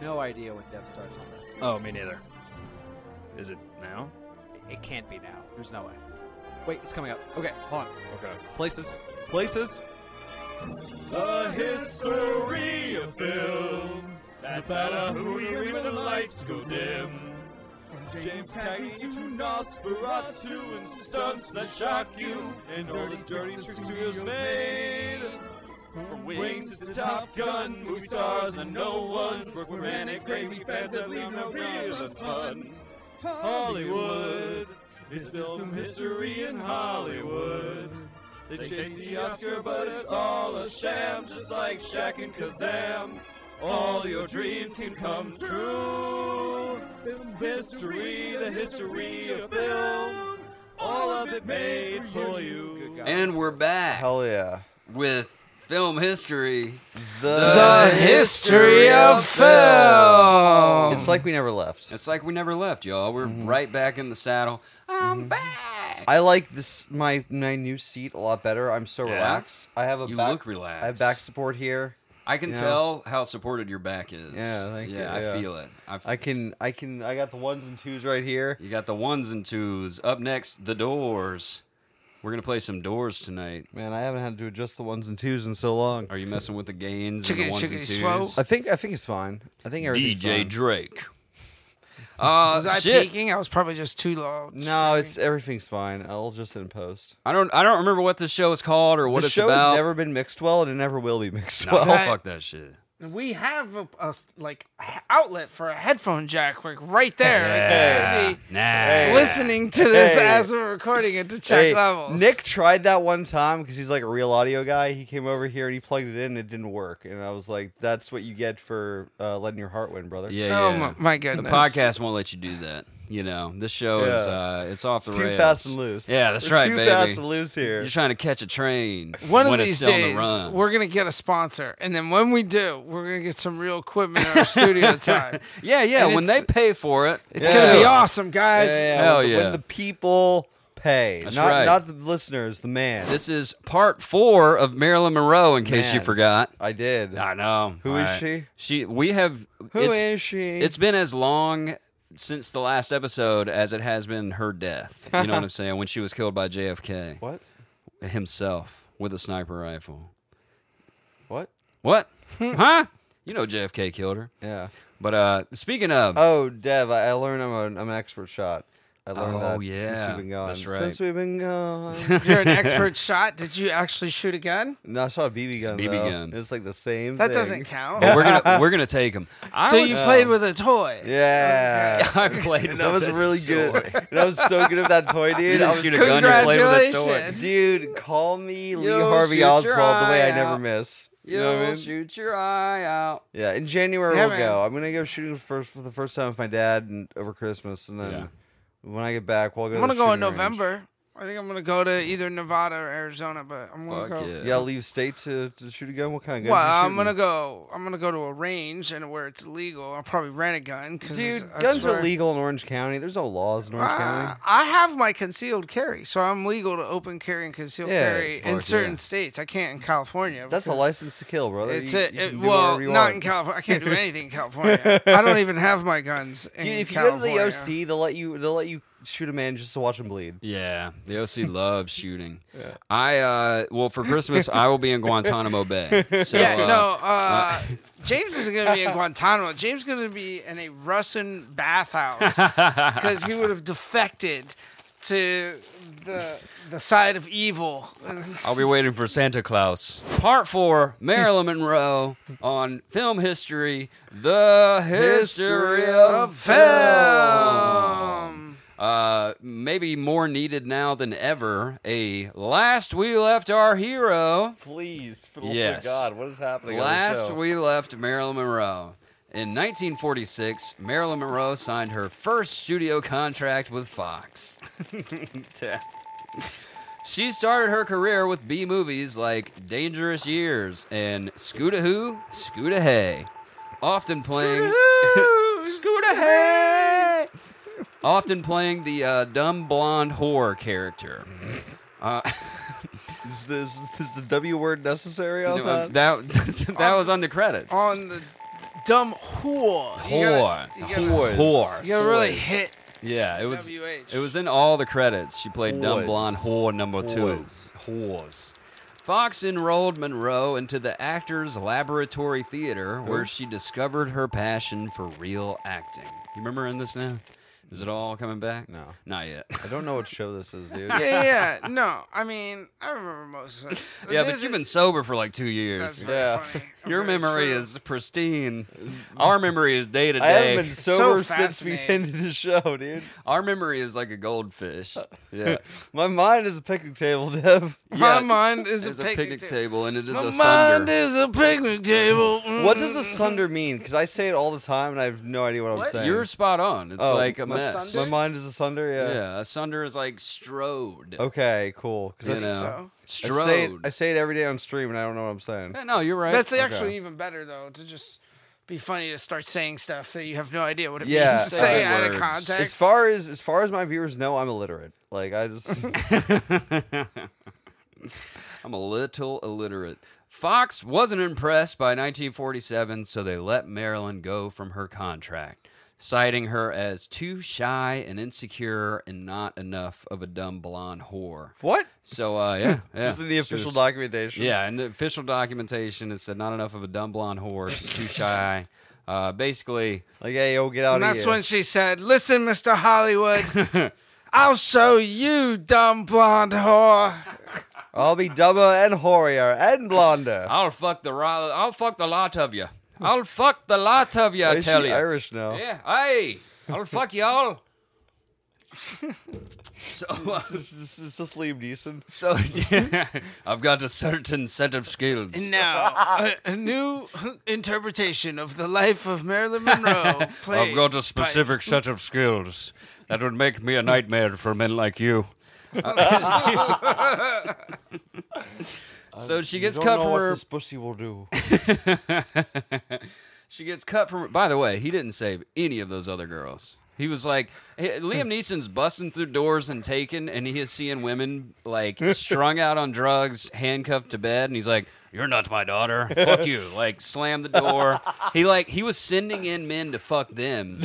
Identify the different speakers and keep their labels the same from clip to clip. Speaker 1: no idea when dev starts on this.
Speaker 2: Oh, me neither. Is it now?
Speaker 1: It can't be now. There's no way. Wait, it's coming up. Okay, hold on.
Speaker 2: Okay.
Speaker 1: Places. Places.
Speaker 3: The history of film. At Balahui, when the lights go dim. From James Cagney to Nosferatu and stunts that shock you, and all the dirty tricks studios made. From Wings to Top Gun, movie stars and no ones, we're manic crazy fans that leave no real fun. Hollywood is still from history in Hollywood. They chase the Oscar, but it's all a sham, just like Shaq and Kazam. All your dreams can come true. Film history, the history of film, all of it made for you.
Speaker 1: Good God.
Speaker 4: And we're back
Speaker 5: Hell yeah.
Speaker 4: with film history.
Speaker 5: The,
Speaker 4: history of film.
Speaker 5: It's like we never left.
Speaker 4: It's like we never left, y'all. We're
Speaker 5: Mm-hmm.
Speaker 4: right back in the saddle. I'm back.
Speaker 5: I like this my my new seat a lot better. I'm so
Speaker 4: Yeah?
Speaker 5: relaxed. I have a
Speaker 4: You
Speaker 5: back,
Speaker 4: look relaxed.
Speaker 5: I have back support here.
Speaker 4: I can
Speaker 5: Yeah.
Speaker 4: tell how supported your back is.
Speaker 5: Yeah, thank you,
Speaker 4: yeah, I
Speaker 5: yeah.
Speaker 4: feel it. I f-
Speaker 5: I can I can I got the ones and twos right here.
Speaker 4: you got the ones and twos. Up next, the Doors. We're gonna play some Doors tonight.
Speaker 5: Man, I haven't had to adjust the ones and twos in so long.
Speaker 4: Are you messing with the gains and the Chickity, ones and chickity, twos? swole.
Speaker 5: I think I think it's fine. I think everything's
Speaker 4: DJ
Speaker 5: fine.
Speaker 4: Drake. Uh,
Speaker 6: Was I
Speaker 4: shit.
Speaker 6: peeking? I was probably just too loud.
Speaker 5: No, it's everything's fine. I'll just in post.
Speaker 4: I don't. I don't remember what the show is called or what
Speaker 5: the
Speaker 4: it's
Speaker 5: show
Speaker 4: about.
Speaker 5: has never been mixed well, and it never will be mixed
Speaker 4: Nah,
Speaker 5: well.
Speaker 4: fuck that shit.
Speaker 6: We have a, a like h- outlet for a headphone jack like right there. Like, we could
Speaker 4: Nah.
Speaker 6: be listening to this
Speaker 5: Hey.
Speaker 6: as we're recording it to check
Speaker 5: Hey,
Speaker 6: levels.
Speaker 5: Nick tried that one time because he's like a real audio guy. He came over here and he plugged it in and it didn't work. And I was like, "That's what you get for uh, letting your heart win, brother."
Speaker 4: Yeah.
Speaker 6: Oh
Speaker 4: yeah.
Speaker 6: my, my
Speaker 4: the
Speaker 6: goodness.
Speaker 4: podcast won't let you do that. You know, this show is
Speaker 5: Yeah.
Speaker 4: uh, it's off the
Speaker 5: It's too
Speaker 4: rails.
Speaker 5: fast and loose.
Speaker 4: Yeah, that's
Speaker 5: It's
Speaker 4: right,
Speaker 5: Too
Speaker 4: baby.
Speaker 5: fast and loose here.
Speaker 4: You're trying to catch a train.
Speaker 6: One
Speaker 4: when
Speaker 6: of
Speaker 4: it's
Speaker 6: these
Speaker 4: still on
Speaker 6: days,
Speaker 4: the run.
Speaker 6: we're gonna get a sponsor, and then when we do, we're gonna get some real equipment in our studio time.
Speaker 4: yeah, yeah.
Speaker 6: and
Speaker 4: When they
Speaker 6: it's-
Speaker 4: pay for it,
Speaker 6: It's gonna be
Speaker 5: Yeah.
Speaker 6: awesome, guys.
Speaker 5: yeah,
Speaker 4: Hell
Speaker 5: when the,
Speaker 4: yeah.
Speaker 5: When the people pay,
Speaker 4: That's
Speaker 5: not
Speaker 4: right.
Speaker 5: not the listeners, the man.
Speaker 4: This is part four of Marilyn Monroe. In case you
Speaker 5: Man.
Speaker 4: forgot,
Speaker 5: I did.
Speaker 4: I know.
Speaker 5: Who
Speaker 4: Who is
Speaker 5: is she?
Speaker 4: She. We have.
Speaker 5: Who is
Speaker 4: it's,
Speaker 5: she?
Speaker 4: It's been as long since the last episode as it has been her death. You know what I'm saying? When she was killed by JFK
Speaker 5: what?
Speaker 4: himself with a sniper rifle.
Speaker 5: What?
Speaker 4: What? huh? You know JFK killed her.
Speaker 5: Yeah.
Speaker 4: But uh speaking of,
Speaker 5: Oh, Dev, I, I learned I'm, a, I'm an expert shot. I learned
Speaker 4: Oh,
Speaker 5: that since
Speaker 4: yeah.
Speaker 5: we've been gone.
Speaker 4: That's right.
Speaker 5: Since we've been gone.
Speaker 6: You're an expert shot. Did you actually shoot a gun?
Speaker 5: no, I shot a BB gun.
Speaker 4: BB
Speaker 5: though.
Speaker 4: gun.
Speaker 5: It's like the same.
Speaker 6: That
Speaker 5: thing.
Speaker 6: doesn't count.
Speaker 4: but oh, we're gonna we're gonna take him. I
Speaker 6: so
Speaker 4: was, um,
Speaker 6: you played with a toy.
Speaker 5: Yeah.
Speaker 4: I played.
Speaker 5: That was really
Speaker 4: good.
Speaker 5: good. That was so good of that toy, dude. I was
Speaker 4: shoot a
Speaker 5: so-
Speaker 4: gun, you played with a toy.
Speaker 6: Congratulations.
Speaker 5: Dude, call me Lee
Speaker 4: You'll
Speaker 5: Harvey
Speaker 4: shoot your
Speaker 5: Oswald the way
Speaker 4: eye
Speaker 5: I never
Speaker 4: out.
Speaker 5: miss. You
Speaker 4: You'll
Speaker 5: know what I mean?
Speaker 4: shoot your eye out.
Speaker 5: Yeah, in January
Speaker 6: Yeah,
Speaker 5: we'll go. I'm gonna go shooting first for the first time with my dad and over Christmas, and then
Speaker 4: Yeah.
Speaker 5: when I get back, we'll go.
Speaker 6: I'm
Speaker 5: to
Speaker 6: gonna
Speaker 5: the
Speaker 6: go in
Speaker 5: shooting range.
Speaker 6: November. I think I'm gonna go to either Nevada or Arizona, but I'm gonna
Speaker 4: Fuck
Speaker 6: go.
Speaker 4: yeah.
Speaker 5: Yeah, leave state to, to shoot a gun. What kind of gun?
Speaker 6: Well,
Speaker 5: you
Speaker 6: I'm
Speaker 5: shooting?
Speaker 6: gonna go. I'm gonna go to a range and where it's legal. I'll probably rent a gun. 'cause
Speaker 5: Dude,
Speaker 6: I
Speaker 5: guns
Speaker 6: swear-
Speaker 5: are legal in Orange County. There's no laws in Orange
Speaker 6: Uh,
Speaker 5: County.
Speaker 6: I have my concealed carry, so I'm legal to open carry and concealed
Speaker 5: Yeah,
Speaker 6: carry in
Speaker 4: fuck
Speaker 6: certain
Speaker 4: yeah.
Speaker 6: states. I can't in California.
Speaker 5: That's a
Speaker 6: because
Speaker 5: license to kill, brother.
Speaker 6: It's
Speaker 5: You-
Speaker 6: it,
Speaker 5: you
Speaker 6: it-
Speaker 5: can do
Speaker 6: well,
Speaker 5: whatever you
Speaker 6: not
Speaker 5: want.
Speaker 6: in California. I can't do anything in California. I don't even have my guns. In
Speaker 5: Dude, if you
Speaker 6: California.
Speaker 5: go to the OC, they'll let you. They'll let you shoot a man just to watch him bleed.
Speaker 4: Yeah, the OC loves shooting. I uh well for Christmas I will be in Guantanamo Bay. So,
Speaker 6: Yeah,
Speaker 4: uh,
Speaker 6: no. Uh, James isn't going to be in Guantanamo. James is going to be in a Russian bathhouse because he would have defected to the the side of evil.
Speaker 4: I'll be waiting for Santa Claus. Part four, Marilyn Monroe on film history, the history of
Speaker 6: Film.
Speaker 4: uh, maybe more needed now than ever. A last we left our hero.
Speaker 5: Please, for the
Speaker 4: love of Yes. God,
Speaker 5: what is happening?
Speaker 4: Last we left Marilyn Monroe. In 1946, Marilyn Monroe signed her first studio contract with Fox. she started her career with B movies like Dangerous Years and Scoota Who, Scoota Hey, often playing Scoota Hey, often playing the uh, dumb blonde whore character.
Speaker 5: is, this, is the W word necessary on
Speaker 4: No,
Speaker 5: that?
Speaker 4: that that was on the credits.
Speaker 6: on the dumb whore. You gotta-
Speaker 4: Whore.
Speaker 6: You gotta,
Speaker 5: Whores.
Speaker 4: Whore.
Speaker 6: you gotta really hit
Speaker 4: Yeah, it was.
Speaker 6: WH.
Speaker 4: It was in all the credits. She played dumb
Speaker 5: Whores.
Speaker 4: blonde whore number two.
Speaker 5: Whores.
Speaker 4: Whores. Fox enrolled Monroe into the Actors Laboratory Theater, where she discovered her passion for real acting. You remember in this now? Is it all coming back?
Speaker 5: No.
Speaker 4: not yet.
Speaker 5: I don't know what show this is, dude.
Speaker 6: yeah, yeah. No, I mean, I remember most of it.
Speaker 4: yeah,
Speaker 6: This
Speaker 4: but you've
Speaker 6: is-
Speaker 4: been sober for like two
Speaker 6: That's
Speaker 4: years.
Speaker 6: very
Speaker 5: Yeah.
Speaker 6: funny.
Speaker 4: Your
Speaker 6: Very
Speaker 4: memory
Speaker 6: true.
Speaker 4: is pristine. Our memory is day to
Speaker 5: I
Speaker 4: day.
Speaker 5: haven't been
Speaker 6: so
Speaker 5: sober since we
Speaker 6: fascinating.
Speaker 5: ended the show, dude.
Speaker 4: Our memory is like a goldfish. Yeah.
Speaker 5: My mind is a picnic table, Dev.
Speaker 6: My
Speaker 4: Yeah,
Speaker 6: mind is
Speaker 4: It's
Speaker 6: a
Speaker 4: a
Speaker 6: picnic,
Speaker 4: picnic
Speaker 6: table.
Speaker 4: table, and it is
Speaker 6: My
Speaker 4: a
Speaker 6: mind
Speaker 4: sunder.
Speaker 6: is a picnic table.
Speaker 5: What does asunder mean? Because I say it all the time and I have no idea what, I'm saying.
Speaker 4: You're spot on. It's
Speaker 5: Oh,
Speaker 4: like a
Speaker 5: my-
Speaker 4: mess.
Speaker 5: My mind is asunder, yeah.
Speaker 4: Yeah, asunder is like strode.
Speaker 5: Okay, cool. 'Cause
Speaker 4: you know,
Speaker 5: Oh, that's-
Speaker 6: so.
Speaker 5: I say, it,
Speaker 4: strode.
Speaker 5: I say it every day on stream and I don't know what I'm saying.
Speaker 4: Yeah, no, you're right.
Speaker 6: That's
Speaker 4: it.
Speaker 6: actually even better though to just be funny to start saying stuff that you have no idea what it
Speaker 5: Yeah,
Speaker 6: means. Say it
Speaker 4: uh,
Speaker 6: out of
Speaker 4: words.
Speaker 6: context.
Speaker 5: As far as as far as my viewers know, I'm illiterate. Like I just
Speaker 4: I'm a little illiterate. Fox wasn't impressed by 1947, so they let Marilyn go from her contract, citing her as too shy and insecure and not enough of a dumb blonde whore.
Speaker 5: what?
Speaker 4: So, uh, yeah, yeah.
Speaker 5: This is the
Speaker 4: she
Speaker 5: official
Speaker 4: was-
Speaker 5: documentation.
Speaker 4: Yeah, in the official documentation, it said not enough of a dumb blonde whore, she's too shy. Uh, basically,
Speaker 5: Like, hey, yo, get out
Speaker 6: and
Speaker 5: of
Speaker 6: that's
Speaker 5: here.
Speaker 6: when she said, "Listen, Mr. Hollywood, I'll show you, dumb blonde whore."
Speaker 5: I'll be dumber and hoarier and blonder.
Speaker 4: I'll fuck the ro- I'll fuck the lot of you. I'll fuck the lot of you. I
Speaker 5: Why is
Speaker 4: tell
Speaker 5: she
Speaker 4: you.
Speaker 5: Irish now.
Speaker 4: Yeah, hey, I'll fuck y'all. so, uh,
Speaker 5: Is this, is this Liam Neeson?
Speaker 4: so yeah, I've got a certain set of skills.
Speaker 6: And now, a, a new interpretation of the life of Marilyn Monroe.
Speaker 4: I've
Speaker 6: played
Speaker 4: got
Speaker 6: by-
Speaker 4: a specific set of skills that would make me a nightmare for men like you. so she gets
Speaker 5: you don't
Speaker 4: cut
Speaker 5: know
Speaker 4: from
Speaker 5: what
Speaker 4: her
Speaker 5: this pussy will do.
Speaker 4: She gets cut from. By the way, he didn't save any of those other girls. He was like hey, Liam Neeson's busting through doors and taken, and he is seeing women like strung out on drugs, handcuffed to bed, and he's like, "You're not my daughter. Fuck you!" Like slam the door. He like he was sending in men to fuck them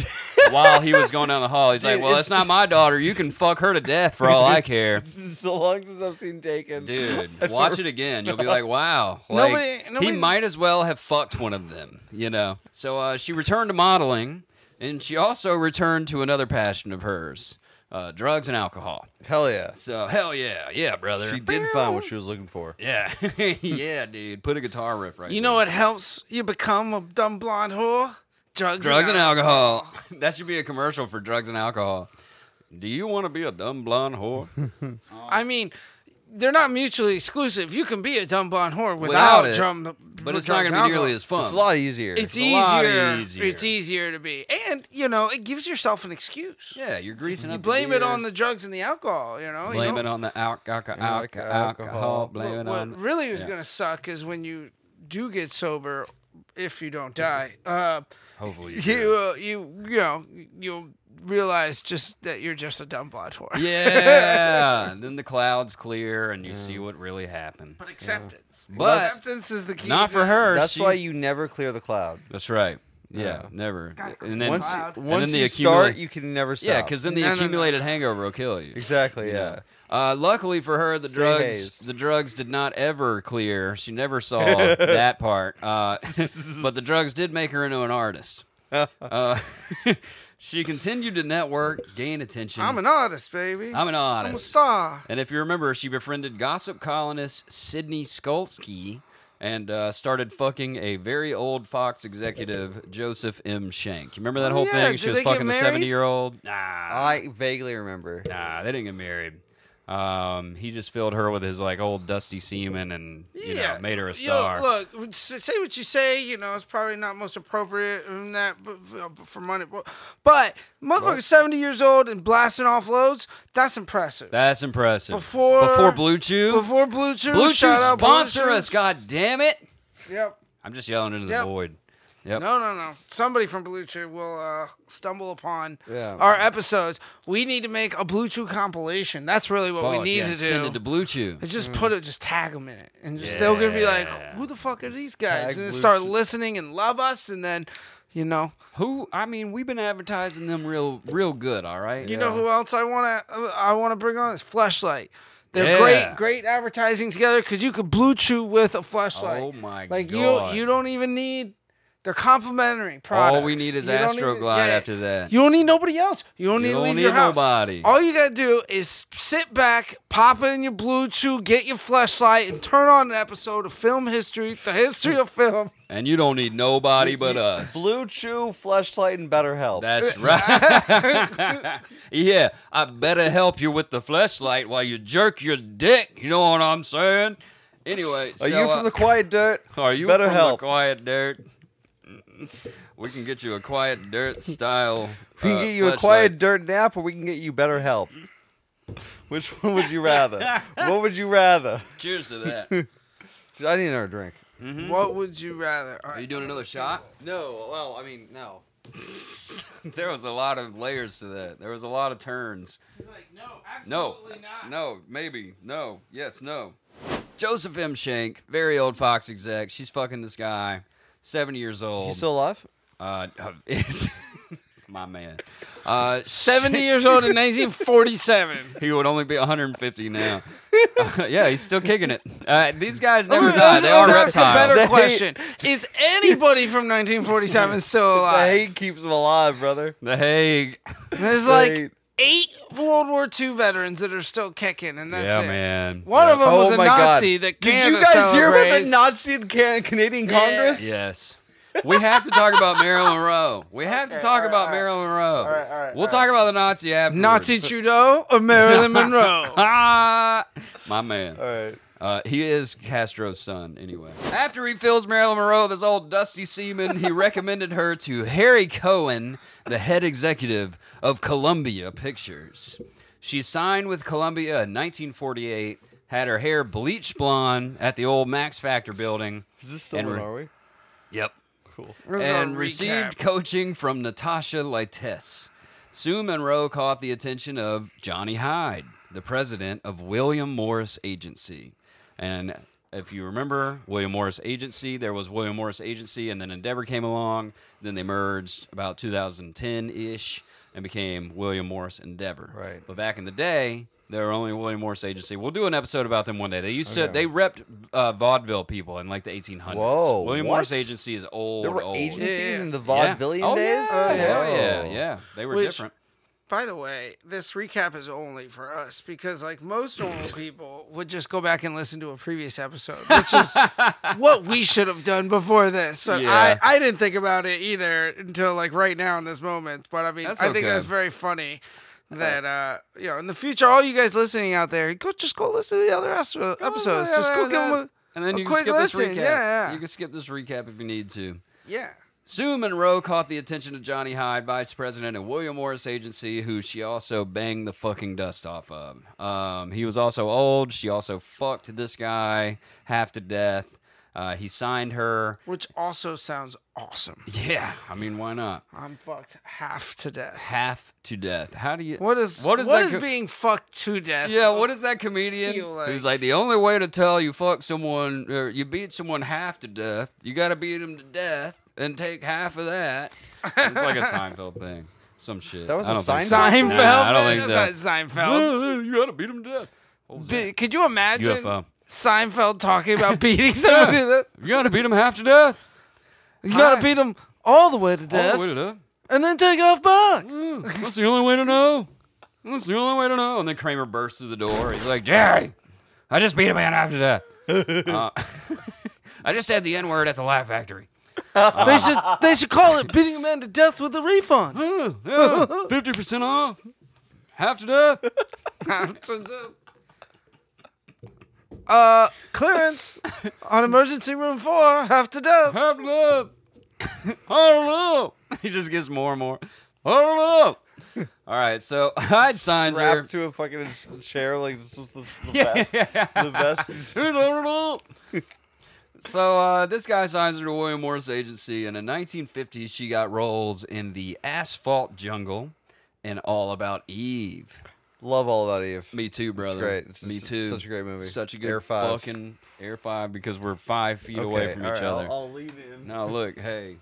Speaker 4: while he was going down the hall. He's like,
Speaker 5: Dude,
Speaker 4: "Well, that's not my daughter. You can fuck her to death for all I care."
Speaker 5: so long since I've seen Taken.
Speaker 4: Dude, watch it again. You'll be like, wow. Like,
Speaker 6: Nobody- nobody-
Speaker 4: He might as well have fucked one of them, you know? So uh, she returned to modeling, and she also returned to another passion of hers uh, drugs and alcohol.
Speaker 5: Hell yeah.
Speaker 4: So, hell yeah. Yeah, brother.
Speaker 5: She did find what she was looking for.
Speaker 4: Yeah. yeah, dude. Put a guitar riff right
Speaker 6: You
Speaker 4: there.
Speaker 6: know what helps you become a dumb blonde whore? Drugs.
Speaker 4: Drugs and alcohol. that should be a commercial for drugs and alcohol. Do you want to be a dumb blonde whore?
Speaker 6: I mean, they're not mutually exclusive. You can be a dumb blonde whore
Speaker 4: Without
Speaker 6: without,
Speaker 4: it,
Speaker 6: drum.
Speaker 4: But it's not going to be nearly as fun.
Speaker 5: It's a lot easier.
Speaker 6: It's,
Speaker 4: a lot
Speaker 6: easier,
Speaker 4: easier.
Speaker 6: It's easier to be, and you know, it gives yourself an excuse.
Speaker 4: yeah, you're greasing up. the
Speaker 6: Blame it on
Speaker 4: gears.
Speaker 6: the drugs and the alcohol. Oh, You know,
Speaker 4: Blame
Speaker 6: you
Speaker 4: it on the alc- alc- alc-
Speaker 5: alcohol.
Speaker 4: alcohol. Blame
Speaker 6: What,
Speaker 4: it
Speaker 6: what
Speaker 4: on.
Speaker 6: really is going to suck is when you do get sober, if you don't die. Uh,
Speaker 4: Hopefully you
Speaker 6: you uh, you you know you'll realize just that you're just a dumb blonde whore.
Speaker 4: do. Yeah. and then the clouds clear and you see what really happened.
Speaker 6: But acceptance.
Speaker 4: But-
Speaker 6: acceptance is the key.
Speaker 4: Not
Speaker 6: to-
Speaker 4: for her.
Speaker 5: That's
Speaker 4: she-
Speaker 5: why you never clear the cloud.
Speaker 4: That's right. Yeah, never. And then
Speaker 5: Once,
Speaker 6: Cloud.
Speaker 5: once
Speaker 4: the
Speaker 5: you start,
Speaker 4: accumulate-
Speaker 5: you can never stop.
Speaker 4: yeah, because then the
Speaker 6: No, no, no.
Speaker 4: accumulated hangover will kill you.
Speaker 5: exactly, yeah.
Speaker 4: Uh, luckily for her, the
Speaker 5: Stay
Speaker 4: drugs
Speaker 5: hazed.
Speaker 4: the drugs did not ever clear. She never saw that part. Uh, but the drugs did make her into an artist. Uh, she continued to network, gain attention.
Speaker 6: I'm an artist, baby.
Speaker 4: I'm an
Speaker 6: I'm a
Speaker 4: artist.
Speaker 6: star.
Speaker 4: And if you remember, she befriended gossip columnist Sidney Skolsky and uh, started fucking a very old Fox executive, Joseph M. Shank. You remember that whole
Speaker 6: Oh, yeah.
Speaker 4: thing? She
Speaker 6: Did
Speaker 4: was
Speaker 6: they get
Speaker 4: fucking a
Speaker 6: married?
Speaker 4: 70 year old. Nah.
Speaker 5: I vaguely remember.
Speaker 4: Nah, they didn't get married. Um, he just filled her with his like old dusty semen and you know made her a
Speaker 6: Yo,
Speaker 4: star.
Speaker 6: look, s- say what you say. You know, it's probably not most appropriate in that but f- for money. But, but motherfucker, seventy years old and blasting off loads. That's impressive.
Speaker 4: That's impressive.
Speaker 6: Before-
Speaker 4: before Blue Chew,
Speaker 6: Before Blue Chew,
Speaker 4: Blue Chew
Speaker 6: shout out Blue
Speaker 4: sponsor
Speaker 6: Chew.
Speaker 4: us. God damn it!
Speaker 6: Yep.
Speaker 4: I'm just yelling into the
Speaker 6: Yep.
Speaker 4: void. Yep.
Speaker 6: No, no, no. Somebody from Blue Chew will uh, stumble upon
Speaker 5: Yeah.
Speaker 6: our episodes. We need to make a Blue Chew compilation. That's really what we
Speaker 4: Fuck,
Speaker 6: need
Speaker 4: Oh, yeah,
Speaker 6: to do.
Speaker 4: Send it to Blue Chew.
Speaker 6: And just put it, just tag them in it, and just they're gonna be like,
Speaker 4: Mm. Yeah.
Speaker 6: "Who the fuck are these guys?"
Speaker 5: Tag
Speaker 6: and then
Speaker 5: Blue
Speaker 6: start
Speaker 5: Chew.
Speaker 6: listening and love us, and then You know,
Speaker 4: Who? I mean, we've been advertising them real, real good. All right.
Speaker 6: you know who else I want to I want to bring on is Fleshlight. They're
Speaker 4: Yeah.
Speaker 6: great, great advertising together because you could blue chew with a flashlight.
Speaker 4: Oh my
Speaker 6: like
Speaker 4: God.
Speaker 6: you, you don't even need. They're complimentary products.
Speaker 4: All we need is
Speaker 6: You don't even-
Speaker 4: Astroglide
Speaker 6: yeah.
Speaker 4: after that.
Speaker 6: You don't need nobody else. You
Speaker 4: You
Speaker 6: don't need to
Speaker 4: don't
Speaker 6: leave
Speaker 4: need
Speaker 6: your house.
Speaker 4: nobody.
Speaker 6: All you gotta do is sit back, pop in your Bluetooth, get your flashlight, and turn on an episode of Film History, the history of film.
Speaker 4: and you don't need nobody but us.
Speaker 5: Blue Chew, Fleshlight, and BetterHelp.
Speaker 4: That's right. yeah, I better help you with the flashlight while you jerk your dick. You know what I'm saying? Anyway, uh,
Speaker 5: Are you from the quiet dirt?
Speaker 4: Are you
Speaker 5: Better
Speaker 4: from
Speaker 5: help.
Speaker 4: the quiet dirt? We can get you a quiet dirt style.
Speaker 5: We can
Speaker 4: uh,
Speaker 5: get you a
Speaker 4: fleshlight.
Speaker 5: quiet dirt nap, or we can get you better help. Which one would you rather? what would you rather?
Speaker 4: Cheers to that. Are
Speaker 5: I need another drink.
Speaker 6: What would you rather? All
Speaker 4: you
Speaker 6: right.
Speaker 4: doing another shot?
Speaker 5: No, well, I mean, no.
Speaker 4: There was a lot of layers to that. There was a lot of turns.
Speaker 6: no,
Speaker 4: No, uh, no, maybe, no, yes, no. Joseph M. Shank, very old Fox exec. She's fucking this guy, seventy years old.
Speaker 5: He's still alive?
Speaker 4: uh, is my man. Uh,
Speaker 6: Seventy years old in 1947.
Speaker 4: he would only be 150 now. yeah, he's still kicking it. Uh, these guys never
Speaker 6: Let's-
Speaker 4: die.
Speaker 6: let's
Speaker 4: They are
Speaker 6: ask a
Speaker 4: reptiles.
Speaker 6: better
Speaker 5: They-
Speaker 6: question: Is anybody from 1947 still
Speaker 5: The
Speaker 6: alive?
Speaker 5: hate keeps him alive, brother.
Speaker 4: The Hague.
Speaker 6: There's
Speaker 5: The
Speaker 6: like
Speaker 5: hate.
Speaker 6: eight World War II veterans that are still kicking, and that's
Speaker 4: yeah,
Speaker 6: it.
Speaker 4: man.
Speaker 6: One
Speaker 4: Yeah.
Speaker 6: of them was a Nazi that
Speaker 5: Did
Speaker 6: Canada
Speaker 5: you guys hear about
Speaker 6: celebrates.
Speaker 5: the Nazi in Can- Canadian Congress?
Speaker 4: Yes. We have to talk about Marilyn Monroe. We have to talk about Marilyn Monroe. All right, all right, we'll talk about the Nazi afterwards.
Speaker 6: Nazi Trudeau or Marilyn Monroe?
Speaker 4: Ah, my man.
Speaker 5: All right.
Speaker 4: Uh, he is Castro's son, anyway. After he fills Marilyn Monroe, this old dusty seaman, he recommended her to Harry Cohen, the head executive of Columbia Pictures. She signed with Columbia in 1948, had her hair bleached blonde at the old Max Factor building.
Speaker 5: Is this still
Speaker 4: And
Speaker 5: in
Speaker 4: re-
Speaker 5: Norway?
Speaker 4: Yep
Speaker 6: This is a
Speaker 4: and
Speaker 6: recap.
Speaker 4: received coaching from Natasha Litess. Sue Monroe caught the attention of Johnny Hyde, the president of William Morris Agency. And if you remember William Morris Agency, there was William Morris Agency, and then Endeavor came along. Then they merged about 2010 ish and became William Morris Endeavor.
Speaker 5: Right.
Speaker 4: But back in the day, there were only William Morris Agency. We'll do an episode about them one day. They used to, they repped uh, vaudeville people in like the 1800s.
Speaker 5: Whoa,
Speaker 4: William
Speaker 5: what?
Speaker 4: Morris Agency is old.
Speaker 5: There were
Speaker 4: old.
Speaker 5: agencies
Speaker 6: Yeah.
Speaker 5: in the
Speaker 4: Yeah.
Speaker 5: vaudevillian
Speaker 4: oh,
Speaker 5: days?
Speaker 4: Yeah, hell
Speaker 5: Oh.
Speaker 4: yeah, yeah. They were
Speaker 6: Which-
Speaker 4: different.
Speaker 6: By the way, this recap is only for us because, like most normal people, would just go back and listen to a previous episode, which is what we should have done before this. So
Speaker 4: Yeah.
Speaker 6: I, I didn't think about it either until like right now in this moment. But I mean,
Speaker 4: That's
Speaker 6: I think
Speaker 4: okay.
Speaker 6: that's very funny. That uh, you know, in the future, all you guys listening out there, go just go listen to the other es- episodes. Just go give them a
Speaker 4: and then
Speaker 6: a
Speaker 4: you can
Speaker 6: quick
Speaker 4: skip this
Speaker 6: listen,
Speaker 4: recap.
Speaker 6: yeah, yeah.
Speaker 4: You can skip this recap if you need to.
Speaker 6: yeah.
Speaker 4: Sue Monroe caught the attention of Johnny Hyde, vice president of William Morris Agency, who she also banged the fucking dust off of. Um, he was also old. She also fucked this guy half to death. Uh, he signed her.
Speaker 6: Which also sounds awesome.
Speaker 4: Yeah, I mean, why not?
Speaker 6: I'm fucked half to death.
Speaker 4: Half to death. How do you?
Speaker 6: What is
Speaker 4: What is
Speaker 6: what
Speaker 4: that
Speaker 6: is
Speaker 4: co-
Speaker 6: being fucked to death?
Speaker 4: Yeah, what is that comedian
Speaker 6: feel like-
Speaker 4: who's like the only way to tell you fuck someone or you beat someone half to death, you got to beat him to death and take half of that. it's like a Seinfeld thing, some shit.
Speaker 5: That was
Speaker 4: I
Speaker 5: a
Speaker 4: don't think so.
Speaker 5: Seinfeld?
Speaker 6: Seinfeld.
Speaker 4: Nah, I don't
Speaker 6: man,
Speaker 4: think
Speaker 6: that's not Seinfeld.
Speaker 4: you got to beat him to death. What was that?
Speaker 6: Bi- Could you imagine
Speaker 4: UFO.
Speaker 6: Seinfeld talking about beating somebody? to death?
Speaker 4: You got to beat him half to death.
Speaker 6: You gotta beat them all the way to
Speaker 4: All
Speaker 6: death,
Speaker 4: the way to death.
Speaker 6: and then take off back.
Speaker 4: Mm, That's the only way to know. That's the only way to know. And then Kramer bursts through the door. He's like, Jerry, I just beat a man after death. Uh, I just said the N word at the Laugh Factory.
Speaker 6: they should they should call it beating a man to death with a refund.
Speaker 4: Fifty percent off. Half to death.
Speaker 6: uh, clearance on emergency room four, half to death.
Speaker 4: Half to death. I don't know. He just gets more and more. I don't know. All right, so Hyde signs her.
Speaker 5: Strapped to a fucking s- chair like this was the, the best. The best.
Speaker 4: I don't know. So uh, this guy signs her to William Morris Agency, and in 1950 she got roles in the Asphalt Jungle and All About Eve.
Speaker 5: Love all about Eve.
Speaker 4: Me too, brother.
Speaker 5: great. It's
Speaker 4: Me
Speaker 5: just
Speaker 4: too.
Speaker 5: such a great movie.
Speaker 4: Such a good
Speaker 5: Air Five.
Speaker 4: fucking air five because we're five feet away from each
Speaker 5: all right,
Speaker 4: other.
Speaker 5: I'll, I'll lean in.
Speaker 4: Now look, hey.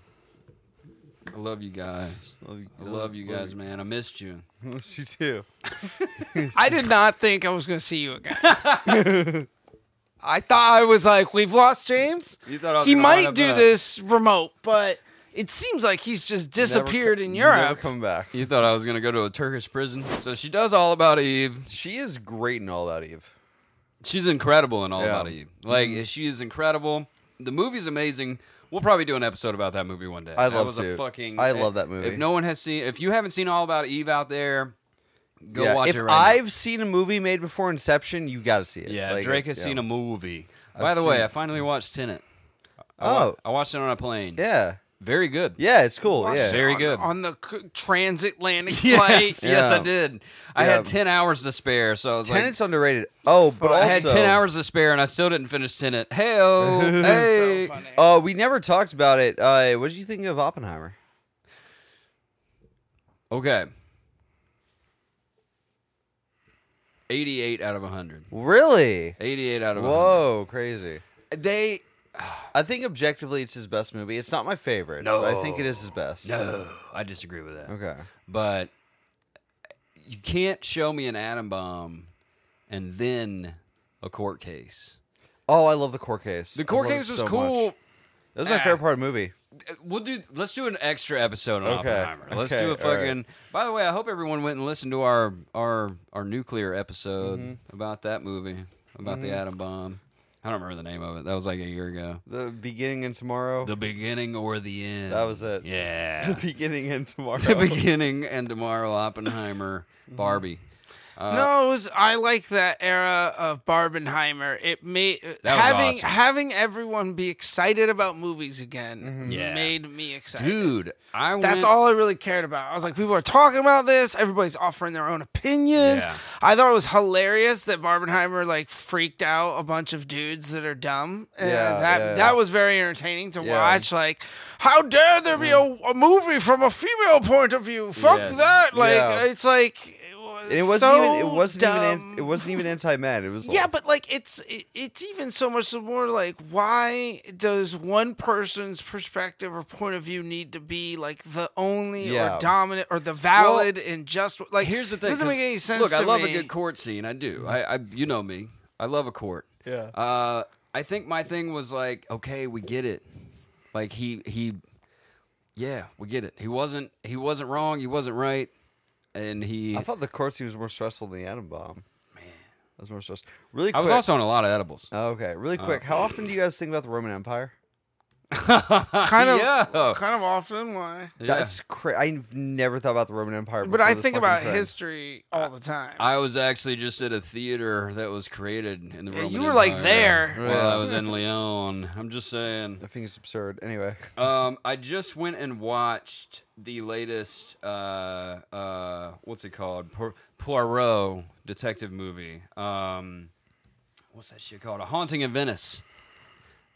Speaker 4: I love you guys.
Speaker 5: Love you-
Speaker 4: I love you guys, man. I missed you.
Speaker 5: Oh, Yes, you too.
Speaker 6: I did not think I was going to see you again. I thought I was like, we've lost James.
Speaker 4: You thought I was
Speaker 6: he
Speaker 4: gonna wind
Speaker 6: might
Speaker 4: up
Speaker 6: do
Speaker 4: in a-
Speaker 6: this remote, but it seems like he's just
Speaker 5: Never
Speaker 6: disappeared
Speaker 5: co-
Speaker 6: in
Speaker 5: Never
Speaker 6: Europe.
Speaker 5: come back.
Speaker 4: You thought I was gonna go to a Turkish prison. So she does all about Eve.
Speaker 5: She is great in all that Eve.
Speaker 4: She's incredible in all
Speaker 5: Yeah. Mm-hmm.
Speaker 4: about Eve. Like she is incredible. The movie's amazing. We'll probably do an episode about that movie one day.
Speaker 5: I'd
Speaker 4: that
Speaker 5: love
Speaker 4: was
Speaker 5: to.
Speaker 4: a fucking. eh,
Speaker 5: I love that movie.
Speaker 4: If no one has seen, if you haven't seen all about Eve out there, go
Speaker 5: yeah,
Speaker 4: watch
Speaker 5: if
Speaker 4: it right now.
Speaker 5: I've seen a movie made before Inception, you got to see it.
Speaker 4: Yeah,
Speaker 5: Like, uh,
Speaker 4: Drake has
Speaker 5: yeah.
Speaker 4: seen a movie. By the
Speaker 5: seen
Speaker 4: way,
Speaker 5: it.
Speaker 4: I finally watched Tenet.
Speaker 5: Oh,
Speaker 4: I watched it on a plane.
Speaker 5: yeah,
Speaker 4: Very good.
Speaker 5: yeah, it's cool. yeah,
Speaker 4: Very
Speaker 6: On-
Speaker 4: good.
Speaker 6: On the c- transatlantic
Speaker 4: Yes,
Speaker 6: flight.
Speaker 4: yes, I
Speaker 5: Yeah.
Speaker 4: did. I
Speaker 5: Yeah.
Speaker 4: had ten hours to spare, so I was like,
Speaker 5: Tenet's underrated. Oh, but
Speaker 4: I
Speaker 5: also,
Speaker 4: had ten hours to spare, and I still didn't finish Tenet. Hey-o, hey,
Speaker 6: So funny.
Speaker 5: Oh, we never talked about it. Uh, what did you think of Oppenheimer?
Speaker 4: okay. Eighty-eight out of hundred.
Speaker 5: Really?
Speaker 4: Eighty-eight out of Whoa.
Speaker 5: Whoa, crazy.
Speaker 4: They
Speaker 5: I think objectively, it's his best movie. It's not my favorite. but I think it is his best.
Speaker 4: no, I disagree with that.
Speaker 5: Okay.
Speaker 4: but you can't show me an atom bomb and then a court case.
Speaker 5: Oh, I love the court case.
Speaker 4: The court
Speaker 5: I love it
Speaker 4: case was
Speaker 5: so much.
Speaker 4: cool.
Speaker 5: That was my
Speaker 4: Ah.
Speaker 5: favorite part of the movie.
Speaker 4: We'll do. Let's do an extra episode on
Speaker 5: Okay,
Speaker 4: Oppenheimer. Let's
Speaker 5: okay,
Speaker 4: do a
Speaker 5: all right.
Speaker 4: fucking. By the way, I hope everyone went and listened to our our our nuclear episode
Speaker 6: Mm-hmm.
Speaker 4: about that movie about the atom bomb. I don't remember the name of it. That was like a year ago.
Speaker 5: The beginning and tomorrow.
Speaker 4: The beginning or the end.
Speaker 5: that was it.
Speaker 4: Yeah.
Speaker 5: The beginning and tomorrow.
Speaker 4: the beginning and tomorrow Oppenheimer,
Speaker 6: Mm-hmm.
Speaker 4: Barbie. Uh,
Speaker 6: no, it was, I like that era of Barbenheimer. It made
Speaker 4: That was
Speaker 6: having
Speaker 4: awesome.
Speaker 6: having everyone be excited about movies again
Speaker 4: Mm-hmm. Yeah.
Speaker 6: made me excited.
Speaker 4: Dude, I
Speaker 6: That's
Speaker 4: went,
Speaker 6: all I really cared about. I was like, people are talking about this. Everybody's offering their own opinions.
Speaker 4: Yeah.
Speaker 6: I thought it was hilarious that Barbenheimer like freaked out a bunch of dudes that are dumb. And
Speaker 5: Yeah,
Speaker 6: that
Speaker 5: yeah.
Speaker 6: that was very entertaining to
Speaker 5: Yeah.
Speaker 6: watch. Like, how dare there be a, a movie from a female point of view? Fuck
Speaker 4: Yes.
Speaker 6: that! Like,
Speaker 5: Yeah.
Speaker 6: it's like it was
Speaker 5: And it wasn't
Speaker 6: so
Speaker 5: even. It wasn't even.
Speaker 6: dumb.
Speaker 5: An, it wasn't even anti-men. It was.
Speaker 6: Yeah,
Speaker 5: like-
Speaker 6: but like it's it, it's even so much more like why does one person's perspective or point of view need to be like the only
Speaker 5: Yeah.
Speaker 6: or dominant or the valid and just like
Speaker 4: Here's the thing.
Speaker 6: it doesn't
Speaker 4: 'cause-
Speaker 6: make any sense.
Speaker 4: Look, I
Speaker 6: to
Speaker 4: love
Speaker 6: me.
Speaker 4: a good court scene. I do. I, I, you know me. I love a court.
Speaker 5: Yeah.
Speaker 4: Uh, I think my thing was like, okay, we get it. Like he, he, yeah, we get it. He wasn't, he wasn't wrong. He wasn't right. And he,
Speaker 5: I
Speaker 4: I,
Speaker 5: thought the court scene was more stressful than the atom bomb. Man, that was more stressful. Really. Quick.
Speaker 4: was also on a lot of edibles.
Speaker 5: Oh, okay, really quick. How often do you guys think about the Roman Empire?
Speaker 6: kind of
Speaker 4: Yeah.
Speaker 6: kind of often why.
Speaker 4: Yeah.
Speaker 5: That's crazy. I've never thought about the Roman Empire.
Speaker 6: But
Speaker 5: before
Speaker 6: I
Speaker 5: this
Speaker 6: think
Speaker 5: fucking
Speaker 6: about
Speaker 5: thing.
Speaker 6: history all the time.
Speaker 4: I was actually just at a theater that was created in the
Speaker 6: Yeah,
Speaker 4: Roman
Speaker 6: you were, like,
Speaker 4: Empire
Speaker 6: there.
Speaker 4: while I was in Lyon. I'm just saying.
Speaker 5: I think it's absurd. Anyway,
Speaker 4: Um, I just went and watched the latest uh uh what's it called? Po- Poirot detective movie. Um what's that shit called? A Haunting in Venice.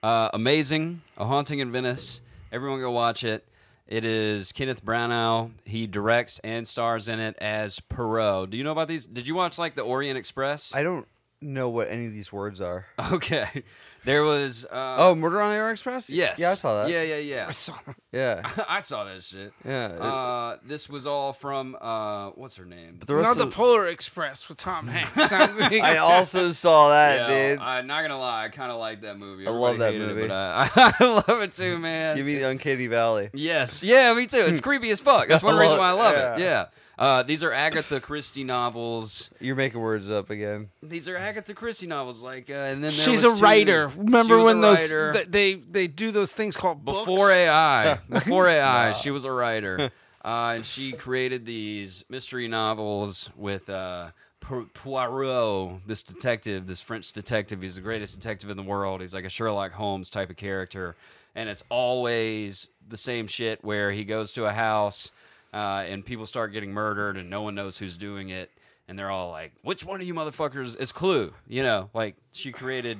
Speaker 4: Uh amazing. A Haunting in Venice. Everyone go watch it. It is Kenneth Branagh. He directs and stars in it as Poirot. Do you know about these? Did you watch like the Orient Express?
Speaker 5: I don't know what any of these words are.
Speaker 4: Uh-huh. okay. There was uh
Speaker 5: Oh, Murder on the Orient Express.
Speaker 4: yes.
Speaker 5: Yeah, I saw that.
Speaker 4: Yeah, yeah, yeah.
Speaker 5: yeah.
Speaker 4: I saw that shit.
Speaker 5: Yeah, it-
Speaker 4: Uh, this was all from uh, what's her name?
Speaker 5: But the rest
Speaker 6: not the
Speaker 5: of
Speaker 6: Polar Express with Tom Hanks. Sounds like
Speaker 5: I also saw that,
Speaker 4: Yeah,
Speaker 5: dude.
Speaker 4: I'm not gonna lie. I kind of like that movie.
Speaker 5: love
Speaker 4: Everybody
Speaker 5: that
Speaker 4: hated it,
Speaker 5: movie.
Speaker 4: but I, I love it too, man.
Speaker 5: Give me the uncanny valley.
Speaker 4: yes, yeah, me too. It's creepy as fuck. That's one
Speaker 5: I love
Speaker 4: reason why I
Speaker 5: it,
Speaker 4: love it.
Speaker 5: yeah.
Speaker 4: Yeah. Uh, these are Agatha Christie novels.
Speaker 5: You're making words up again.
Speaker 4: These are Agatha Christie novels. Like, uh, and then there
Speaker 6: She's a
Speaker 4: was two-
Speaker 6: writer.
Speaker 4: she
Speaker 6: Remember
Speaker 4: was
Speaker 6: when
Speaker 4: a
Speaker 6: those
Speaker 4: writer.
Speaker 6: th- they they do those things called books?
Speaker 4: before AI. Before AI, she was a writer, uh, and she created these mystery novels with uh, Po- Poirot, this detective, this French detective. He's the greatest detective in the world. He's like a Sherlock Holmes type of character, and it's always the same shit where he goes to a house uh, and people start getting murdered, and no one knows who's doing it. And they're all like, "Which one of you motherfuckers is Clue?" You know, like she created,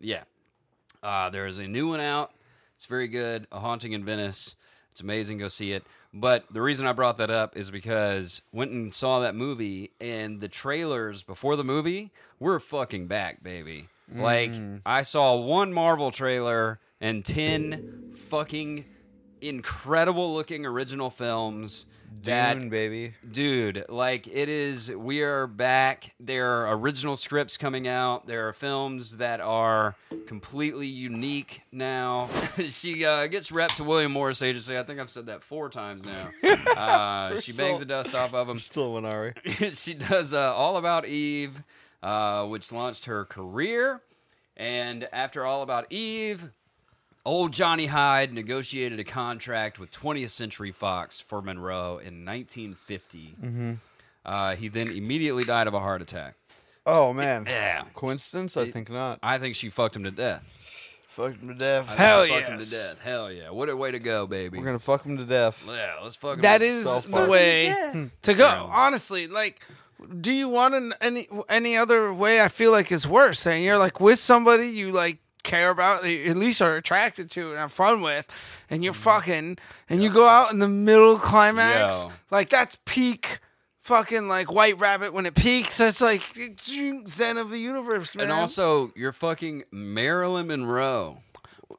Speaker 4: yeah. Uh, there is a new one out. It's very good. A Haunting in Venice. It's amazing. Go see it. But the reason I brought that up is because went and saw that movie, and the trailers before the movie were fucking back, baby. Like I saw one Marvel trailer and ten fucking incredible looking original films that
Speaker 5: Dune, baby.
Speaker 4: dude like it is we are back there are original scripts coming out there are films that are completely unique now she uh, gets rep to william morris agency i think i've said that four times now uh, she bangs the dust off of them
Speaker 5: Still Minari.
Speaker 4: she does uh, all about eve uh, which launched her career and after all about eve Old Johnny Hyde negotiated a contract with 20th Century Fox for Monroe in 1950.
Speaker 6: Mm-hmm.
Speaker 4: Uh, he then immediately died of a heart attack.
Speaker 5: Oh man.
Speaker 4: Yeah.
Speaker 5: Coincidence? I think not.
Speaker 4: I think she fucked him to death.
Speaker 5: Fucked him to death.
Speaker 6: Hell
Speaker 4: She Fucked him to
Speaker 6: yes.
Speaker 4: death. Hell yeah. What a way to go, baby.
Speaker 5: We're gonna fuck him to death.
Speaker 4: yeah, let's fuck him.
Speaker 6: That
Speaker 4: to-
Speaker 6: is
Speaker 5: so
Speaker 6: the
Speaker 5: far.
Speaker 6: way
Speaker 4: Hmm.
Speaker 6: to go. Honestly, like, do you want an, any any other way? I feel like is worse. And you're like with somebody you like care about, that you at least are attracted to, and have fun with, and
Speaker 4: Mm-hmm.
Speaker 6: you're fucking, and you go out in the middle climax.
Speaker 4: Yeah.
Speaker 6: Like that's peak. Fucking like White Rabbit when it peaks, that's like zen of the universe, man.
Speaker 4: And also, you're fucking Marilyn Monroe.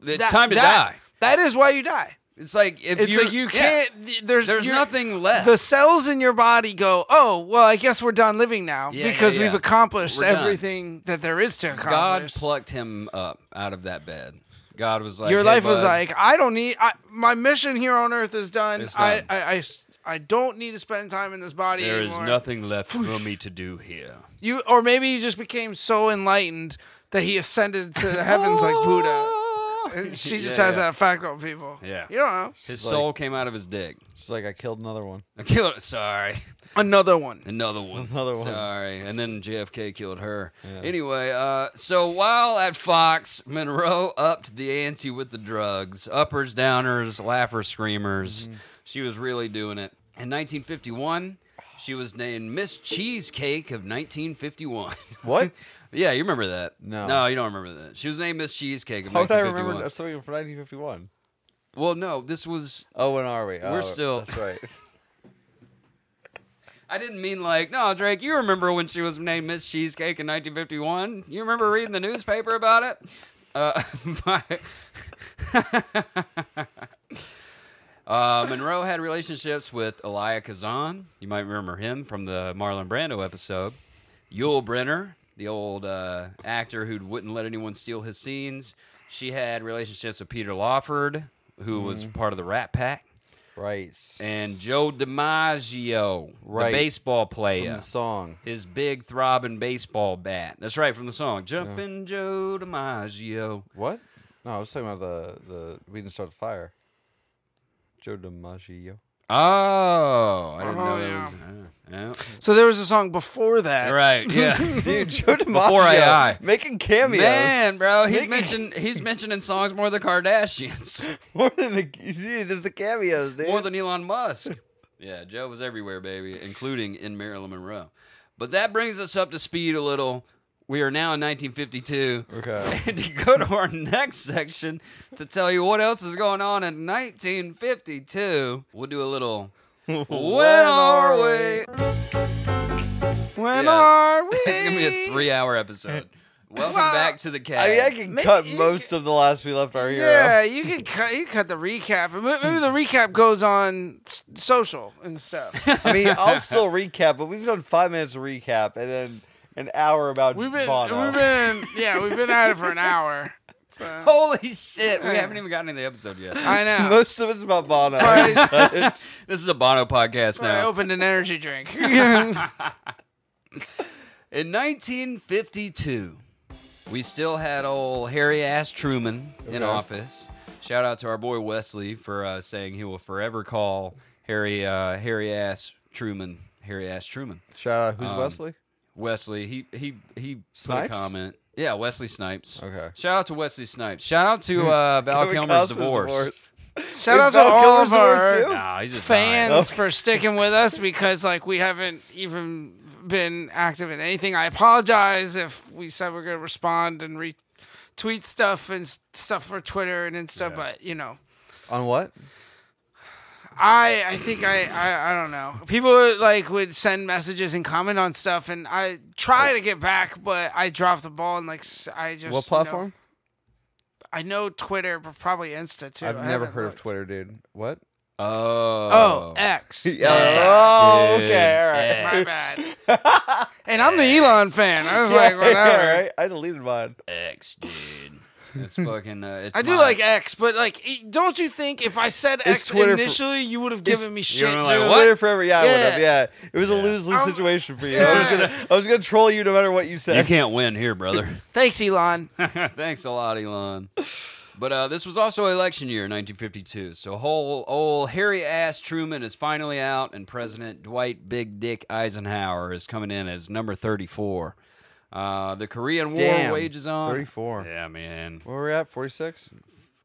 Speaker 4: It's
Speaker 6: That-
Speaker 4: time to
Speaker 6: that-
Speaker 4: die.
Speaker 6: That is why you die.
Speaker 4: It's like if
Speaker 6: It's
Speaker 4: you're-
Speaker 6: like you
Speaker 4: yeah.
Speaker 6: can't. There's
Speaker 4: There's
Speaker 6: you're-
Speaker 4: nothing left.
Speaker 6: The cells in your body go, oh well, I guess we're done living now
Speaker 4: Yeah,
Speaker 6: because
Speaker 4: yeah, yeah.
Speaker 6: we've accomplished
Speaker 4: We're done.
Speaker 6: everything that there is to
Speaker 4: God
Speaker 6: accomplish.
Speaker 4: plucked him up out of that bed. God was like,
Speaker 6: your
Speaker 4: "Hey,
Speaker 6: life was
Speaker 4: bud."
Speaker 6: like, I don't need. I, my mission here on Earth is done.
Speaker 4: It's
Speaker 6: I,
Speaker 4: done.
Speaker 6: I, I s- I don't need to spend time in this body
Speaker 2: There is
Speaker 6: anymore.
Speaker 2: nothing left for me to do here.
Speaker 6: You or maybe you just became so enlightened that he ascended to the heavens like Buddha. And she just has that effect on people.
Speaker 2: Yeah.
Speaker 6: you don't know.
Speaker 4: his soul came out of his dick.
Speaker 5: She's like, I killed another one.
Speaker 4: I killed it. Sorry.
Speaker 6: Another one.
Speaker 4: Another one.
Speaker 5: Another one.
Speaker 4: Sorry. And then JFK killed her. Anyway, uh, so while at Fox, Monroe upped the ante with the drugs uppers, downers, laughers,
Speaker 5: Mm-hmm.
Speaker 4: screamers. She was really doing it. In 1951, she was named Miss Cheesecake of 1951.
Speaker 5: What?
Speaker 4: yeah, you remember that?
Speaker 5: No.
Speaker 4: No, you don't remember that. She was named Miss Cheesecake of
Speaker 5: How would I
Speaker 4: 1951.
Speaker 5: remember something from 1951?
Speaker 4: Well, no, this was
Speaker 5: Oh, when are we? Oh,
Speaker 4: still-
Speaker 5: That's right.
Speaker 4: I didn't mean like, no, Drake, you remember when she was named Miss Cheesecake in 1951? You remember reading the newspaper about it? Uh, my- uh, Monroe had relationships with Elia Kazan. You might remember him from the Marlon Brando episode. Yul Brenner, the old uh, actor who wouldn't let anyone steal his scenes. She had relationships with Peter Lawford, who was part of the Rat Pack
Speaker 5: Right.
Speaker 4: and Joe DiMaggio,
Speaker 5: Right.
Speaker 4: the baseball
Speaker 5: From
Speaker 4: player,
Speaker 5: the song.
Speaker 4: his big throbbing baseball bat. That's right from the song "Jumping Joe DiMaggio."
Speaker 5: What? No, I was talking about the the we didn't start the fire. Joe DiMaggio.
Speaker 4: Oh, I didn't know
Speaker 6: Oh,
Speaker 4: that
Speaker 6: yeah.
Speaker 4: was. Uh,
Speaker 6: So there was a song before that.
Speaker 4: yeah. Right, yeah.
Speaker 5: Dude, Joe DiMaggio
Speaker 4: AI.
Speaker 5: making cameos.
Speaker 4: Man, bro, he's
Speaker 5: Making-
Speaker 4: mentioned he's mentioning songs more than Kardashians,
Speaker 5: more than the dude, there's the cameos, dude.
Speaker 4: more than Elon Musk. Yeah, Joe was everywhere, baby, including in Marilyn Monroe. But that brings us up to speed a little. We are now in 1952.
Speaker 5: okay.
Speaker 4: and to go to our next section to tell you what else is going on in 1952. We'll do a little. when are we?
Speaker 6: When
Speaker 4: Yeah.
Speaker 6: are we?
Speaker 4: It's gonna be a three-hour episode. Welcome back to the
Speaker 5: I mean, I
Speaker 4: cast.
Speaker 5: can
Speaker 6: Maybe
Speaker 5: cut
Speaker 6: you
Speaker 5: most of the last we left our hero.
Speaker 6: Yeah, you can cut. You cut the recap. and may- Maybe the recap goes on s- social and stuff.
Speaker 5: I mean, I'll still recap, but we've done five minutes of recap and then an hour about
Speaker 6: We've been,
Speaker 5: Bono.
Speaker 6: we've been, yeah, we've been at it for an hour. So.
Speaker 4: Holy shit! We haven't even gotten into the episode yet.
Speaker 6: I know.
Speaker 5: Most of it's about Bono.
Speaker 6: Sorry,
Speaker 4: This is a Bono podcast
Speaker 6: I
Speaker 4: now.
Speaker 6: opened an energy drink.
Speaker 4: In 1952, we still had old hairy ass Truman in office. Shout out to our boy Wesley for uh, saying he will forever call Harry uh, hairy ass Truman hairy ass Truman.
Speaker 5: Shout out, who's
Speaker 4: Um,
Speaker 5: Wesley?
Speaker 4: Wesley. He he he put
Speaker 5: Snipes?
Speaker 4: a comment. Yeah, Wesley Snipes.
Speaker 5: Okay.
Speaker 4: Shout out to Wesley Snipes. Shout out to uh, Val
Speaker 5: Kevin
Speaker 4: Kilmer's
Speaker 5: Costner's
Speaker 4: divorce.
Speaker 6: Shout out to
Speaker 5: Val
Speaker 6: all of
Speaker 5: Kilmer's divorce,
Speaker 6: our
Speaker 5: too?
Speaker 4: Nah, he's just
Speaker 6: fans
Speaker 5: Okay.
Speaker 6: for sticking with us because, like, we haven't even been active in anything. I apologize if we said we're gonna respond and retweet stuff and s- stuff for Twitter and Insta, but you know.
Speaker 5: On what?
Speaker 6: I I think I, I I don't know. People would, like would send messages and comment on stuff, and I try to get back, but I dropped the ball and like s- I just
Speaker 5: What platform?
Speaker 6: no. I know Twitter, but probably Insta too.
Speaker 5: I've
Speaker 6: I
Speaker 5: never
Speaker 6: haven't
Speaker 5: heard of
Speaker 6: looked.
Speaker 5: Twitter, dude. What?
Speaker 4: Oh.
Speaker 6: Oh, X.
Speaker 5: Yeah. Oh,
Speaker 4: dude.
Speaker 5: okay. All right.
Speaker 6: My bad. and I'm the Elon fan. I was like,
Speaker 5: Yeah,
Speaker 6: whatever.
Speaker 5: all right. I deleted mine.
Speaker 4: X, dude. That's fucking. Uh, it's
Speaker 6: I do
Speaker 4: my-
Speaker 6: like X, but like, e- don't you think if I said
Speaker 5: It's
Speaker 6: X
Speaker 5: Twitter for-
Speaker 6: initially, you would have given me shit?
Speaker 4: would've been
Speaker 6: too?
Speaker 4: like, what?
Speaker 5: Twitter forever. Yeah, I would have.
Speaker 6: Yeah.
Speaker 5: Yeah, it was a lose lose
Speaker 6: I'm-
Speaker 5: situation for you. I was
Speaker 6: Yeah.
Speaker 5: gonna, I was gonna troll you no matter what you
Speaker 2: You
Speaker 5: said.
Speaker 2: can't win here, brother.
Speaker 6: Thanks, Elon.
Speaker 4: Thanks a lot, Elon. But uh, this was also election year, 1952. So whole old hairy ass Truman is finally out, and President Dwight Big Dick Eisenhower is coming in as number 34. Uh, the Korean War
Speaker 5: Damn,
Speaker 4: wages on.
Speaker 5: 34.
Speaker 4: Yeah, man.
Speaker 5: Where were we at? Forty six.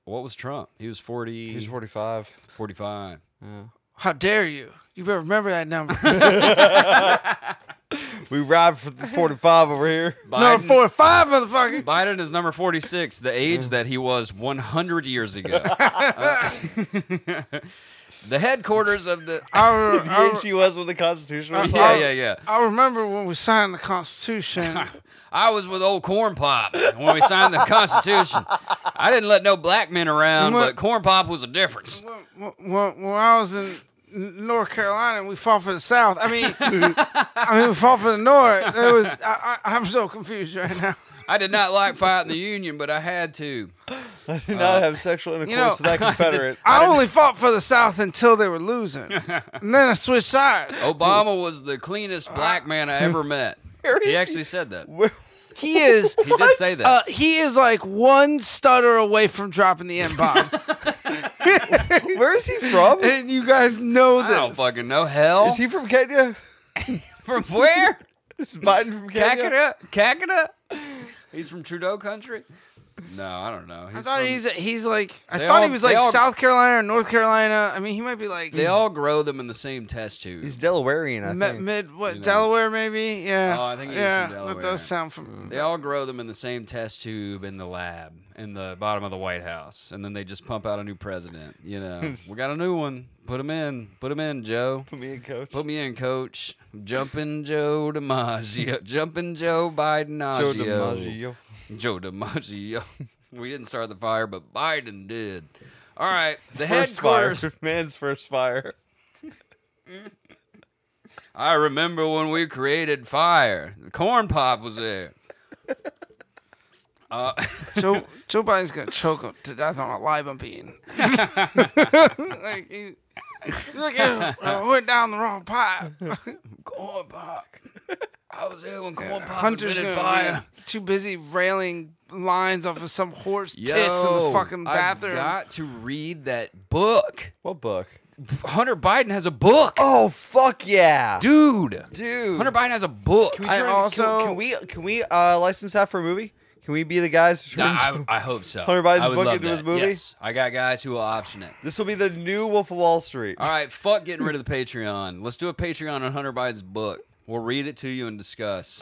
Speaker 4: What was Trump? He was 40,
Speaker 5: He's forty five.
Speaker 4: 45.
Speaker 6: How dare you? You better remember that number.
Speaker 5: We robbed for forty five over here.
Speaker 6: number four, five, motherfucker.
Speaker 4: Biden is number 46, the age that he was 100 years ago. Uh, the headquarters of the.
Speaker 6: I, re- I,
Speaker 5: The
Speaker 6: re-
Speaker 5: age he was when the Constitution was
Speaker 4: Yeah,
Speaker 5: signed.
Speaker 4: yeah, yeah.
Speaker 6: I remember when we signed the Constitution.
Speaker 4: I was with old Corn Pop when we signed the Constitution. I didn't let no black men around, but Corn Pop was a difference.
Speaker 6: when, when, when I was in North Carolina and we fought for the South. I mean, I mean, we fought for the North. It was. I, I, I'm so confused right now.
Speaker 4: I did not like fighting the Union, but I had to.
Speaker 5: I did not have sexual intercourse
Speaker 6: know,
Speaker 5: with that Confederate.
Speaker 6: I only fought for the South until they were losing, and then I switched sides.
Speaker 4: Obama was the cleanest black man I ever met. He actually said that.
Speaker 6: He is.
Speaker 4: He did say that.
Speaker 6: Uh, he is like one stutter away from dropping the N bomb.
Speaker 5: Where is he from?
Speaker 6: and you guys know this.
Speaker 4: I don't fucking know. Hell.
Speaker 5: Is he from Kenya?
Speaker 4: from where?
Speaker 5: Is Biden from Kenya?
Speaker 4: Kakita? Kakita? He's from Trudeau country? No, I don't know. He's
Speaker 6: I thought
Speaker 4: from-
Speaker 6: he's he's like I
Speaker 4: They
Speaker 6: thought
Speaker 4: all-
Speaker 6: he was
Speaker 4: they
Speaker 6: like
Speaker 4: all-
Speaker 6: South Carolina or North Carolina. I mean, he might be like
Speaker 4: they all grow them in the same test tube.
Speaker 5: He's Delawarean, I
Speaker 6: mid,
Speaker 5: think.
Speaker 6: mid what Delaware maybe. Yeah.
Speaker 4: Oh, I think he is
Speaker 6: yeah,
Speaker 4: from
Speaker 6: That
Speaker 4: Delaware.
Speaker 6: does sound from.
Speaker 4: They all grow them in the same test tube in the lab in the bottom of the White House, and then they just pump out a new president. You know, we got a new one. Put him in. Put him in, Joe.
Speaker 5: Put me in, coach.
Speaker 4: Put me in, Coach. Jumping Joe DiMaggio. Jumping Joe Biden.
Speaker 5: Joe DiMaggio.
Speaker 4: Joe DiMaggio. we didn't start the fire, but Biden did. All right, the
Speaker 5: First fire.
Speaker 4: headquarters.
Speaker 5: Man's first fire.
Speaker 4: I remember when we created fire. Corn Pop was there. Uh,
Speaker 6: Joe Joe Biden's gonna choke him to death on a lima bean. like he, look at him, uh, went down the wrong pipe.
Speaker 4: Corn Pop. I was there when Corn Pop
Speaker 6: Hunter's
Speaker 4: invented
Speaker 6: gonna
Speaker 4: fire.
Speaker 6: be too busy railing lines off of some horse
Speaker 4: Yo,
Speaker 6: tits in the fucking bathroom.
Speaker 4: I've got to read that book.
Speaker 5: What book?
Speaker 4: Hunter Biden has a book,
Speaker 5: Oh fuck yeah,
Speaker 4: dude.
Speaker 5: dude.
Speaker 4: Hunter Biden has a book.
Speaker 5: Can we
Speaker 6: I
Speaker 5: turn- can-
Speaker 6: also-
Speaker 5: can, we can we uh, license that for a movie? Can we be the guys? Who
Speaker 4: Nah,
Speaker 5: turns-
Speaker 4: I, I hope so.
Speaker 5: Hunter Biden's
Speaker 4: I would
Speaker 5: book
Speaker 4: love
Speaker 5: into his
Speaker 4: that.
Speaker 5: movie?
Speaker 4: Yes, I got guys who will option it.
Speaker 5: this will be the new Wolf of Wall Street.
Speaker 4: All right, fuck getting rid of the Patreon. Let's do a Patreon on Hunter Biden's book. We'll read it to you and discuss.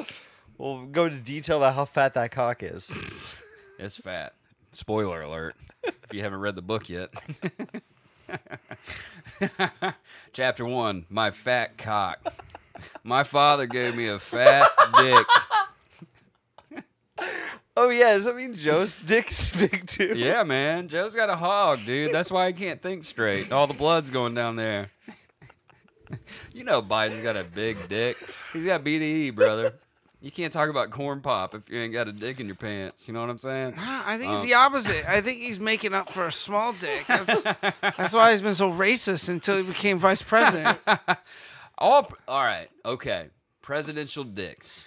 Speaker 5: We'll go into detail about how fat that cock is.
Speaker 4: It's fat. Spoiler alert. If you haven't read the book yet. Chapter 1 My Fat Cock. My father gave me a fat dick.
Speaker 5: oh yeah, does that mean Joe's dick's big too?
Speaker 4: Yeah, man. Joe's got a hog, dude. That's why he can't think straight. All the blood's going down there. You know Biden's got a big dick. He's got BDE, brother. You can't talk about corn pop if you ain't got a dick in your pants. You know what I'm saying?
Speaker 6: I think
Speaker 4: Oh.
Speaker 6: he's the opposite. I think he's making up for a small dick. That's, that's why he's been so racist until he became vice president.
Speaker 4: All all right, okay. Presidential dicks.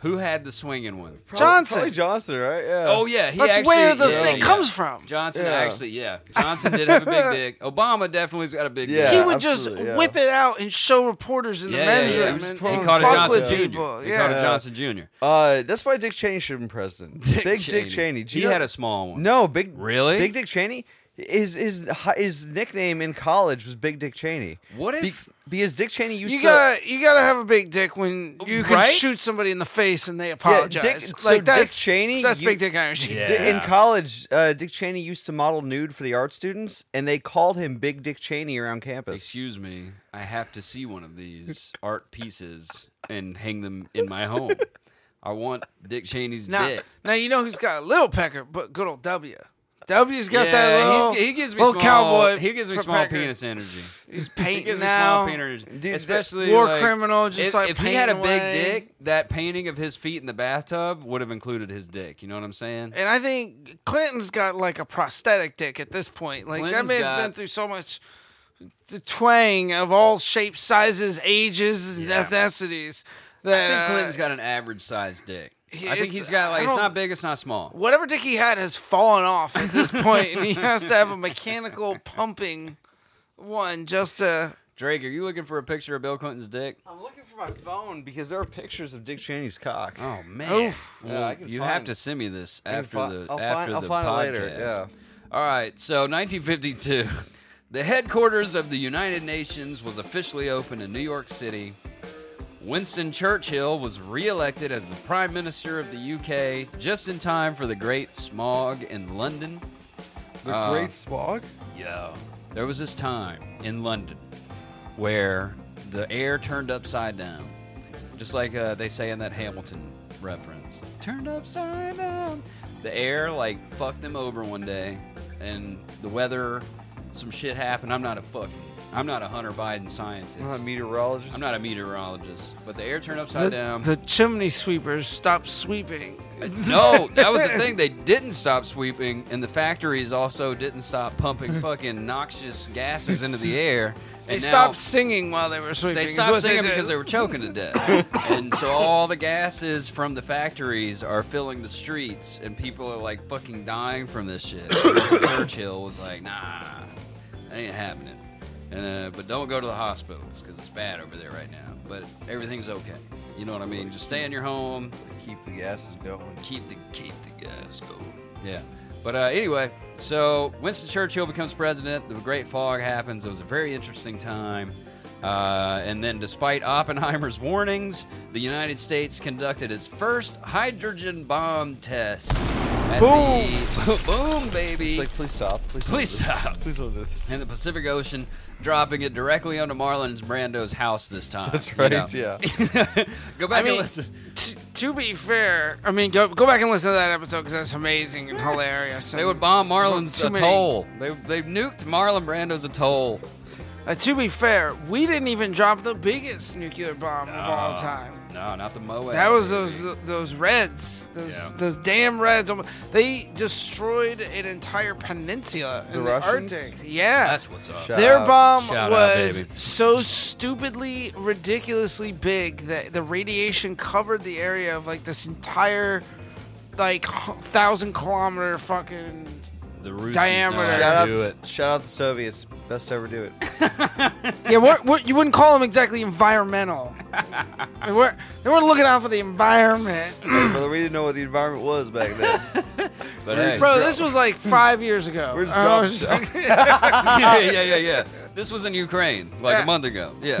Speaker 4: Who had the swinging one?
Speaker 6: Johnson.
Speaker 5: Oh, Probably Johnson, right? Yeah.
Speaker 4: Oh yeah, he
Speaker 6: That's
Speaker 4: actually,
Speaker 6: where the
Speaker 4: yeah,
Speaker 6: thing
Speaker 4: yeah.
Speaker 6: comes from.
Speaker 4: Johnson
Speaker 5: Yeah.
Speaker 4: actually, yeah. Johnson did have a big dick. Obama definitely's got a big
Speaker 5: Yeah.
Speaker 6: he
Speaker 4: dick.
Speaker 6: would just
Speaker 5: absolutely, yeah.
Speaker 6: whip it out and show reporters in
Speaker 4: Yeah,
Speaker 6: the
Speaker 4: yeah,
Speaker 6: men's
Speaker 4: yeah.
Speaker 6: room.
Speaker 4: He
Speaker 6: and
Speaker 4: called it
Speaker 6: fuck
Speaker 4: Johnson
Speaker 6: with
Speaker 4: Jr.
Speaker 6: people.
Speaker 4: He called
Speaker 6: yeah.
Speaker 4: it Johnson Jr.
Speaker 5: Uh, that's why Dick Cheney should have been president. big Dick Cheney. Do
Speaker 4: He
Speaker 5: you know-
Speaker 4: had a small one.
Speaker 5: no big.
Speaker 4: Really?
Speaker 5: Big Dick Cheney. His his his nickname in college was Big Dick Cheney.
Speaker 4: What
Speaker 5: Be-
Speaker 4: if-
Speaker 5: because Dick Cheney used
Speaker 6: You
Speaker 5: to
Speaker 6: gotta, you gotta have a big dick when you can
Speaker 4: Right?
Speaker 6: shoot somebody in the face and they
Speaker 5: Yeah, Dick-
Speaker 6: apologize.
Speaker 5: so
Speaker 6: like
Speaker 5: Dick
Speaker 6: that's,
Speaker 5: Cheney,
Speaker 6: That's
Speaker 5: you-
Speaker 6: big dick energy.
Speaker 2: Yeah.
Speaker 5: Di- in college, uh, Dick Cheney used to model nude for the art students, and they called him Big Dick Cheney around campus.
Speaker 4: Excuse me, I have to see one of these art pieces and hang them in my home. I want Dick Cheney's
Speaker 6: Now,
Speaker 4: dick.
Speaker 6: now you know who's got a little pecker, but good old W. W's got that
Speaker 4: he's-
Speaker 6: little,
Speaker 4: he gives me
Speaker 6: little
Speaker 4: small,
Speaker 6: cowboy.
Speaker 4: He gives me
Speaker 6: for
Speaker 4: small
Speaker 6: pecker.
Speaker 4: penis energy.
Speaker 6: He's
Speaker 4: He gives
Speaker 6: painting
Speaker 4: me small
Speaker 6: now.
Speaker 4: penis energy.
Speaker 5: that
Speaker 4: Especially
Speaker 6: war
Speaker 4: like,
Speaker 6: criminal just
Speaker 4: if,
Speaker 6: like
Speaker 4: if he had a
Speaker 6: painting
Speaker 4: big
Speaker 6: away.
Speaker 4: dick, that painting of his feet in the bathtub would have included his dick. You know what I'm saying?
Speaker 6: And I think Clinton's got like a prosthetic dick at this point. Like
Speaker 4: Clinton's
Speaker 6: that man's
Speaker 4: got-
Speaker 6: been through so much the twang of all shapes, sizes, ages, and
Speaker 2: Yeah.
Speaker 6: ethnicities.
Speaker 4: I
Speaker 6: That
Speaker 4: think Clinton's
Speaker 6: uh,
Speaker 4: got an average sized dick.
Speaker 6: he-
Speaker 4: I think
Speaker 6: it's-
Speaker 4: he's got like
Speaker 6: I
Speaker 4: it's
Speaker 6: don't-
Speaker 4: not big, it's not small.
Speaker 6: whatever dick he had has fallen off at this point, and he has to have a mechanical pumping one just to.
Speaker 4: Drake, are you looking for a picture of Bill Clinton's dick?
Speaker 5: I'm looking for my phone because there are pictures of Dick Cheney's cock.
Speaker 4: Oh man!
Speaker 6: Oof.
Speaker 4: Well,
Speaker 5: Yeah, I can
Speaker 4: you
Speaker 5: find-
Speaker 4: have to send me this
Speaker 5: can
Speaker 4: after
Speaker 5: fi-
Speaker 4: the
Speaker 5: I'll find-
Speaker 4: after the
Speaker 5: I'll find
Speaker 4: podcast.
Speaker 5: it later, yeah.
Speaker 4: All right. So 1952, the headquarters of the United Nations was officially opened in New York City. Winston Churchill was reelected as the Prime Minister of the UK just in time for the Great Smog in London.
Speaker 5: The Great Smog.
Speaker 4: Yo, there was this time in London where the air turned upside down, just like uh, they say in that Hamilton reference. Turned upside down. The air like fucked them over one day, and the weather, some shit happened. I'm not a fucking, I'm not a Hunter Biden scientist.
Speaker 5: I'm not a meteorologist.
Speaker 4: I'm not a meteorologist, but the air turned upside
Speaker 6: The,
Speaker 4: down.
Speaker 6: the chimney sweepers stopped sweeping.
Speaker 4: No, that was the thing. They didn't stop sweeping, and the factories also didn't stop pumping fucking noxious gases into the air. And
Speaker 6: They
Speaker 4: now
Speaker 6: stopped singing while they were sweeping.
Speaker 4: They
Speaker 6: is
Speaker 4: stopped
Speaker 6: what
Speaker 4: singing
Speaker 6: did.
Speaker 4: because they were choking to death, and so all the gases from the factories are filling the streets, and people are like fucking dying from this shit. Churchill was like, "Nah, that ain't happening." And, uh, but don't go to the hospitals because it's bad over there right now. But everything's okay. You know what I mean? Just stay in your home
Speaker 5: Keep the gases going.
Speaker 4: keep the keep the gas going. Yeah. But uh, anyway, so Winston Churchill becomes president. The Great Fog happens. It was a very interesting time. Uh, and then, despite Oppenheimer's warnings, the United States conducted its first hydrogen bomb test. at the- boom, baby!
Speaker 5: It's like, please stop. Please. stop
Speaker 4: Please
Speaker 5: this.
Speaker 4: stop.
Speaker 5: Please don't do this.
Speaker 4: in the Pacific Ocean, dropping it directly onto Marlon Brando's house this time.
Speaker 5: That's
Speaker 4: you
Speaker 5: right.
Speaker 4: know.
Speaker 5: Yeah.
Speaker 4: Go back
Speaker 6: I mean,
Speaker 4: and listen.
Speaker 6: t- to be fair, I mean, go, go back and listen to that episode because that's amazing and hilarious.
Speaker 4: They
Speaker 6: and
Speaker 4: would bomb Marlon's
Speaker 6: so too many-
Speaker 4: atoll. They they nuked Marlon Brando's atoll.
Speaker 6: Uh, to be fair, we didn't even drop the biggest nuclear bomb of all time.
Speaker 4: No, not the Moab.
Speaker 6: That was those those Reds, those
Speaker 2: Yeah.
Speaker 6: those damn Reds. Almo- They destroyed an entire peninsula in the
Speaker 5: Russians?
Speaker 6: Arctic. Yeah,
Speaker 4: That's what's up.
Speaker 5: Shut
Speaker 6: Their
Speaker 5: up.
Speaker 6: bomb
Speaker 4: Shout out,
Speaker 6: was
Speaker 4: baby.
Speaker 6: so stupidly, ridiculously big that the radiation covered the area of like this entire, like h- thousand kilometer fucking.
Speaker 4: The Russians
Speaker 6: Diameter.
Speaker 4: know how to
Speaker 5: Shout out,
Speaker 4: do
Speaker 5: to,
Speaker 4: it.
Speaker 5: shout out the Soviets. Best to ever do it.
Speaker 6: Yeah, we're, we're, you wouldn't call them exactly environmental. they weren't. They weren't looking out for the environment,
Speaker 5: Brother, we didn't know what the environment was back then.
Speaker 4: But hey,
Speaker 6: bro. This was like five years ago.
Speaker 5: We're just
Speaker 6: And I was
Speaker 5: dropping
Speaker 6: just
Speaker 5: stuff.
Speaker 6: like-
Speaker 4: yeah, yeah, yeah, yeah. This was in Ukraine like
Speaker 6: Yeah.
Speaker 4: a month ago. Yeah.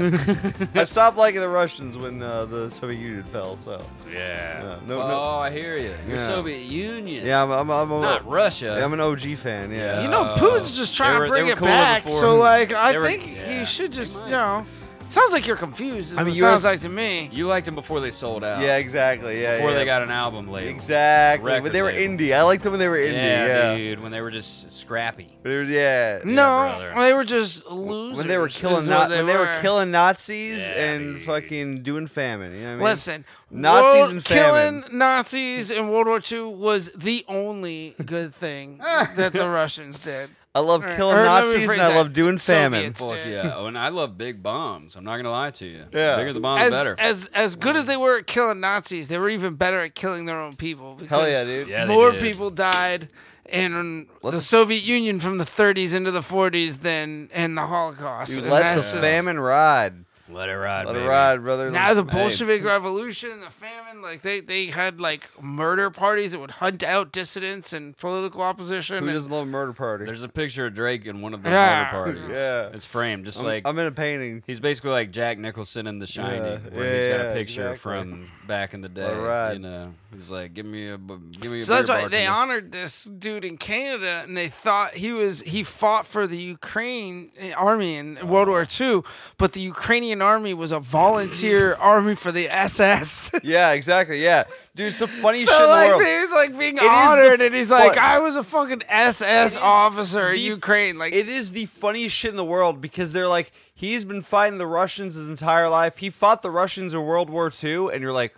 Speaker 5: I stopped liking the Russians when uh, the Soviet Union fell. So
Speaker 2: Yeah.
Speaker 5: uh, no, no.
Speaker 4: oh, I hear you. You're
Speaker 5: Yeah.
Speaker 4: Soviet Union.
Speaker 5: Yeah, I'm, I'm, I'm, I'm,
Speaker 4: Not Russia.
Speaker 5: I'm an OG fan. Yeah.
Speaker 6: you know, Putin's just trying
Speaker 4: Uh, They were- they
Speaker 6: to bring
Speaker 4: were
Speaker 6: it
Speaker 4: cooler
Speaker 6: back.
Speaker 4: before.
Speaker 6: So, like, I
Speaker 4: They were-
Speaker 6: think
Speaker 4: yeah.
Speaker 6: you should just, you know. Sounds like you're confused. I
Speaker 5: mean,
Speaker 6: mean,
Speaker 5: you
Speaker 6: sounds
Speaker 5: asked-
Speaker 6: like to me.
Speaker 4: you liked them before they sold out.
Speaker 5: yeah, exactly. Yeah,
Speaker 4: Before
Speaker 5: yeah.
Speaker 4: they got an album label.
Speaker 5: exactly.
Speaker 4: record
Speaker 5: But they were
Speaker 4: label.
Speaker 5: indie. I liked them when they were indie.
Speaker 4: Yeah,
Speaker 5: Yeah.
Speaker 4: dude. When they were just scrappy.
Speaker 5: But it was, yeah.
Speaker 6: No,
Speaker 2: brother.
Speaker 6: they were just losers.
Speaker 5: When they were
Speaker 6: is
Speaker 5: killing, Na-
Speaker 6: what
Speaker 5: when they were killing Nazis
Speaker 2: Yeah,
Speaker 5: and
Speaker 2: dude.
Speaker 5: fucking doing famine. You know what I mean?
Speaker 6: Listen,
Speaker 5: Nazis
Speaker 6: world-
Speaker 5: and famine.
Speaker 6: killing Nazis in World War II was the only good thing that the Russians did.
Speaker 5: I love
Speaker 6: Or-
Speaker 5: killing
Speaker 6: or let me
Speaker 5: Nazis
Speaker 6: rephrase
Speaker 5: and I
Speaker 6: that.
Speaker 5: love doing famine.
Speaker 6: Soviets.
Speaker 4: Fuck
Speaker 6: Dude.
Speaker 4: yeah. Oh, and I love big bombs. I'm not gonna lie to you.
Speaker 5: Yeah.
Speaker 4: Bigger the bomb,
Speaker 6: As,
Speaker 4: better.
Speaker 6: as as good as they were at killing Nazis, they were even better at killing their own people.
Speaker 5: Hell
Speaker 6: because
Speaker 5: yeah, dude.
Speaker 2: Yeah, they
Speaker 6: more
Speaker 2: did.
Speaker 6: people died in the
Speaker 5: the-
Speaker 6: Soviet Union from the 30s into the 40s than in the Holocaust.
Speaker 5: Dude,
Speaker 6: And
Speaker 5: let the
Speaker 6: that's just-
Speaker 5: famine ride.
Speaker 2: Let it ride,
Speaker 5: Let
Speaker 2: baby.
Speaker 5: it ride, brother.
Speaker 6: Now the
Speaker 5: Hey.
Speaker 6: Bolshevik Revolution, the famine, like they, they had like murder parties that would hunt out dissidents and political opposition.
Speaker 5: Who
Speaker 6: and-
Speaker 5: doesn't love a murder party?
Speaker 4: There's a picture of Drake in one of the
Speaker 6: Yeah.
Speaker 4: murder parties.
Speaker 5: Yeah.
Speaker 4: It's framed just
Speaker 5: I'm,
Speaker 4: like
Speaker 5: I'm in a painting.
Speaker 4: He's basically like Jack Nicholson in The Shining,
Speaker 5: Yeah,
Speaker 4: where he's got
Speaker 5: yeah,
Speaker 4: a picture
Speaker 5: exactly.
Speaker 4: from back in the day.
Speaker 5: ride.
Speaker 4: You know, he's like, "Give me a, bu- give me a."
Speaker 6: so that's
Speaker 4: beer
Speaker 6: why they
Speaker 4: bartender."
Speaker 6: honored this dude in Canada, and they thought eh,
Speaker 5: Oh.
Speaker 6: he was he fought for the Ukraine army in World War II, but the Ukrainian Italian army was a volunteer army for the SS.
Speaker 5: Yeah, exactly. Yeah, dude, some funny shit
Speaker 6: so
Speaker 5: in the
Speaker 6: like
Speaker 5: world.
Speaker 6: he's like being
Speaker 5: the
Speaker 6: honored, and he's like,
Speaker 5: fu-
Speaker 6: I was a fucking SS
Speaker 5: It is
Speaker 6: officer in
Speaker 5: the-
Speaker 6: Ukraine. Like
Speaker 5: It is the funniest shit in the world because they're like, he's been fighting the Russians his entire life. He fought the Russians in World War II, and you're like,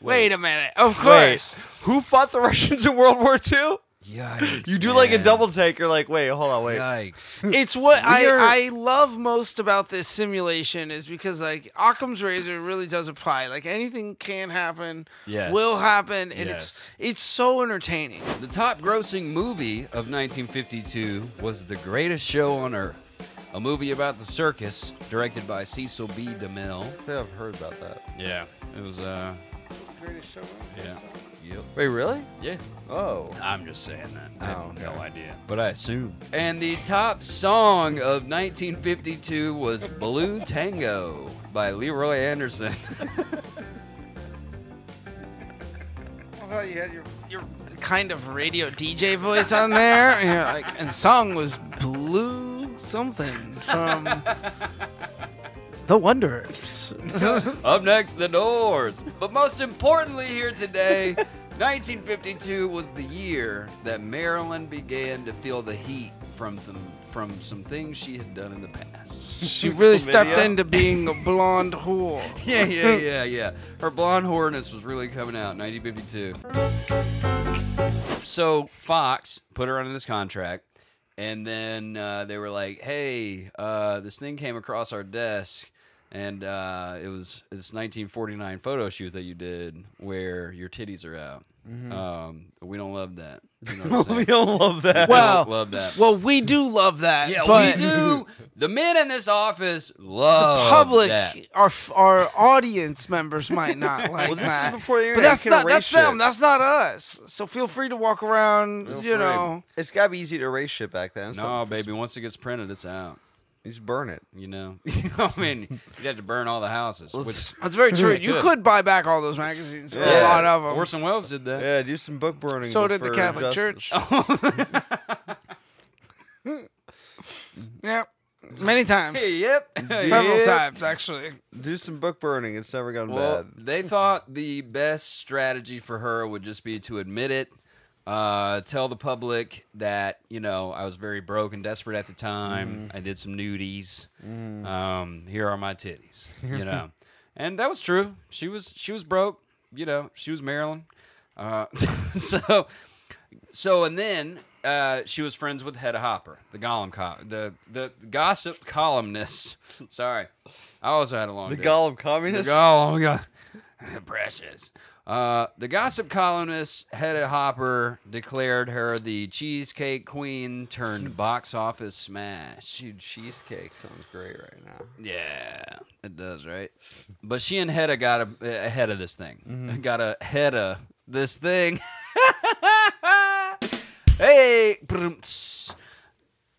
Speaker 6: Wait a minute. Of
Speaker 5: wait,
Speaker 6: course.
Speaker 5: who fought the Russians in World War II?
Speaker 4: Yikes.
Speaker 5: You do like a
Speaker 4: man.
Speaker 5: double take. You're like, wait, hold on, wait.
Speaker 4: Yikes.
Speaker 6: It's what I,
Speaker 5: We are-
Speaker 6: I love most about this simulation is because like Occam's razor really does apply. Like anything can happen,
Speaker 4: Yes.
Speaker 6: will happen, and
Speaker 4: Yes.
Speaker 6: it's it's so entertaining.
Speaker 4: The top grossing movie of 1952 was The Greatest Show on Earth, a movie about the circus directed by Cecil B. DeMille.
Speaker 5: I think I've heard about that.
Speaker 4: Yeah. It was, uh, yeah. Yep.
Speaker 5: Wait, really?
Speaker 4: Yeah.
Speaker 5: Oh.
Speaker 4: I'm just saying that. I
Speaker 5: Oh,
Speaker 4: have no
Speaker 5: okay.
Speaker 4: idea. But I assume. And the top song of 1952 was Blue Tango by Leroy Anderson.
Speaker 6: I thought you had your your kind of radio DJ voice on there. And you're like, and song was blue something from The Wanderers.
Speaker 4: Up next, The Doors. But most importantly, here today, 1952 was the year that Marilyn began to feel the heat from th- from some things she had done in the past.
Speaker 6: She really stepped
Speaker 5: Chlamydia.
Speaker 6: into being a blonde whore.
Speaker 4: yeah, yeah, yeah, yeah. Her blonde horniness was really coming out in 1952. So Fox put her under this contract, and then uh, they were like, "Hey, uh, this thing came across our desk." And uh, it was this 1949 photo shoot that you did where your titties are out.
Speaker 6: Mm-hmm.
Speaker 4: Um, we don't love that. You know what I'm
Speaker 5: We
Speaker 4: saying?
Speaker 5: don't love that.
Speaker 6: Well,
Speaker 4: love that.
Speaker 6: Well, we do love that.
Speaker 4: yeah, we
Speaker 6: but
Speaker 4: do. The men in this office
Speaker 5: Oh,
Speaker 4: love
Speaker 6: public,
Speaker 4: that.
Speaker 6: our our audience members might not like
Speaker 5: Well, this is
Speaker 6: that.
Speaker 5: before the
Speaker 6: but
Speaker 5: internet.
Speaker 6: that's
Speaker 5: You can
Speaker 6: not that's
Speaker 5: erase
Speaker 6: them.
Speaker 5: shit.
Speaker 6: That's not us. So feel free to walk around. you know,
Speaker 5: It's gotta be easy to erase shit back then. It's
Speaker 4: No,
Speaker 5: not-
Speaker 4: baby. Once it gets printed, it's out.
Speaker 5: you just burn it.
Speaker 4: You know. I mean, you'd have to burn all the houses. Which
Speaker 6: that's very true. You
Speaker 4: Good.
Speaker 6: could buy back all those magazines. or A
Speaker 5: Yeah.
Speaker 6: lot of them.
Speaker 4: Orson Welles did that.
Speaker 5: Yeah, do some book burning.
Speaker 6: so did the
Speaker 5: for
Speaker 6: Catholic
Speaker 5: justice.
Speaker 6: Church. yeah, many times,
Speaker 4: Yep.
Speaker 6: several
Speaker 5: yeah.
Speaker 6: times actually.
Speaker 5: Do some book burning. It's never gone
Speaker 4: Well,
Speaker 5: bad.
Speaker 4: they thought the best strategy for her would just be to admit it, uh, tell the public that you know I was very broke and desperate at the time.
Speaker 5: Mm-hmm.
Speaker 4: I did some nudies.
Speaker 5: Mm.
Speaker 4: Um, here are my titties. You know, and that was true. She was she was broke. You know, she was Maryland. Uh, so so and then. Uh, she was friends with Hedda Hopper, the Gollum, co- the the gossip columnist. Sorry, I also had a long
Speaker 5: The
Speaker 4: day.
Speaker 5: Gollum communist.
Speaker 4: The go- oh my god, precious. Uh, the gossip columnist Hedda Hopper declared her the cheesecake queen turned box office smash.
Speaker 5: Dude, cheesecake sounds great right now.
Speaker 4: Yeah, it does, right? But she and Hedda got a, ahead of this thing.
Speaker 5: Mm-hmm.
Speaker 4: Got a head of this thing. hey, brumts.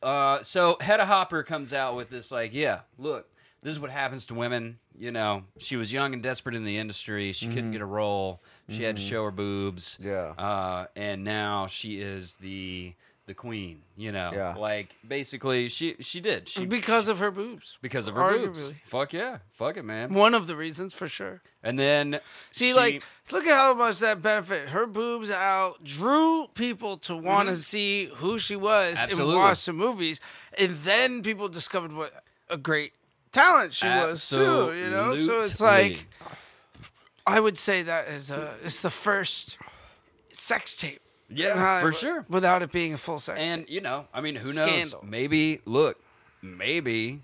Speaker 4: Uh, so Hedda Hopper comes out with this, like, yeah, look, this is what happens to women. You know, she was young and desperate in the industry. She
Speaker 6: Mm-hmm.
Speaker 4: couldn't get a role. She had to show her boobs.
Speaker 5: Yeah.
Speaker 4: Uh, and now she is the the queen. You know,
Speaker 5: Yeah.
Speaker 4: like basically, she she did. She
Speaker 6: Because of her boobs.
Speaker 4: because of her boobs.
Speaker 6: Arguably.
Speaker 4: Fuck yeah. Fuck it, man.
Speaker 6: One of the reasons for sure.
Speaker 4: And then
Speaker 6: See,
Speaker 4: she-
Speaker 6: like, look at how much that benefit her boobs out drew people to want to see who she was
Speaker 4: Mm-hmm. Absolutely.
Speaker 6: and watch some movies, and then people discovered what a great talent she was too. You know, so it's like I would say that is a it's the first sex tape. in
Speaker 4: Yeah, for
Speaker 6: Hollywood
Speaker 4: sure.
Speaker 6: Without it being a full sex
Speaker 4: and
Speaker 6: tape.
Speaker 4: you know, I mean, who
Speaker 6: Scandal.
Speaker 4: knows? Maybe look, maybe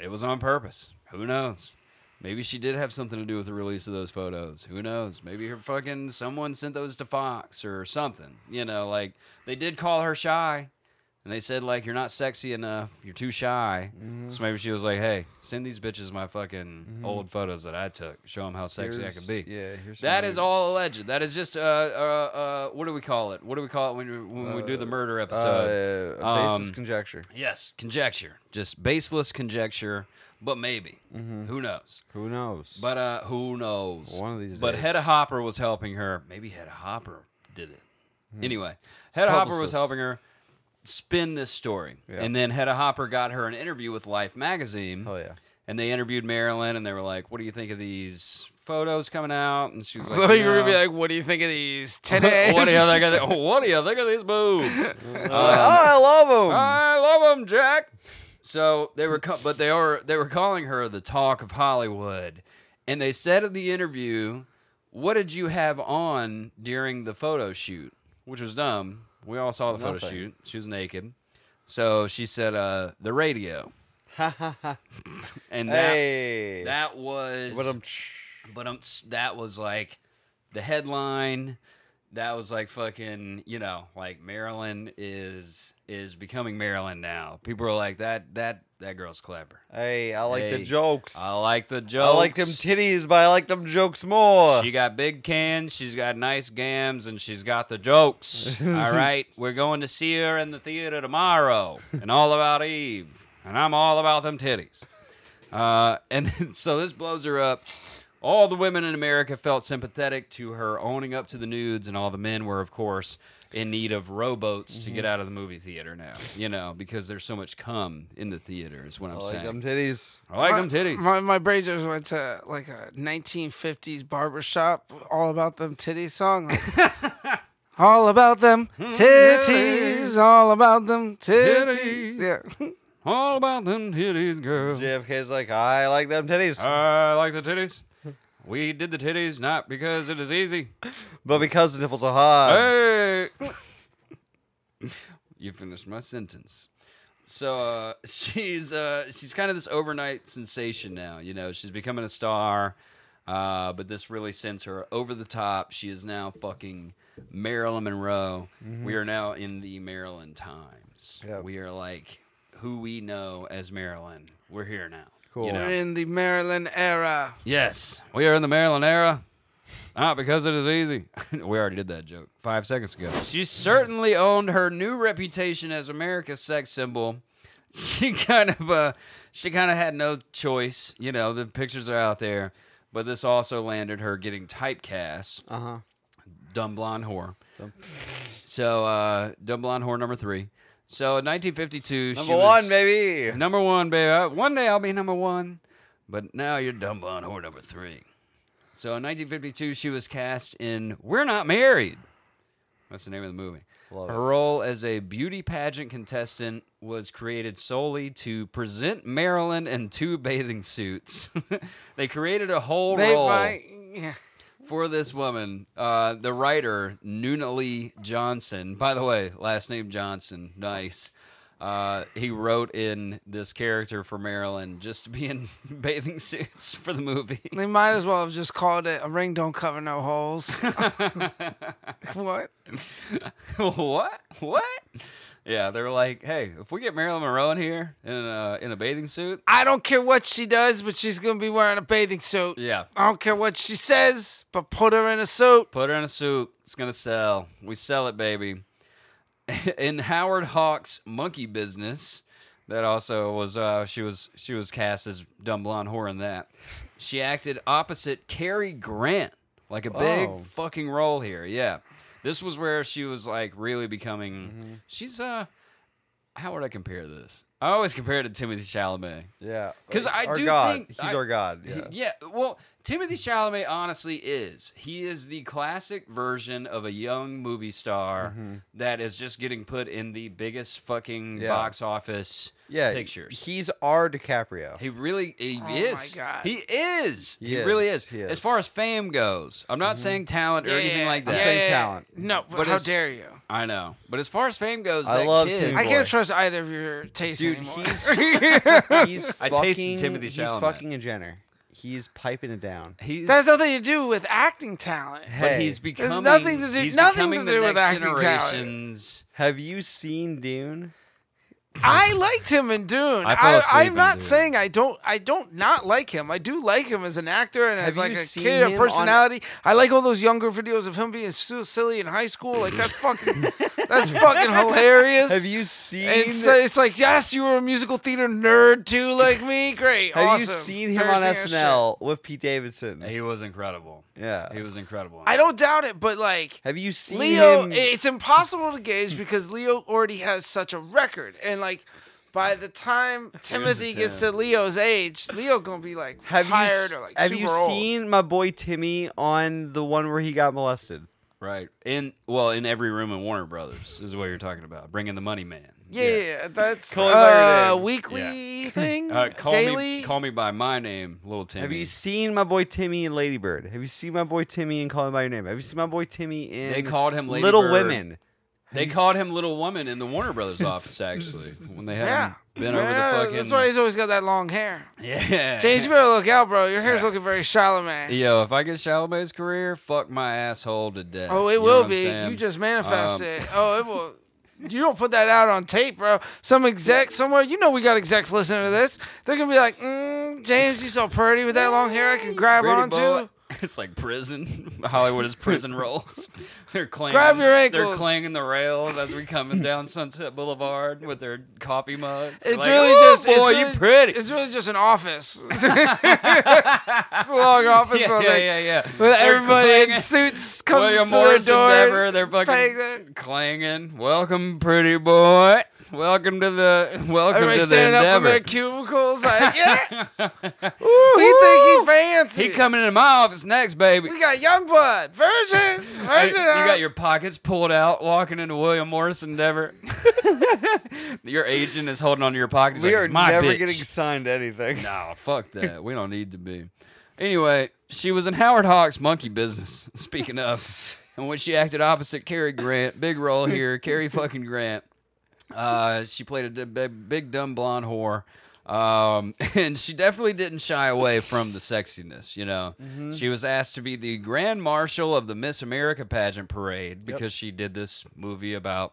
Speaker 4: it was on purpose. Who knows? Maybe she did have something to do with the release of those photos. Who knows? Maybe her fucking someone sent those to Fox or something. You know, like they did call her shy. And they said like you're not sexy enough, you're too shy.
Speaker 6: Mm-hmm.
Speaker 4: So maybe she was like, "Hey, send these bitches my fucking old photos that I took. Show them how sexy I
Speaker 5: Here's-
Speaker 4: can be."
Speaker 5: yeah, here's some
Speaker 4: that is
Speaker 5: nudes.
Speaker 4: all alleged. That is just uh, uh uh what do we call it? What do we call it when we, when we do the murder episode?
Speaker 5: uh, a basis
Speaker 4: um,
Speaker 5: conjecture.
Speaker 4: yes, conjecture, just baseless conjecture, but maybe who knows?
Speaker 5: Who knows?
Speaker 4: But uh, who knows?
Speaker 5: Mm-hmm. One of these
Speaker 4: But
Speaker 5: days.
Speaker 4: Hedda Hopper was helping her. Maybe Hedda Hopper did it. Anyway, Hedda Hopper was
Speaker 5: Hmm. publicist.
Speaker 4: helping her spin this story,
Speaker 5: Yeah.
Speaker 4: and then Hedda Hopper got her an interview with Life magazine.
Speaker 5: Hell yeah.
Speaker 4: and they interviewed Marilyn, and they were like, "What do you think of these photos coming out?" And she was like,
Speaker 6: So
Speaker 4: you
Speaker 6: you're gonna be
Speaker 4: know,
Speaker 6: like, what do you think of these ten
Speaker 4: uh, what do you think of the, what do you think of these boobs?
Speaker 5: oh, I love him.
Speaker 4: I love them, Jack. So they were, ca- but they were they were calling her the talk of Hollywood, and they said in the interview, "What did you have on during the photo shoot?" Which was dumb. We all saw the photo
Speaker 5: Nothing.
Speaker 4: shoot. She was naked, so she said, "Uh, the radio." and that
Speaker 5: hey.
Speaker 4: that was
Speaker 5: but I'm.
Speaker 4: but um, that was like the headline. That was like fucking, you know, like Maryland is is becoming Maryland now. People are like that that that girl's clever.
Speaker 5: Hey, I like
Speaker 4: Hey,
Speaker 5: the jokes.
Speaker 4: I like the jokes.
Speaker 5: I like them titties, but I like them jokes more.
Speaker 4: she got big cans, she's got nice gams, and she's got the jokes. all right, we're going to see her in the theater tomorrow, and all about Eve, and I'm all about them titties. Uh, and then, so this blows her up. All the women in America felt sympathetic to her owning up to the nudes, and all the men were, of course, in need of rowboats to
Speaker 5: Mm-hmm.
Speaker 4: get out of the movie theater now. You know, because there's so much cum in the theater. Is what I'm
Speaker 5: I
Speaker 4: saying.
Speaker 5: like them titties.
Speaker 4: I like them titties.
Speaker 6: My, my brain just went to like a 1950s barbershop, all about them titties song. like, all about them
Speaker 4: Hmm.
Speaker 6: titties, all about them titties. Yeah.
Speaker 4: all about them titties, girl.
Speaker 5: JFK's like, I like them titties,
Speaker 4: I Uh, like the titties. We did the titties not because it is easy.
Speaker 5: but because the nipples are hard.
Speaker 4: Hey! you finished my sentence. So uh, she's uh, she's kind of this overnight sensation now. You know, she's becoming a star, uh, but this really sends her over the top. She is now fucking Marilyn Monroe. We are now in the Marilyn times.
Speaker 5: Yep.
Speaker 4: We are like who we know as Marilyn. We're here now.
Speaker 5: Cool.
Speaker 4: You know?
Speaker 6: We're in the Maryland era.
Speaker 4: Yes, we are in the Maryland era. Not because it is easy. we already did that joke five seconds ago. She certainly owned her new reputation as America's sex symbol. She kind of, uh, she kind of had no choice. You know, the pictures are out there, but this also landed her getting typecast. Uh
Speaker 5: Uh-huh.
Speaker 4: huh. Dumb blonde whore. So, uh, dumb blonde whore number three. So, in 1952, she
Speaker 5: Number
Speaker 4: was-
Speaker 5: one, baby.
Speaker 4: Number one, baby. Uh, One day I'll be number one, but now you're dumb on whore number three. So in 1952, she was cast in We're Not Married. That's the name of the movie.
Speaker 5: Love
Speaker 4: Her
Speaker 5: it.
Speaker 4: role as a beauty pageant contestant was created solely to present Marilyn in two bathing suits. they created a whole
Speaker 6: They
Speaker 4: role
Speaker 6: might. Yeah.
Speaker 4: for this woman, uh, the writer Noona Lee Johnson. By the way, last name Johnson. Nice. Uh, he wrote in this character for Marilyn just to be in bathing suits for the movie.
Speaker 6: They might as well have just called it a ring don't cover no holes. what?
Speaker 4: what? What? Yeah, they were like, "Hey, if we get Marilyn Monroe in here in a in a bathing suit,
Speaker 6: I don't care what she does, but she's gonna be wearing a bathing suit.
Speaker 4: yeah,
Speaker 6: I don't care what she says, but put her in a suit.
Speaker 4: Put her in a suit. It's gonna sell. We sell it, baby. in Howard Hawks' Monkey Business, that also was uh, she was she was cast as dumb blonde whore in that. She acted opposite Cary Grant, like a big
Speaker 5: Oh.
Speaker 4: fucking role here. Yeah, this was where she was like really becoming. She's uh, how would I compare this? I always compare it to Timothy Chalamet.
Speaker 5: Yeah,
Speaker 4: 'Cause I
Speaker 5: our
Speaker 4: do
Speaker 5: God.
Speaker 4: think-
Speaker 5: he's
Speaker 4: I-
Speaker 5: our god. Yeah.
Speaker 4: Yeah. Well, Timothy Chalamet honestly is. He is the classic version of a young movie star that is just getting put in the biggest fucking
Speaker 5: Mm-hmm. Yeah.
Speaker 4: box office
Speaker 5: yeah,
Speaker 4: pictures. He,
Speaker 5: He's our DiCaprio.
Speaker 4: really he
Speaker 6: my
Speaker 4: is.
Speaker 6: God.
Speaker 4: He is. He,
Speaker 5: He
Speaker 4: really
Speaker 5: is,
Speaker 4: is.
Speaker 5: he
Speaker 4: As
Speaker 5: is. Mm-hmm.
Speaker 4: far as fame goes, I'm not saying talent or anything like that.
Speaker 5: I'm saying talent.
Speaker 6: No, but,
Speaker 4: But
Speaker 6: how
Speaker 4: it's-
Speaker 6: dare you?
Speaker 4: I know. But as far as fame goes,
Speaker 5: I
Speaker 4: that
Speaker 5: love
Speaker 4: kid,
Speaker 5: Timothy
Speaker 6: I can't
Speaker 5: boy.
Speaker 6: trust either of your tastes
Speaker 5: Dude,
Speaker 6: anymore.
Speaker 5: he's- he's
Speaker 4: I
Speaker 5: fucking,
Speaker 4: tasted Timothy
Speaker 5: He's
Speaker 4: Chalamet.
Speaker 5: fucking a Jenner. He's piping it down.
Speaker 4: he's
Speaker 6: That's nothing to do with acting talent.
Speaker 4: but
Speaker 5: Hey,
Speaker 4: he's becoming
Speaker 6: nothing to do-
Speaker 4: he's
Speaker 6: nothing to
Speaker 4: becoming the
Speaker 6: do with
Speaker 4: next
Speaker 6: acting talent.
Speaker 4: generation's
Speaker 5: have you seen Dune?
Speaker 6: I liked him in Dune.
Speaker 4: I fell
Speaker 6: I,
Speaker 4: asleep
Speaker 6: I'm
Speaker 4: in
Speaker 6: not
Speaker 4: Dune.
Speaker 6: saying I don't. I don't not like him. I do like him as an actor and as
Speaker 5: Have
Speaker 6: like
Speaker 5: you
Speaker 6: a
Speaker 5: seen
Speaker 6: kid,
Speaker 5: him
Speaker 6: a
Speaker 5: on-
Speaker 6: personality. I like all those younger videos of him being so silly in high school. Like that's fucking. that's fucking hilarious.
Speaker 5: Have you seen?
Speaker 6: And so it's like, yes, you were a musical theater nerd too, like me. Great.
Speaker 5: have
Speaker 6: awesome.
Speaker 5: you seen him on
Speaker 6: Embarrassing as shit.
Speaker 5: SNL with Pete Davidson?
Speaker 4: He was incredible.
Speaker 5: Yeah.
Speaker 4: He was incredible.
Speaker 6: I don't doubt it, but like
Speaker 5: Have you seen
Speaker 6: Leo,
Speaker 5: him?
Speaker 6: it's impossible to gauge because Leo already has such a record, and like by the time Timothy gets to Leo's age, Leo gonna be like
Speaker 5: Have you
Speaker 6: tired
Speaker 5: s-
Speaker 6: or like
Speaker 5: have
Speaker 6: super
Speaker 5: you
Speaker 6: old.
Speaker 5: seen my boy Timmy on the one where he got molested?
Speaker 4: Right. In well, in every room in Warner Brothers is what you're talking about. Bringing the money man.
Speaker 6: Yeah, that's
Speaker 5: Call him by your
Speaker 6: uh,
Speaker 5: name.
Speaker 6: weekly thing.
Speaker 4: Uh, call
Speaker 6: daily.
Speaker 4: me call me by my name, little Timmy.
Speaker 5: Have you seen my boy Timmy in Ladybird? Have you seen my boy Timmy in Call Me by Your Name? Have you seen my boy Timmy in
Speaker 4: They called him Lady
Speaker 5: Little
Speaker 4: Bird.
Speaker 5: Women?
Speaker 4: They called him Little Woman in the Warner Brothers office actually when they had
Speaker 6: yeah.
Speaker 4: him bent over
Speaker 6: Yeah,
Speaker 4: the fucking.
Speaker 6: That's why he's always got that long hair.
Speaker 4: yeah.
Speaker 6: James, you better look out, bro. Your hair's looking very Charlemagne.
Speaker 4: Yo, if I get Chalamet's career, fuck my asshole to death.
Speaker 6: Oh, it
Speaker 4: You know
Speaker 6: will
Speaker 4: what I'm
Speaker 6: be.
Speaker 4: saying?
Speaker 6: You just manifest
Speaker 4: Um,
Speaker 6: it. Oh, it will. You don't put that out on tape, bro. Some exec somewhere, you know we got execs listening to this. They're gonna be like, mm, James, you so pretty with that long hair. I can grab
Speaker 4: Pretty
Speaker 6: onto.
Speaker 4: boy. It's like prison. Hollywood is prison rolls. They're clanging.
Speaker 6: Grab your ankles.
Speaker 4: They're clanging the rails as we coming down Sunset Boulevard with their coffee mugs. They're
Speaker 6: It's
Speaker 4: like,
Speaker 6: really
Speaker 4: "Ooh,
Speaker 6: just.
Speaker 4: boy,
Speaker 6: it's
Speaker 4: you
Speaker 6: really-
Speaker 4: pretty.
Speaker 6: It's really just an office. it's a long office
Speaker 4: yeah,
Speaker 6: building.
Speaker 4: yeah, yeah, yeah.
Speaker 6: With everybody in
Speaker 4: clanging.
Speaker 6: suits comes
Speaker 4: William
Speaker 6: to their
Speaker 4: Morris and Dever,
Speaker 6: doors.
Speaker 4: they're
Speaker 6: paying their-
Speaker 4: fucking clanging. Welcome, pretty boy. Welcome to the welcome
Speaker 6: Everybody
Speaker 4: to the
Speaker 6: standing up from
Speaker 4: endeavor.
Speaker 6: their cubicles, like, yeah. Ooh, he think he fancy.
Speaker 4: he coming into my office next, baby.
Speaker 6: We got young blood, virgin, virgin.
Speaker 4: Hey, you got your pockets pulled out walking into William Morris Endeavor. your agent is holding onto your pockets.
Speaker 5: We
Speaker 4: like,
Speaker 5: are
Speaker 4: "It's my
Speaker 5: never
Speaker 4: bitch."
Speaker 5: getting signed to anything.
Speaker 4: Nah, fuck that. We don't need to be. Anyway, she was in Howard Hawks' monkey business, speaking of. and when she acted opposite Cary Grant, big role here, Cary fucking Grant. Uh, she played a d- big, big dumb blonde whore. Um, and she definitely didn't shy away from the sexiness, you know. She was asked to be the grand marshal of the Miss America pageant parade because she did this movie about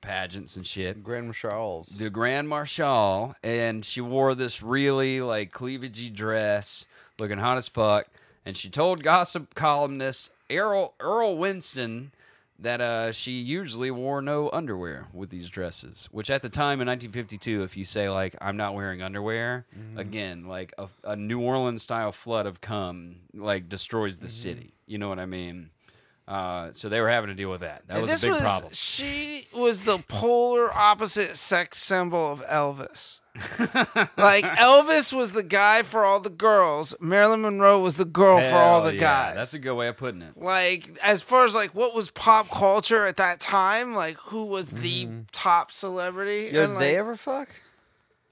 Speaker 4: pageants and shit
Speaker 5: Grand Charles.
Speaker 4: the Grand Marshal, and she wore this really like cleavagey dress, looking hot as fuck. And she told gossip columnist Earl Earl Winston that uh, she usually wore no underwear with these dresses, which at the time in 1952, if you say like I'm not wearing underwear,
Speaker 6: Mm-hmm.
Speaker 4: again like a, a New Orleans style flood of cum like destroys
Speaker 6: Mm-hmm.
Speaker 4: the city. You know what I mean? Uh, so they were having to deal with that. That was
Speaker 6: this
Speaker 4: a big
Speaker 6: was
Speaker 4: problem.
Speaker 6: she was the polar opposite sex symbol of Elvis. like Elvis was the guy for all the girls. Marilyn Monroe was the girl for all
Speaker 4: Hell
Speaker 6: the
Speaker 4: yeah,
Speaker 6: guys.
Speaker 4: That's a good way of putting it.
Speaker 6: like as far as like what was pop culture at that time, like who was the
Speaker 4: Mm-hmm.
Speaker 6: top celebrity?
Speaker 5: Yo,
Speaker 6: and, like,
Speaker 5: they ever fuck?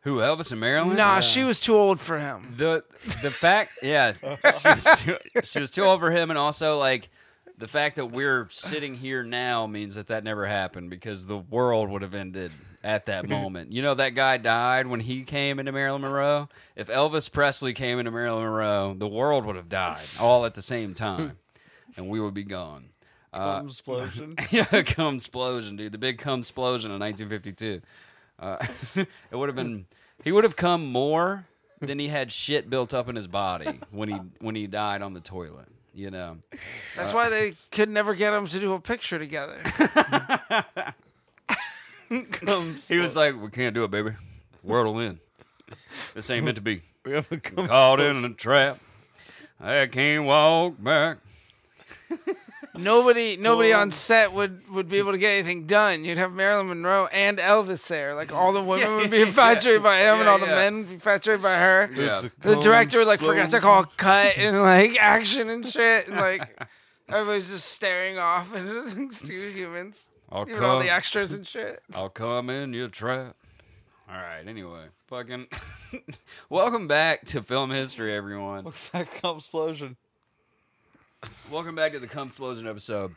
Speaker 4: Who Elvis and Marilyn?
Speaker 6: Nah, she was too old for him.
Speaker 4: the the fact yeah she was, too, she was too old for him and also like the fact that we're sitting here now means that that never happened because the world would have ended at that moment you know that guy died when he came into marilyn monroe if elvis presley came into marilyn monroe the world would have died all at the same time and we would be gone
Speaker 6: uh,
Speaker 5: Bomb explosion.
Speaker 4: yeah, cum explosion, dude. The big cum explosion in 1952. Uh, it would have been. He would have come more than he had shit built up in his body when he when he died on the toilet. You know. Uh,
Speaker 6: That's why they could never get him to do a picture together.
Speaker 4: He was like, "We can't do it, baby. World will end. This ain't meant to be.
Speaker 5: We have a cum-
Speaker 4: Caught in a trap. I can't walk back."
Speaker 6: Nobody, nobody on set would would be able to get anything done. You'd have Marilyn Monroe and Elvis there. Like all the women would be infatuated by him, and all the
Speaker 4: yeah.
Speaker 6: men would be infatuated by her.
Speaker 4: Yeah.
Speaker 6: The director would, like forgot to call cut and like action and shit, and like everybody's just staring off into the two humans,
Speaker 4: I'll
Speaker 6: even all
Speaker 4: come.
Speaker 6: the extras and shit.
Speaker 4: I'll come in your trap. All right. Anyway, fucking. Welcome back to film history, everyone.
Speaker 5: That cum explosion.
Speaker 4: Welcome back to the Cum Explosion episode.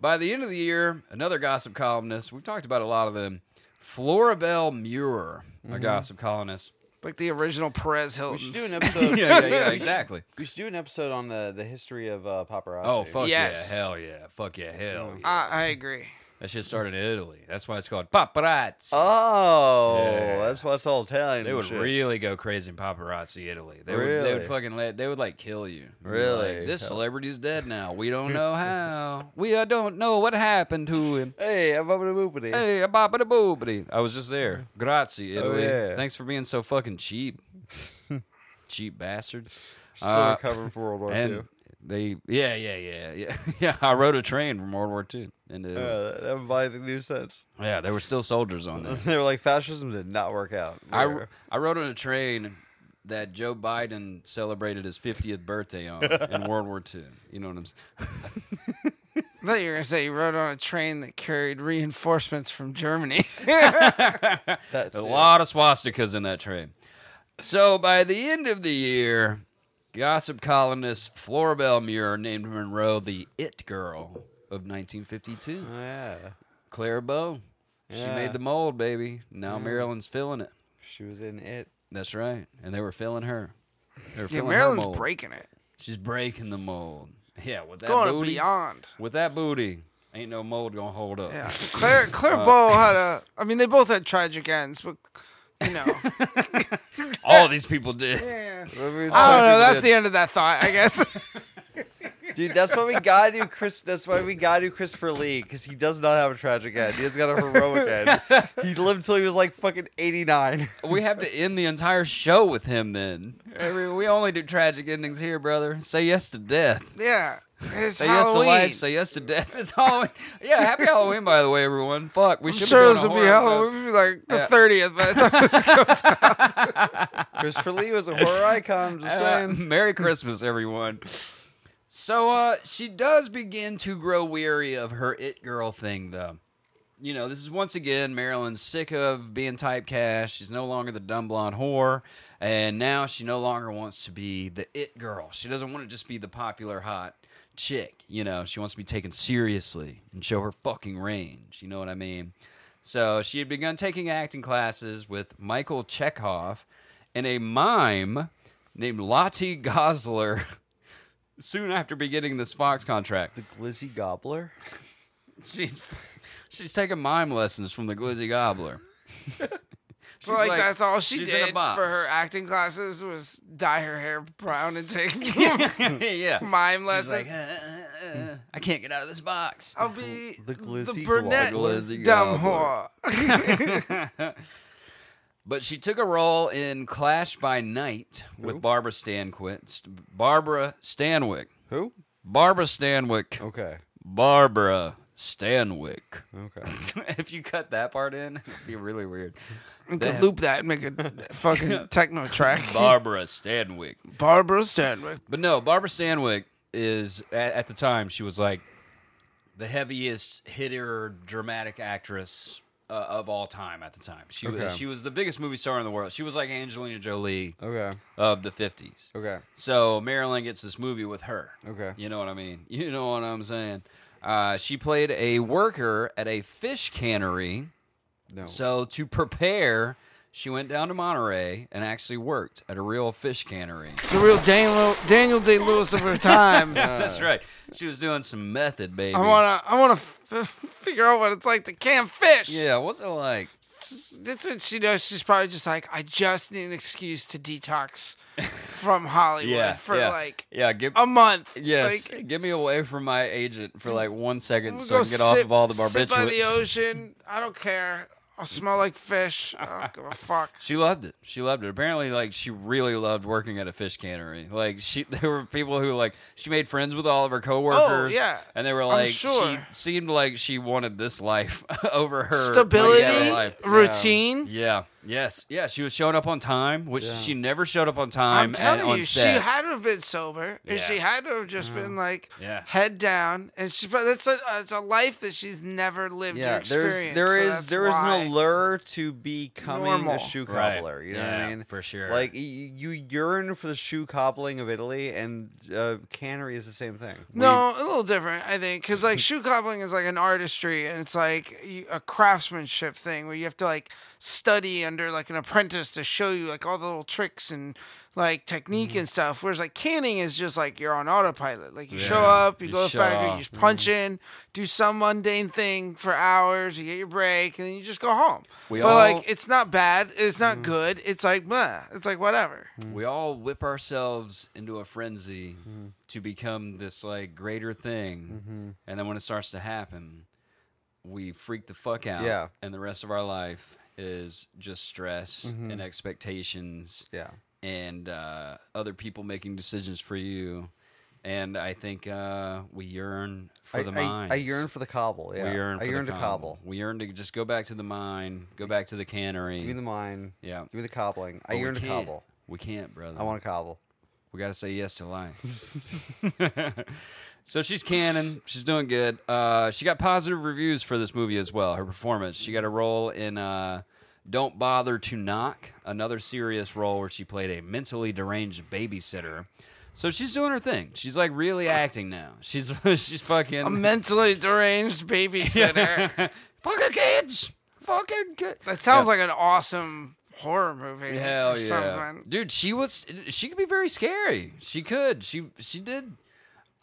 Speaker 4: By the end of the year, another gossip columnist, we've talked about a lot of them, Floribel Muir, a gossip columnist.
Speaker 6: Like the original Perez Hilton.
Speaker 5: We should do an episode.
Speaker 4: Yeah, yeah, yeah, exactly.
Speaker 5: We should do an episode on the the history of uh, paparazzi.
Speaker 4: Oh, fuck
Speaker 6: Yes.
Speaker 4: yeah, hell yeah, fuck yeah, hell yeah.
Speaker 6: I, I agree.
Speaker 4: That shit started in Italy. That's why it's called paparazzi.
Speaker 5: Oh,
Speaker 4: Yeah.
Speaker 5: that's why it's all Italian.
Speaker 4: they
Speaker 5: and
Speaker 4: would
Speaker 5: shit.
Speaker 4: really go crazy in paparazzi Italy. They would they would
Speaker 5: Really?
Speaker 4: fucking let they would like kill you. They'd be
Speaker 5: Really?
Speaker 4: Like, this
Speaker 5: Hell.
Speaker 4: celebrity's dead now. We don't know how. we uh, don't know what happened to him.
Speaker 5: Hey, I'm over the boopity.
Speaker 4: Hey, a boppity boopity. I was just there. Grazie, Italy.
Speaker 5: Oh, yeah.
Speaker 4: Thanks for being so fucking cheap. cheap bastards.
Speaker 5: Still
Speaker 4: Uh,
Speaker 5: recovering from World War
Speaker 4: and
Speaker 5: II.
Speaker 4: They yeah yeah yeah yeah yeah. I rode a train from World War II into
Speaker 5: Uh, that that would buy anything new sense.
Speaker 4: yeah. There were still soldiers on there.
Speaker 5: They were like fascism did not work out.
Speaker 4: I,
Speaker 5: Whatever.
Speaker 4: I rode on a train that Joe Biden celebrated his 50th birthday on in World War II. You know what I'm saying?
Speaker 6: I thought you were gonna say you rode on a train that carried reinforcements from Germany.
Speaker 5: That's
Speaker 4: A
Speaker 5: it.
Speaker 4: lot of swastikas in that train. So by the end of the year, gossip columnist Floribel Muir named Monroe the It Girl of 1952.
Speaker 6: Oh,
Speaker 5: Yeah,
Speaker 4: Clara Bow. She
Speaker 5: Yeah.
Speaker 4: made the mold, baby. Now Maryland's filling it.
Speaker 5: she was in it.
Speaker 4: That's right. And they were filling her. They were
Speaker 6: yeah,
Speaker 4: filling her
Speaker 6: Maryland's
Speaker 4: mold.
Speaker 6: breaking it,
Speaker 4: She's breaking the mold. Yeah, with that
Speaker 6: going
Speaker 4: booty.
Speaker 6: beyond.
Speaker 4: With that booty, ain't no mold gonna hold up.
Speaker 6: Yeah, Claire Claire
Speaker 4: Uh,
Speaker 6: Bow had a. I mean, they both had tragic ends, but you know,
Speaker 4: All these people did.
Speaker 6: Yeah.
Speaker 5: Remember-
Speaker 6: I don't know. That's the end of that thought, I guess.
Speaker 5: Dude, that's why we gotta do Chris. That's why we gotta do Christopher Lee because he does not have a tragic end. He has got a heroic end. He lived till he was like fucking eighty nine.
Speaker 4: We have to end the entire show with him then. I mean, we only do tragic endings here, brother. Say yes to death.
Speaker 6: yeah, it's
Speaker 4: Say yes to
Speaker 6: Halloween.
Speaker 4: life. Say yes to death. It's Halloween. Yeah, happy Halloween, by the way, everyone. Fuck, we
Speaker 6: I'm
Speaker 4: should
Speaker 6: sure
Speaker 4: be
Speaker 6: this
Speaker 4: doing a
Speaker 6: will be
Speaker 4: horror show.
Speaker 6: Halloween. It'll be like the
Speaker 4: Yeah.
Speaker 6: thirtieth by the time this goes.
Speaker 5: Christopher Lee was a horror icon. I'm just
Speaker 4: Uh,
Speaker 5: saying.
Speaker 4: Merry Christmas, everyone. So uh, she does begin to grow weary of her it girl thing, though. You know, this is once again Marilyn's sick of being typecast. She's no longer the dumb blonde whore, and now she no longer wants to be the it girl. She doesn't want to just be the popular hot chick. You know, she wants to be taken seriously and show her fucking range. You know what I mean? So she had begun taking acting classes with Michael Chekhov and a mime named Lottie Gosler soon after beginning this Fox contract.
Speaker 5: The Glizzy Gobbler.
Speaker 4: She's she's taking mime lessons from the Glizzy Gobbler. she's
Speaker 6: like, that's all she
Speaker 4: she's in a
Speaker 6: did
Speaker 4: box.
Speaker 6: for her acting classes was dye her hair brown and take
Speaker 4: yeah.
Speaker 6: mime
Speaker 4: She's like, "Uh, uh, uh,
Speaker 6: lessons.
Speaker 4: uh, I can't get out of this box.
Speaker 6: I'll be
Speaker 5: the
Speaker 6: the,
Speaker 5: glizzy
Speaker 6: brunette
Speaker 4: gobbler. Glizzy
Speaker 6: dumb
Speaker 4: gobbler.
Speaker 6: whore.
Speaker 4: But she took a role in Clash by Night with Barbara Stanwyck. Barbara Stanwyck.
Speaker 5: Who?
Speaker 4: Barbara Stanwyck.
Speaker 5: Okay.
Speaker 4: Barbara Stanwyck.
Speaker 5: Okay.
Speaker 4: if you cut that part in, it'd be really weird.
Speaker 6: We could loop that and make a fucking techno track.
Speaker 4: Barbara Stanwyck.
Speaker 6: Barbara Stanwyck.
Speaker 4: But no, Barbara Stanwyck is at, at the time she was like the heaviest hitter dramatic actress uh, of all time at the time. She was
Speaker 5: Okay.
Speaker 4: she was the biggest movie star in the world. She was like Angelina Jolie
Speaker 5: Okay.
Speaker 4: of the 50s.
Speaker 5: Okay.
Speaker 4: So Marilyn gets this movie with her.
Speaker 5: Okay.
Speaker 4: You know what I mean? You know what I'm saying? Uh, she played a worker at a fish cannery.
Speaker 5: No.
Speaker 4: So to prepare, she went down to Monterey and actually worked at a real fish cannery.
Speaker 6: The real Daniel Daniel Day Lewis of her time.
Speaker 4: That's right. She was doing some method, baby.
Speaker 6: Uh, I wanna I wanna f- figure out what it's like to can fish.
Speaker 4: yeah, what's it like?
Speaker 6: That's what she knows. She's probably just like, I just need an excuse to detox from Hollywood
Speaker 4: Yeah,
Speaker 6: for
Speaker 4: yeah.
Speaker 6: like
Speaker 4: yeah, give
Speaker 6: a month.
Speaker 4: yes,
Speaker 6: Like,
Speaker 4: get me away from my agent for like one second
Speaker 6: we'll
Speaker 4: so I
Speaker 6: go
Speaker 4: can get off
Speaker 6: sit-
Speaker 4: of all the
Speaker 6: Sit by the
Speaker 4: barbiturates.
Speaker 6: ocean. I don't care. I'll smell like fish. I don't give a fuck.
Speaker 4: She loved it. She loved it. Apparently, like she really loved working at a fish cannery. Like she, there were people who like she made friends with all of her coworkers.
Speaker 6: Oh, yeah.
Speaker 4: and they were
Speaker 6: I'm
Speaker 4: like, she
Speaker 6: sure.
Speaker 4: seemed like she wanted this life over her
Speaker 6: Stability,
Speaker 4: regular life.
Speaker 6: routine.
Speaker 4: Yeah. Yes. Yeah. She was showing up on time, which she never showed up on
Speaker 6: I'm,
Speaker 4: time. and
Speaker 6: telling
Speaker 4: on
Speaker 6: you,
Speaker 4: set.
Speaker 6: she had to have been sober, and she
Speaker 4: Yeah.
Speaker 6: had to have just been like
Speaker 4: Yeah.
Speaker 6: head down. And she, but that's a it's a life that she's never lived. or
Speaker 5: yeah, there's
Speaker 6: experienced,
Speaker 5: there
Speaker 6: so
Speaker 5: is
Speaker 6: that's
Speaker 5: there is
Speaker 6: why.
Speaker 5: an allure to becoming
Speaker 6: Normal.
Speaker 5: a shoe
Speaker 4: Right.
Speaker 5: cobbler. You know what
Speaker 4: Yeah,
Speaker 5: I mean?
Speaker 4: for sure.
Speaker 5: Like y- you yearn for the shoe cobbling of Italy, and uh, cannery is the same thing.
Speaker 6: No, a little different, I think, because like shoe cobbling is like an artistry and it's like you- a craftsmanship thing where you have to like study under like an apprentice to show you like all the little tricks and like technique and stuff. Whereas like canning is just like you're on autopilot. Like you show
Speaker 4: Yeah,
Speaker 6: up, you,
Speaker 4: you
Speaker 6: go to the
Speaker 4: shut
Speaker 6: factory,
Speaker 4: off.
Speaker 6: you just punch in, do some mundane thing for hours, you get your break, and then you just go home.
Speaker 4: We
Speaker 6: but
Speaker 4: all-
Speaker 6: like it's not bad, it's not good, it's like meh, it's like whatever.
Speaker 4: we all whip ourselves into a frenzy
Speaker 5: Mm-hmm.
Speaker 4: to become this like greater thing and then when it starts to happen we freak the fuck out
Speaker 5: Yeah.
Speaker 4: and the rest of our life is just stress
Speaker 5: Mm-hmm.
Speaker 4: and expectations
Speaker 5: Yeah.
Speaker 4: and uh, other people making decisions for you and I think uh, we yearn for
Speaker 5: I,
Speaker 4: the
Speaker 5: I-
Speaker 4: mine.
Speaker 5: I yearn for the cobble. Yeah.
Speaker 4: We yearn.
Speaker 5: I
Speaker 4: For
Speaker 5: yearn
Speaker 4: the
Speaker 5: to cobble.
Speaker 4: We yearn to just go back to the mine, go back to the cannery.
Speaker 5: Give me the mine.
Speaker 4: yeah,
Speaker 5: Give me the cobbling. I
Speaker 4: But we
Speaker 5: yearn to
Speaker 4: can't.
Speaker 5: cobble.
Speaker 4: We can't, brother.
Speaker 5: I want to cobble.
Speaker 4: We gotta say yes to life. so she's canon. She's doing good. Uh, she got positive reviews for this movie as well. Her performance. She got a role in uh, "Don't Bother to Knock," another serious role where she played a mentally deranged babysitter. So she's doing her thing. She's like really acting now. She's she's fucking
Speaker 6: A mentally deranged babysitter.
Speaker 4: fucking kids. Fucking kids.
Speaker 6: That sounds like an awesome horror movie. or
Speaker 4: Hell yeah,
Speaker 6: something.
Speaker 4: dude! She was she could be very scary. She could. She she did.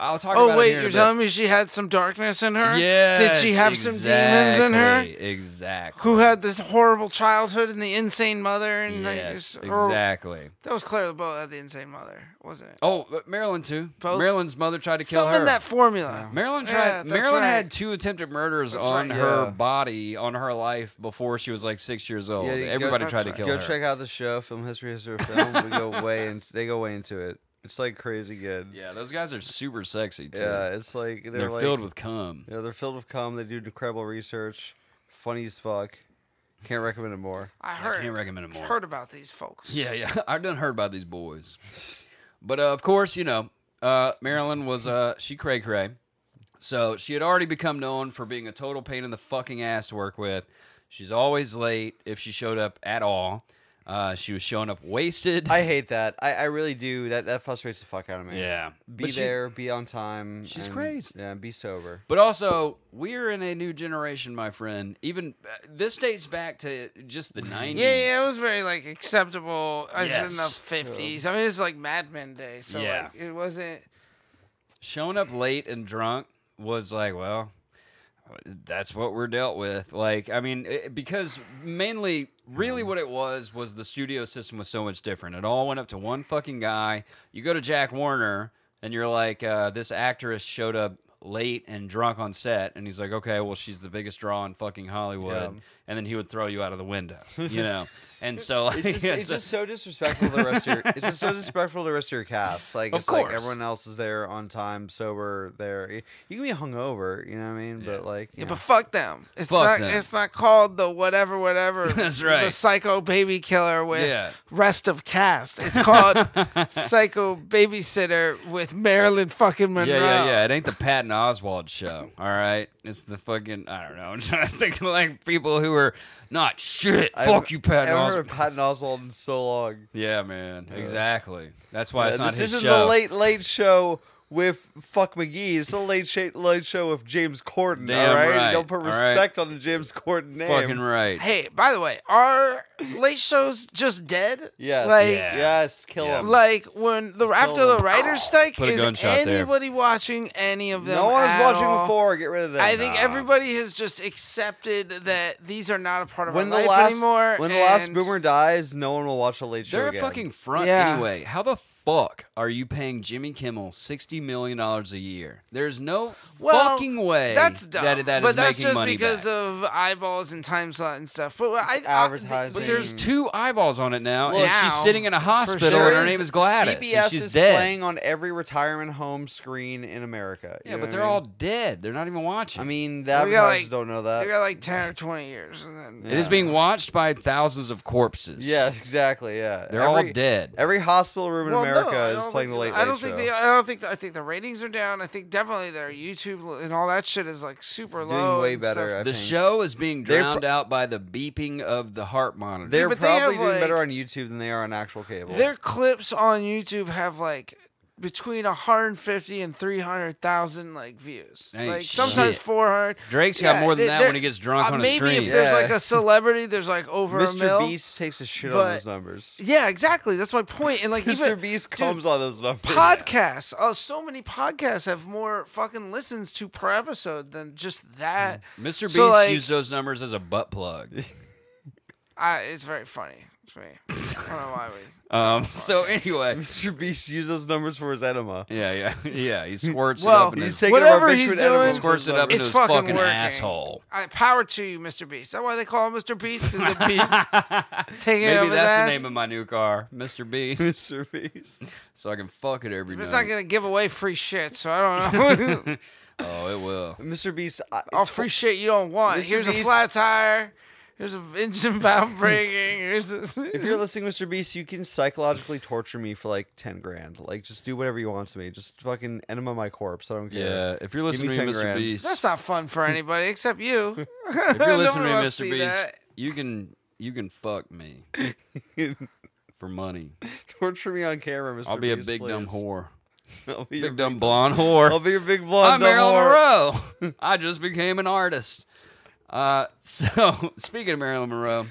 Speaker 4: I'll talk. about
Speaker 6: Oh
Speaker 4: it
Speaker 6: wait,
Speaker 4: here in a
Speaker 6: you're
Speaker 4: bit.
Speaker 6: telling me she had some darkness in her?
Speaker 4: Yeah.
Speaker 6: Did she have some demons in her?
Speaker 4: Exactly.
Speaker 6: Who had this horrible childhood and the insane mother and like,
Speaker 4: Yes,
Speaker 6: this- or-
Speaker 4: exactly.
Speaker 6: That was Claire LeBeau had the insane mother, wasn't it?
Speaker 4: Oh, but Marilyn too.
Speaker 6: Both-
Speaker 4: Marilyn's mother tried to kill
Speaker 6: Something
Speaker 4: her.
Speaker 6: in that formula.
Speaker 4: Marilyn
Speaker 6: Yeah,
Speaker 4: tried.
Speaker 6: that's
Speaker 4: Marilyn
Speaker 6: right.
Speaker 4: had two attempted murders
Speaker 6: That's
Speaker 4: on
Speaker 6: right.
Speaker 4: her
Speaker 5: Yeah.
Speaker 4: body, on her life before she was like six years old.
Speaker 5: Yeah, you go-
Speaker 4: Everybody
Speaker 5: that's
Speaker 4: tried
Speaker 6: right.
Speaker 4: to kill
Speaker 5: go
Speaker 4: her.
Speaker 5: check out the show, Film History History of Film. we go way in, they go way into it. It's like crazy good.
Speaker 4: yeah, those guys are super sexy too.
Speaker 5: Yeah, it's like they're,
Speaker 4: they're
Speaker 5: like,
Speaker 4: filled with cum.
Speaker 5: Yeah, they're filled with cum. They do incredible research. Funny as fuck. Can't recommend it more.
Speaker 6: I heard.
Speaker 4: can't recommend it more.
Speaker 6: Heard about these folks.
Speaker 4: Yeah, yeah. I done heard about these boys. But uh, of course, you know, uh, Marilyn was uh, she cray cray, so she had already become known for being a total pain in the fucking ass to work with. She's always late if she showed up at all. Uh, she was showing up wasted.
Speaker 5: I hate that. I, I really do. That that frustrates the fuck out of me.
Speaker 4: yeah,
Speaker 5: Be
Speaker 4: But she-
Speaker 5: there, be on time.
Speaker 4: she's
Speaker 5: and-
Speaker 4: crazy.
Speaker 5: Yeah, and be sober.
Speaker 4: But also, we're in a new generation, my friend. Even uh, this dates back to just the nineties.
Speaker 6: Yeah, yeah, it was very like acceptable. I was in the
Speaker 4: Yes.
Speaker 6: fifties. I mean, it's like Mad Men day, so
Speaker 4: Yeah.
Speaker 6: like, it wasn't.
Speaker 4: showing up late and drunk was like, well, that's what we're dealt with. Like, I mean, it, because mainly, really, what it was was the studio system was so much different. It all went up to one fucking guy. You go to Jack Warner, and you're like, uh, this actress showed up late and drunk on set, and he's like, okay, well, she's the biggest draw in fucking Hollywood,
Speaker 5: Yeah.
Speaker 4: and then he would throw you out of the window, you know. and so,
Speaker 5: It's just, it's just so disrespectful to the rest of your. It's just so disrespectful to the rest of your cast. Like
Speaker 4: Of
Speaker 5: it's like
Speaker 4: course.
Speaker 5: everyone else is there on time, sober. There, you can be hungover. You know what I mean? But like,
Speaker 6: Yeah,
Speaker 5: you know.
Speaker 6: but fuck them. It's
Speaker 4: Fuck
Speaker 6: not.
Speaker 4: them.
Speaker 6: It's not called the whatever, whatever.
Speaker 4: That's right.
Speaker 6: The psycho baby killer with
Speaker 4: Yeah.
Speaker 6: rest of cast. It's called psycho babysitter with Marilyn fucking Monroe.
Speaker 4: Yeah, yeah, yeah. It ain't the Patton Oswald show. All right, it's the fucking I don't know. I'm trying to think of like people who are not shit.
Speaker 5: I
Speaker 4: Fuck
Speaker 5: haven't-
Speaker 4: you,
Speaker 5: I
Speaker 4: Patton
Speaker 5: haven't heard
Speaker 4: Oswald.
Speaker 5: of Patton Oswald in so long.
Speaker 4: Yeah, man. Exactly. That's why it's
Speaker 5: Yeah,
Speaker 4: not
Speaker 5: this
Speaker 4: his
Speaker 5: isn't
Speaker 4: show.
Speaker 5: the late late show with fuck McGee. It's a late sh- late show with James Corden.
Speaker 4: Damn
Speaker 5: all right,
Speaker 4: right,
Speaker 5: don't put
Speaker 4: all right.
Speaker 5: respect on the James Corden name.
Speaker 4: Fucking right.
Speaker 6: Hey, by the way, are late shows just dead?
Speaker 5: Yes,
Speaker 6: Like,
Speaker 4: Yeah.
Speaker 5: yes, kill him.
Speaker 6: like when the after the writer's strike,
Speaker 4: Put a
Speaker 6: is
Speaker 4: gunshot there.
Speaker 6: anybody watching any of them?
Speaker 5: No one was
Speaker 6: at
Speaker 5: watching
Speaker 6: all?
Speaker 5: before. Get rid of that.
Speaker 6: I think everybody has just accepted that these are not a part of
Speaker 5: when
Speaker 6: our
Speaker 5: the
Speaker 6: life
Speaker 5: last
Speaker 6: anymore.
Speaker 5: when the last
Speaker 6: and-
Speaker 5: boomer dies, no one will watch a late show
Speaker 4: They're a
Speaker 5: again.
Speaker 4: fucking front
Speaker 6: Yeah.
Speaker 4: anyway. How the fuck are you paying Jimmy Kimmel sixty million dollars a year? There's no
Speaker 6: Well,
Speaker 4: fucking way
Speaker 6: That's dumb.
Speaker 4: that that is
Speaker 6: but that's
Speaker 4: making
Speaker 6: just
Speaker 4: money
Speaker 6: because
Speaker 4: back.
Speaker 6: of eyeballs and time slot and stuff. But I, I
Speaker 5: advertising.
Speaker 4: But there's two eyeballs on it now,
Speaker 6: Look,
Speaker 4: and she's
Speaker 6: now,
Speaker 4: sitting in a hospital,
Speaker 5: There
Speaker 4: and her
Speaker 5: is-
Speaker 4: name is Gladys,
Speaker 5: CBS
Speaker 4: and she's
Speaker 5: is
Speaker 4: dead.
Speaker 5: playing on every retirement home screen in America. You
Speaker 4: yeah,
Speaker 5: know
Speaker 4: but
Speaker 5: what
Speaker 4: they're
Speaker 5: I mean?
Speaker 4: all dead. They're not even watching.
Speaker 5: I mean, the
Speaker 6: We got,
Speaker 5: advertisers
Speaker 6: like-
Speaker 5: don't know
Speaker 6: They got
Speaker 5: that.
Speaker 6: like ten or twenty years, and then
Speaker 4: It is being watched by thousands of corpses.
Speaker 5: Yeah, exactly. Yeah,
Speaker 4: They're
Speaker 5: every,
Speaker 4: all dead.
Speaker 5: Every hospital room in
Speaker 6: Well, no,
Speaker 5: America
Speaker 6: I
Speaker 5: is
Speaker 6: don't
Speaker 5: playing the late
Speaker 6: think- I don't
Speaker 5: late
Speaker 6: think
Speaker 5: show.
Speaker 6: the I don't think the, I think the ratings are down. I think definitely their YouTube and all that shit is like super
Speaker 5: Doing
Speaker 6: low.
Speaker 5: way
Speaker 6: and
Speaker 5: better.
Speaker 6: stuff.
Speaker 5: I
Speaker 4: The
Speaker 5: think.
Speaker 4: show is being
Speaker 5: They're
Speaker 4: drowned
Speaker 5: pro-
Speaker 4: out by the beeping of the heart monitor.
Speaker 5: They're
Speaker 6: but they have,
Speaker 5: probably doing better
Speaker 6: like-
Speaker 5: on YouTube than they are on actual cable.
Speaker 6: Their clips on YouTube have like between 150 and 300,000 like views.
Speaker 4: Ain't
Speaker 6: like sometimes
Speaker 4: shit.
Speaker 6: 400.
Speaker 4: Drake's got more than
Speaker 6: they-
Speaker 4: that
Speaker 6: they're- uh,
Speaker 4: when he gets drunk on a
Speaker 6: maybe
Speaker 4: stream.
Speaker 6: if there's
Speaker 5: Yeah.
Speaker 6: like a celebrity, there's like over a
Speaker 5: Mr.
Speaker 6: mil.
Speaker 5: Beast takes a shit on
Speaker 6: but-
Speaker 5: those numbers.
Speaker 6: Yeah, exactly. That's my point. And like
Speaker 5: Mr.
Speaker 6: even
Speaker 5: Beast
Speaker 6: dude,
Speaker 5: comes on those numbers.
Speaker 6: podcasts. Uh, so many podcasts have more fucking listens to per episode than just that.
Speaker 4: Mr. Beast
Speaker 6: So, like-
Speaker 4: used those numbers as a butt plug.
Speaker 6: I, it's very funny. It's very- I don't know why we.
Speaker 4: Um, so anyway,
Speaker 5: Mr. Beast used those numbers for his enema.
Speaker 4: yeah, yeah, yeah. He squirts
Speaker 6: Well,
Speaker 4: it up. In
Speaker 5: He's
Speaker 4: his,
Speaker 5: taking
Speaker 6: Whatever
Speaker 5: a rubbish
Speaker 6: he's
Speaker 5: with enema
Speaker 6: doing-
Speaker 5: for
Speaker 4: squirts
Speaker 5: his
Speaker 4: it up
Speaker 5: legs.
Speaker 4: into
Speaker 6: It's
Speaker 4: his
Speaker 6: fucking
Speaker 4: fucking,
Speaker 6: working.
Speaker 4: asshole.
Speaker 6: All right, power to you, Mr. Beast. That's why they call him Mr. Beast because the beast taking
Speaker 4: Maybe
Speaker 6: over
Speaker 4: that's the name of my new car, Mr. Beast,
Speaker 5: Mr. Beast.
Speaker 4: so I can fuck it every
Speaker 6: It's
Speaker 4: night.
Speaker 6: not gonna give away free shit, so I don't know.
Speaker 4: oh, it will.
Speaker 5: Mr. Beast. I,
Speaker 6: All free shit you don't want.
Speaker 5: Mr.
Speaker 6: Here's a
Speaker 5: Beast-
Speaker 6: flat tire. Here's a engine valve breaking. Here's this.
Speaker 5: if you're listening, Mr. Beast, you can psychologically torture me for like ten grand. Like, just do whatever you want to me. Just fucking enema my corpse. I don't care.
Speaker 4: Yeah, if you're
Speaker 5: Give me
Speaker 4: listening to me,
Speaker 5: 10
Speaker 4: Mr.
Speaker 5: grand.
Speaker 4: Beast,
Speaker 6: That's not fun for anybody except you.
Speaker 4: if you're
Speaker 6: Nobody
Speaker 4: listening to me,
Speaker 6: wants to
Speaker 4: Mr.
Speaker 6: see
Speaker 4: Beast,
Speaker 6: that.
Speaker 4: you can you can fuck me for money.
Speaker 5: Torture me on camera, mister
Speaker 4: I'll be a
Speaker 5: Beast,
Speaker 4: big dumb
Speaker 5: please.
Speaker 4: whore,
Speaker 5: I'll be, your,
Speaker 4: big dumb blonde whore.
Speaker 5: I'll be your big
Speaker 4: I'm
Speaker 5: blonde dumb
Speaker 4: Marilyn
Speaker 5: whore.
Speaker 4: Monroe. I just became an artist. Uh, so speaking of Marilyn Monroe,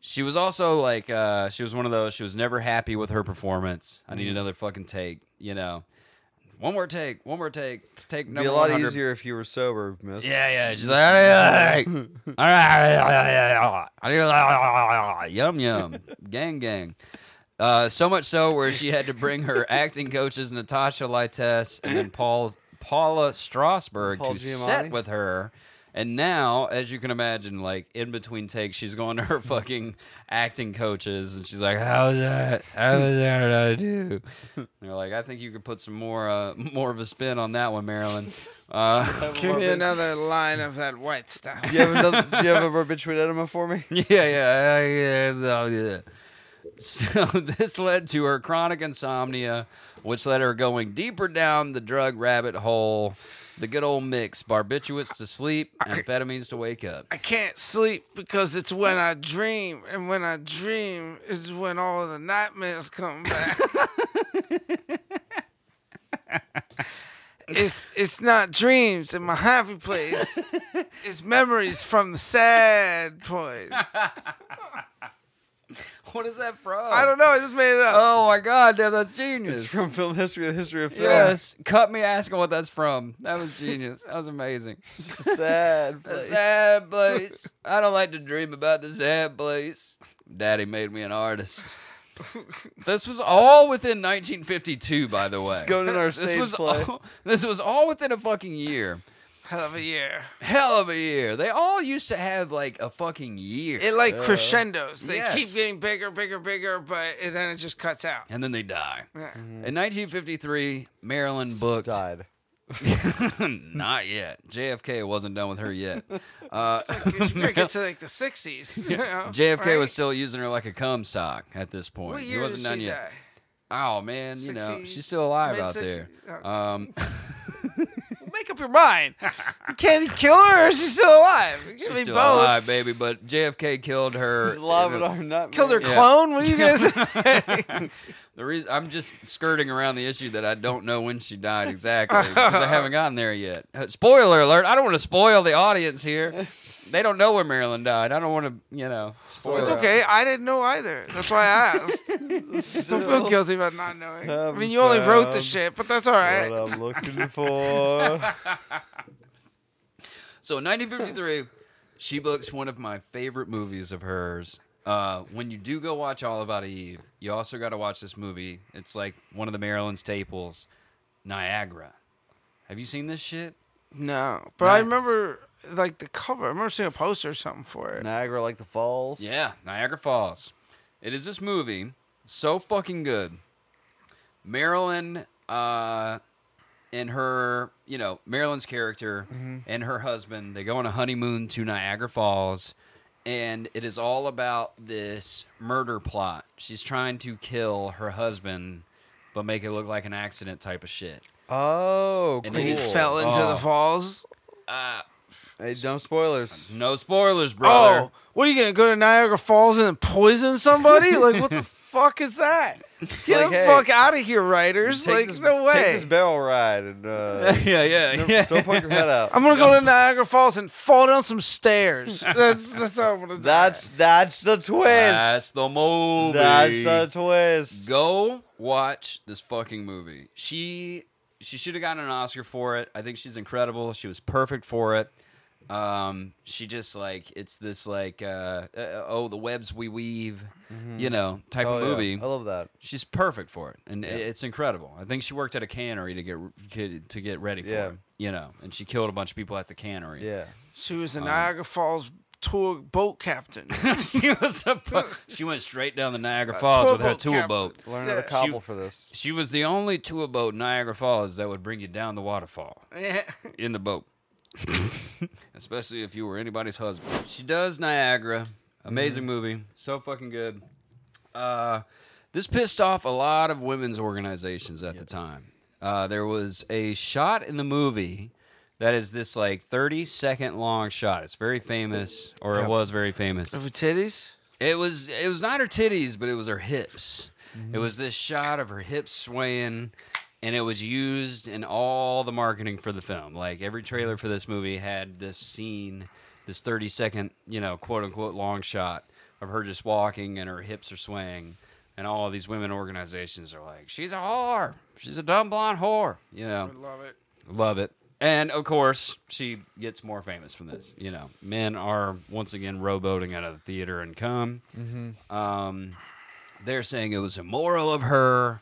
Speaker 4: she was also like, uh, she was one of those. She was never happy with her performance. I
Speaker 5: Mm-hmm.
Speaker 4: need another fucking take. You know, one more take, one more take,
Speaker 5: It'd
Speaker 4: take
Speaker 5: be
Speaker 4: number
Speaker 5: a lot
Speaker 4: 100.
Speaker 5: easier if you were sober, miss.
Speaker 4: Yeah, yeah. She's like, "Alright, alright, alright." yum yum, gang gang. Uh, so much so where she had to bring her acting coaches Natasha Lytes and then Paul Paula Strasberg
Speaker 5: Paul
Speaker 4: to
Speaker 5: Giamatti?
Speaker 4: set with her. And now, as you can imagine, like in between takes, she's going to her fucking acting coaches, and she's like, "How was that? How was that? What did I do?" And they're like, "I think you could put some more, uh, more of a spin on that one, Marilyn." Uh,
Speaker 6: Give me another line of that white stuff.
Speaker 5: Do you have another, do you have a barbiturate enema for me?
Speaker 4: Yeah, yeah, yeah, yeah, yeah. So this led to her chronic insomnia, which led her going deeper down the drug rabbit hole. The good old mix: barbiturates to sleep, amphetamines to wake up.
Speaker 6: I can't sleep because it's when I dream, and when I dream is when all of the nightmares come back. it's it's not dreams in my happy place. It's memories from the sad place.
Speaker 4: What is that from?
Speaker 6: I don't know. I just made it up.
Speaker 4: Oh my god, damn, that's
Speaker 5: It's
Speaker 4: genius.
Speaker 5: from film history to history of film.
Speaker 4: Yes, cut me asking what that's from. That was genius. That was amazing.
Speaker 5: Sad.
Speaker 4: The
Speaker 5: place.
Speaker 4: sad place. I don't like to dream about the sad place. Daddy made me an artist. this was all within 1952, by the way.
Speaker 5: Going in our
Speaker 4: This
Speaker 5: stage
Speaker 4: was
Speaker 5: play.
Speaker 4: all, this was all within a fucking year.
Speaker 6: Hell of a year.
Speaker 4: Hell of a year. They all used to have like a fucking year,
Speaker 6: It like crescendos. They keep
Speaker 4: yes.
Speaker 6: getting bigger, bigger, bigger, but and then it just cuts out.
Speaker 4: and then they die.
Speaker 6: Yeah.
Speaker 4: In 1953, Marilyn booked.
Speaker 5: Died.
Speaker 4: Not yet. JFK wasn't done with her yet. Uh,
Speaker 6: You should make it to like the sixties.
Speaker 4: JFK was still using her like a cum sock at this point.
Speaker 6: What
Speaker 4: he
Speaker 6: year
Speaker 4: wasn't
Speaker 6: did
Speaker 4: done
Speaker 6: she
Speaker 4: yet.
Speaker 6: die?
Speaker 4: Oh man, you know
Speaker 6: 60s,
Speaker 4: she's still alive out
Speaker 6: mid-60s.
Speaker 4: there. Um,
Speaker 6: Oh. Make up your mind. You can't kill her. Or she's still alive. Give
Speaker 4: she's
Speaker 6: me
Speaker 4: still
Speaker 6: both.
Speaker 4: alive, baby. But JFK killed her.
Speaker 5: Love
Speaker 4: in
Speaker 5: it
Speaker 4: a-
Speaker 5: or not.
Speaker 6: Killed her
Speaker 5: man.
Speaker 6: clone. What are you guys?
Speaker 4: The reason I'm just skirting around the issue that I don't know when she died exactly because I haven't gotten there yet. Uh, Spoiler alert! I don't want to spoil the audience here. They don't know when Marilyn died. I don't want to, you know, spoil.
Speaker 6: it's
Speaker 4: it.
Speaker 6: okay. I didn't know either. That's why I asked. Don't feel guilty about not knowing. I mean, you only wrote the
Speaker 5: Um,
Speaker 6: shit, but that's all right.
Speaker 5: What I'm looking for.
Speaker 4: So in 1953, she books one of my favorite movies of hers. Uh, when you do go watch All About Eve, you also got to watch this movie. It's like one of the Maryland staples, Niagara. Have you seen this shit?
Speaker 6: No, but I remember like the cover. I remember seeing a poster or something for it.
Speaker 5: Niagara like the falls.
Speaker 4: Yeah, Niagara Falls. It is this movie so fucking good. Marilyn, uh, and her, you know, Marilyn's character and her husband, they go on a honeymoon to Niagara Falls, and it is all about this murder plot. She's trying to kill her husband, but make it look like an accident type of shit.
Speaker 5: Oh,
Speaker 4: And
Speaker 5: cool.
Speaker 4: then
Speaker 6: He fell into
Speaker 4: Oh.
Speaker 6: the falls.
Speaker 5: Hey, no spoilers.
Speaker 4: No spoilers, brother.
Speaker 6: Oh, what are you gonna go to Niagara Falls and poison somebody? like what the fuck is that? Get
Speaker 5: like,
Speaker 6: the
Speaker 5: hey,
Speaker 6: fuck out of here, writers!
Speaker 5: Take
Speaker 6: Like
Speaker 5: this,
Speaker 6: no way.
Speaker 5: Take this barrel ride and uh,
Speaker 4: yeah, yeah, yeah.
Speaker 5: don't poke your head out.
Speaker 6: I'm gonna go to Niagara Falls and fall down some stairs. That's, that's how I'm gonna do.
Speaker 5: That's that's the twist.
Speaker 4: That's the movie.
Speaker 5: That's the twist.
Speaker 4: Go watch this fucking movie. She she should have gotten an Oscar for it. I think she's incredible. She was perfect for it. Um, she just like it's this like uh, uh oh the webs we weave, you know type
Speaker 5: Oh,
Speaker 4: of
Speaker 5: yeah.
Speaker 4: movie.
Speaker 5: I love that.
Speaker 4: She's perfect for it, and i- it's incredible. I think she worked at a cannery to get get- to get ready for
Speaker 5: Yeah.
Speaker 4: it, you know, and she killed a bunch of people at the cannery.
Speaker 5: Yeah.
Speaker 6: She was a Niagara Falls tour boat captain.
Speaker 4: she was a bu- she went straight down the Niagara
Speaker 5: Uh,
Speaker 6: tour
Speaker 4: Falls with her
Speaker 6: boat
Speaker 4: tour
Speaker 6: captain.
Speaker 4: boat.
Speaker 5: Learn
Speaker 6: Yeah.
Speaker 5: how to cobble for this.
Speaker 4: She was the only tour boat in Niagara Falls that would bring you down the waterfall
Speaker 6: Yeah.
Speaker 4: in the boat, especially if you were anybody's husband. She does Niagara, amazing movie, so fucking good. Uh, this pissed off a lot of women's organizations at the time. Uh, there was a shot in the movie that is this like 30 second long shot. It's very famous, or it was very famous.
Speaker 6: Of her titties?
Speaker 4: It was it was not her titties, but it was her hips. It was this shot of her hips swaying, and it was used in all the marketing for the film. Like every trailer for this movie had this scene, this thirty second, you know, quote unquote long shot of her just walking and her hips are swaying, and all of these women organizations are like, She's a whore. She's a dumb blonde whore. You know.
Speaker 6: Love it.
Speaker 4: Love it. And of course, she gets more famous from this. You know, men are once again rowboating out of the theater and come. Um, they're saying it was immoral of her,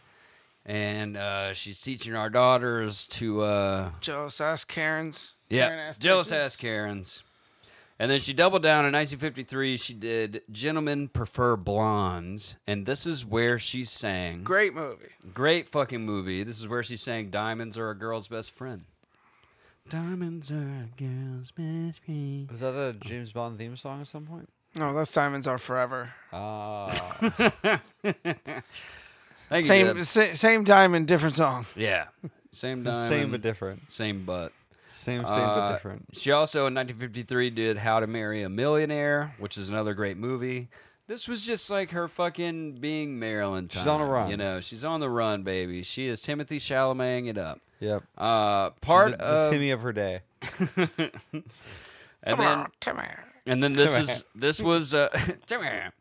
Speaker 4: and uh, she's teaching our daughters to uh,
Speaker 6: Jealous ass Karens. Karen
Speaker 4: yeah
Speaker 6: ass
Speaker 4: jealous
Speaker 6: bitches.
Speaker 4: ass Karens. And then she doubled down in 1953. She did "Gentlemen Prefer Blondes," and this is where she sang.
Speaker 6: Great movie.
Speaker 4: Great fucking movie. This is where she sang "Diamonds Are a Girl's Best Friend." Diamonds are a girl's best friend.
Speaker 5: Was that a James Bond theme song at some point?
Speaker 6: No, that's Diamonds Are Forever.
Speaker 5: Ah.
Speaker 4: Thank you,
Speaker 6: Same
Speaker 4: Deb.
Speaker 6: sa- same diamond, different song.
Speaker 4: yeah, same diamond,
Speaker 5: same but different.
Speaker 4: same butt.
Speaker 5: Same, same
Speaker 4: Uh,
Speaker 5: but different.
Speaker 4: She also in 1953 did "How to Marry a Millionaire," which is another great movie. This was just like her fucking being Marilyn. Time,
Speaker 5: She's on a run.
Speaker 4: you know. She's on the run, baby. She is Timothy Chalameting it up.
Speaker 5: Yep.
Speaker 4: Uh, part
Speaker 5: the, the
Speaker 4: of
Speaker 5: Timmy of her day.
Speaker 4: and then And then this is this was uh, Tim here.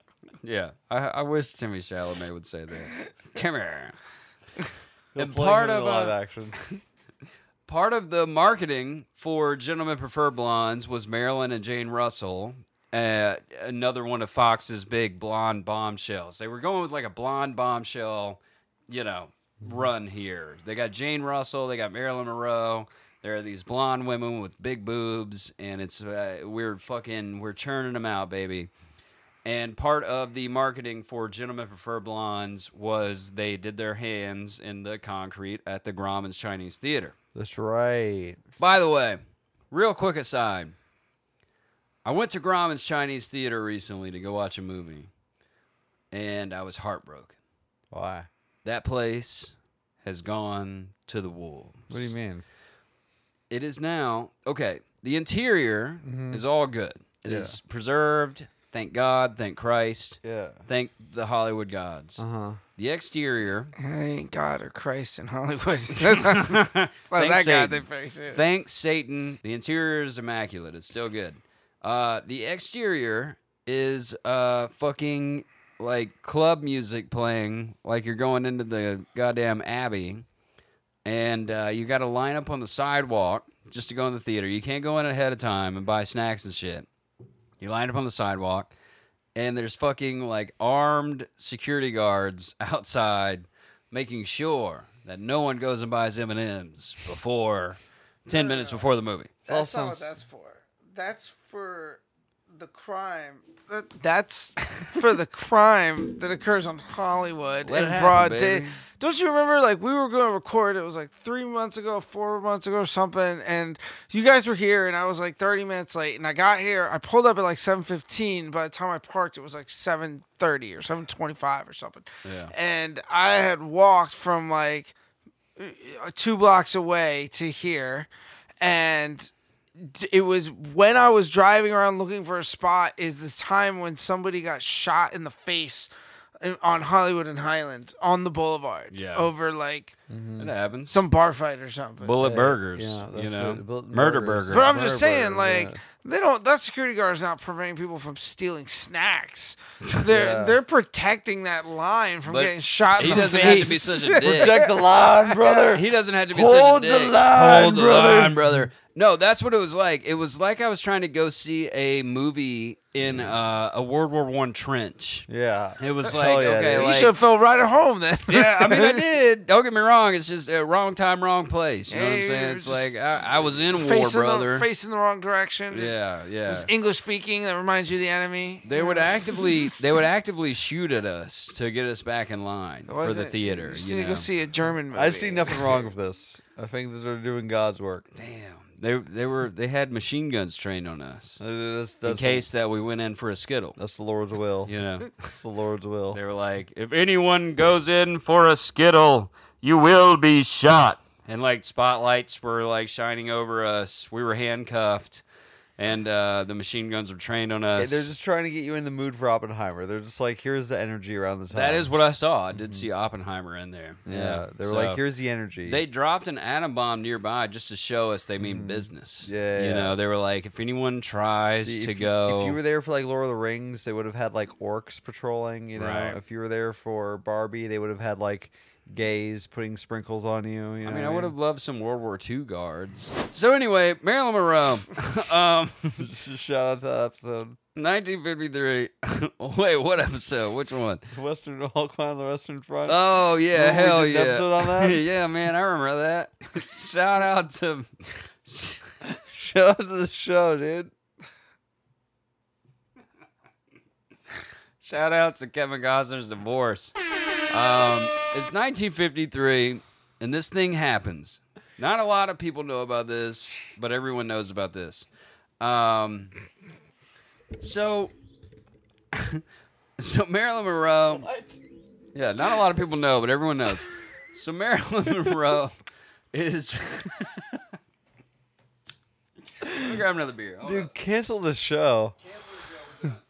Speaker 4: Yeah, I, I wish Timmy Chalamet would say that. Timmy. And
Speaker 5: Play
Speaker 4: part
Speaker 5: him in
Speaker 4: of
Speaker 5: the live
Speaker 4: uh,
Speaker 5: action.
Speaker 4: part of the marketing for Gentlemen Prefer Blondes was Marilyn and Jane Russell. Uh, another one of Fox's big blonde bombshells. They were going with like a blonde bombshell, you know, run here. They got Jane Russell, they got Marilyn Monroe. There are these blonde women with big boobs, and it's uh, we're fucking we're churning them out, baby. And part of the marketing for Gentlemen Prefer Blondes was they did their hands in the concrete at the Grauman's Chinese Theater.
Speaker 5: That's right.
Speaker 4: By the way, real quick aside, I went to Grauman's Chinese Theater recently to go watch a movie, and I was heartbroken.
Speaker 5: Why?
Speaker 4: That place has gone to the wolves.
Speaker 5: What do you mean?
Speaker 4: It is now okay. The interior
Speaker 5: Mm-hmm.
Speaker 4: is all good. It is preserved. Thank God. Thank Christ.
Speaker 5: Yeah.
Speaker 4: Thank the Hollywood gods.
Speaker 5: Uh-huh.
Speaker 4: The exterior,
Speaker 6: I ain't God or Christ in Hollywood. That's not, that's not that God
Speaker 4: Satan.
Speaker 6: they pray to.
Speaker 4: thanks Satan. The interior is immaculate. It's still good. Uh, the exterior is uh fucking like club music playing, like you're going into the goddamn abbey, and uh, you got to line up on the sidewalk just to go in the theater. You can't go in ahead of time and buy snacks and shit. You line up on the sidewalk, and there's fucking like armed security guards outside making sure that no one goes and buys M&Ms before 10 minutes before the movie.
Speaker 6: That's not what that's for. That's for the crime. That, that's for the crime that occurs on Hollywood
Speaker 4: Let
Speaker 6: in
Speaker 4: it happen,
Speaker 6: broad
Speaker 4: baby.
Speaker 6: day. Don't you remember? Like we were going to record. It was like three months ago, four months ago, or something. And you guys were here, and I was like thirty minutes late. And I got here. I pulled up at like seven fifteen. By the time I parked, it was like seven thirty or seven twenty five or something.
Speaker 4: Yeah.
Speaker 6: And I had walked from like uh, two blocks away to here and d- it was when i was driving around looking for a spot is this time when somebody got shot in the face in- on hollywood and highland on the boulevard
Speaker 4: Yeah.
Speaker 6: over like
Speaker 4: It happens.
Speaker 6: some bar fight or something
Speaker 4: Bullet burgers,
Speaker 5: Mm. yeah, that's
Speaker 4: you know,
Speaker 5: it, bullet
Speaker 4: murder
Speaker 5: burgers.
Speaker 4: burger.
Speaker 6: but i'm
Speaker 5: Burger,
Speaker 6: just saying
Speaker 5: burger,
Speaker 6: like they don't that security guard is not preventing people from stealing snacks they're they're protecting that line from
Speaker 4: But
Speaker 6: getting shot in
Speaker 4: he
Speaker 6: the
Speaker 4: doesn't have to be
Speaker 6: face.
Speaker 4: such a dick.
Speaker 5: Check the line, brother.
Speaker 4: He doesn't have to be
Speaker 5: Hold
Speaker 4: such a
Speaker 5: the
Speaker 4: dick.
Speaker 5: line,
Speaker 4: Hold the
Speaker 5: brother.
Speaker 4: line, brother. No, that's what it was like. It was like I was trying to go see a movie in uh, a World War One trench.
Speaker 5: Yeah.
Speaker 4: It was
Speaker 5: Hell
Speaker 4: like
Speaker 5: yeah,
Speaker 4: okay,
Speaker 5: dude.
Speaker 6: You
Speaker 4: like-
Speaker 6: should have felt right at home then.
Speaker 4: yeah, I mean, I did. Don't get me wrong. It's just uh, wrong time, wrong place. You know what I'm
Speaker 6: Yeah,
Speaker 4: saying?
Speaker 6: you're
Speaker 4: It's
Speaker 6: just-
Speaker 4: like I, I was in war,
Speaker 6: facing
Speaker 4: brother.
Speaker 6: the facing the wrong direction.
Speaker 4: yeah, yeah.
Speaker 6: It's English speaking that reminds you of the enemy.
Speaker 4: They would actively they would actively shoot at us to get us back in line
Speaker 6: Why
Speaker 4: for
Speaker 6: is
Speaker 4: the
Speaker 6: it-
Speaker 4: theater.
Speaker 6: You
Speaker 4: You
Speaker 6: just need to
Speaker 4: know?
Speaker 6: go see a German movie.
Speaker 5: I see nothing wrong with this. I think that they're doing God's work.
Speaker 4: Damn, they they were they had machine guns trained on us
Speaker 5: That is- that's
Speaker 4: in
Speaker 5: the-
Speaker 4: case that we went in for a skittle.
Speaker 5: that's the Lord's will.
Speaker 4: You know,
Speaker 5: That's the Lord's will.
Speaker 4: they were like, if anyone goes in for a skittle, you will be shot. And like spotlights were like shining over us. We were handcuffed, and uh, the machine guns were trained on
Speaker 5: Hey,
Speaker 4: us.
Speaker 5: They're just trying to get you in the mood for Oppenheimer. They're just like, here's the energy around the time.
Speaker 4: that is what I saw. I did see Oppenheimer in there.
Speaker 5: Mm-hmm. Yeah. They were like,
Speaker 4: So-
Speaker 5: here's the energy.
Speaker 4: They dropped an atom bomb nearby just to show us they mean business.
Speaker 5: Mm-hmm. Yeah,
Speaker 4: You
Speaker 5: yeah.
Speaker 4: know, they were like, if anyone tries
Speaker 5: See,
Speaker 4: to
Speaker 5: if you-
Speaker 4: go.
Speaker 5: if you were there for like Lord of the Rings, they would have had like orcs patrolling. You know,
Speaker 4: Right.
Speaker 5: if you were there for Barbie, they would have had like gays putting sprinkles on you. you know
Speaker 4: I
Speaker 5: what
Speaker 4: mean, I would have loved some World War II guards. So, anyway, Marilyn Monroe, um,
Speaker 5: shout out to that episode.
Speaker 4: 1953. Wait, what episode? Which one?
Speaker 5: The Western Hulk on the Western Front.
Speaker 4: Oh, yeah,
Speaker 5: Remember we
Speaker 4: hell
Speaker 5: did
Speaker 4: yeah.
Speaker 5: an episode on that?
Speaker 4: yeah, man, I remember that. Shout out to.
Speaker 5: shout out to the show, dude.
Speaker 4: Shout out to Kevin Costner's divorce. Um, it's 1953, and this thing happens. Not a lot of people know about this, but everyone knows about this. Um, so, so Marilyn Monroe. Yeah, not a lot of people know, but everyone knows. So Marilyn Monroe is. Let me grab another beer. Hold
Speaker 5: Dude, cancel the show.
Speaker 4: Wait a minute.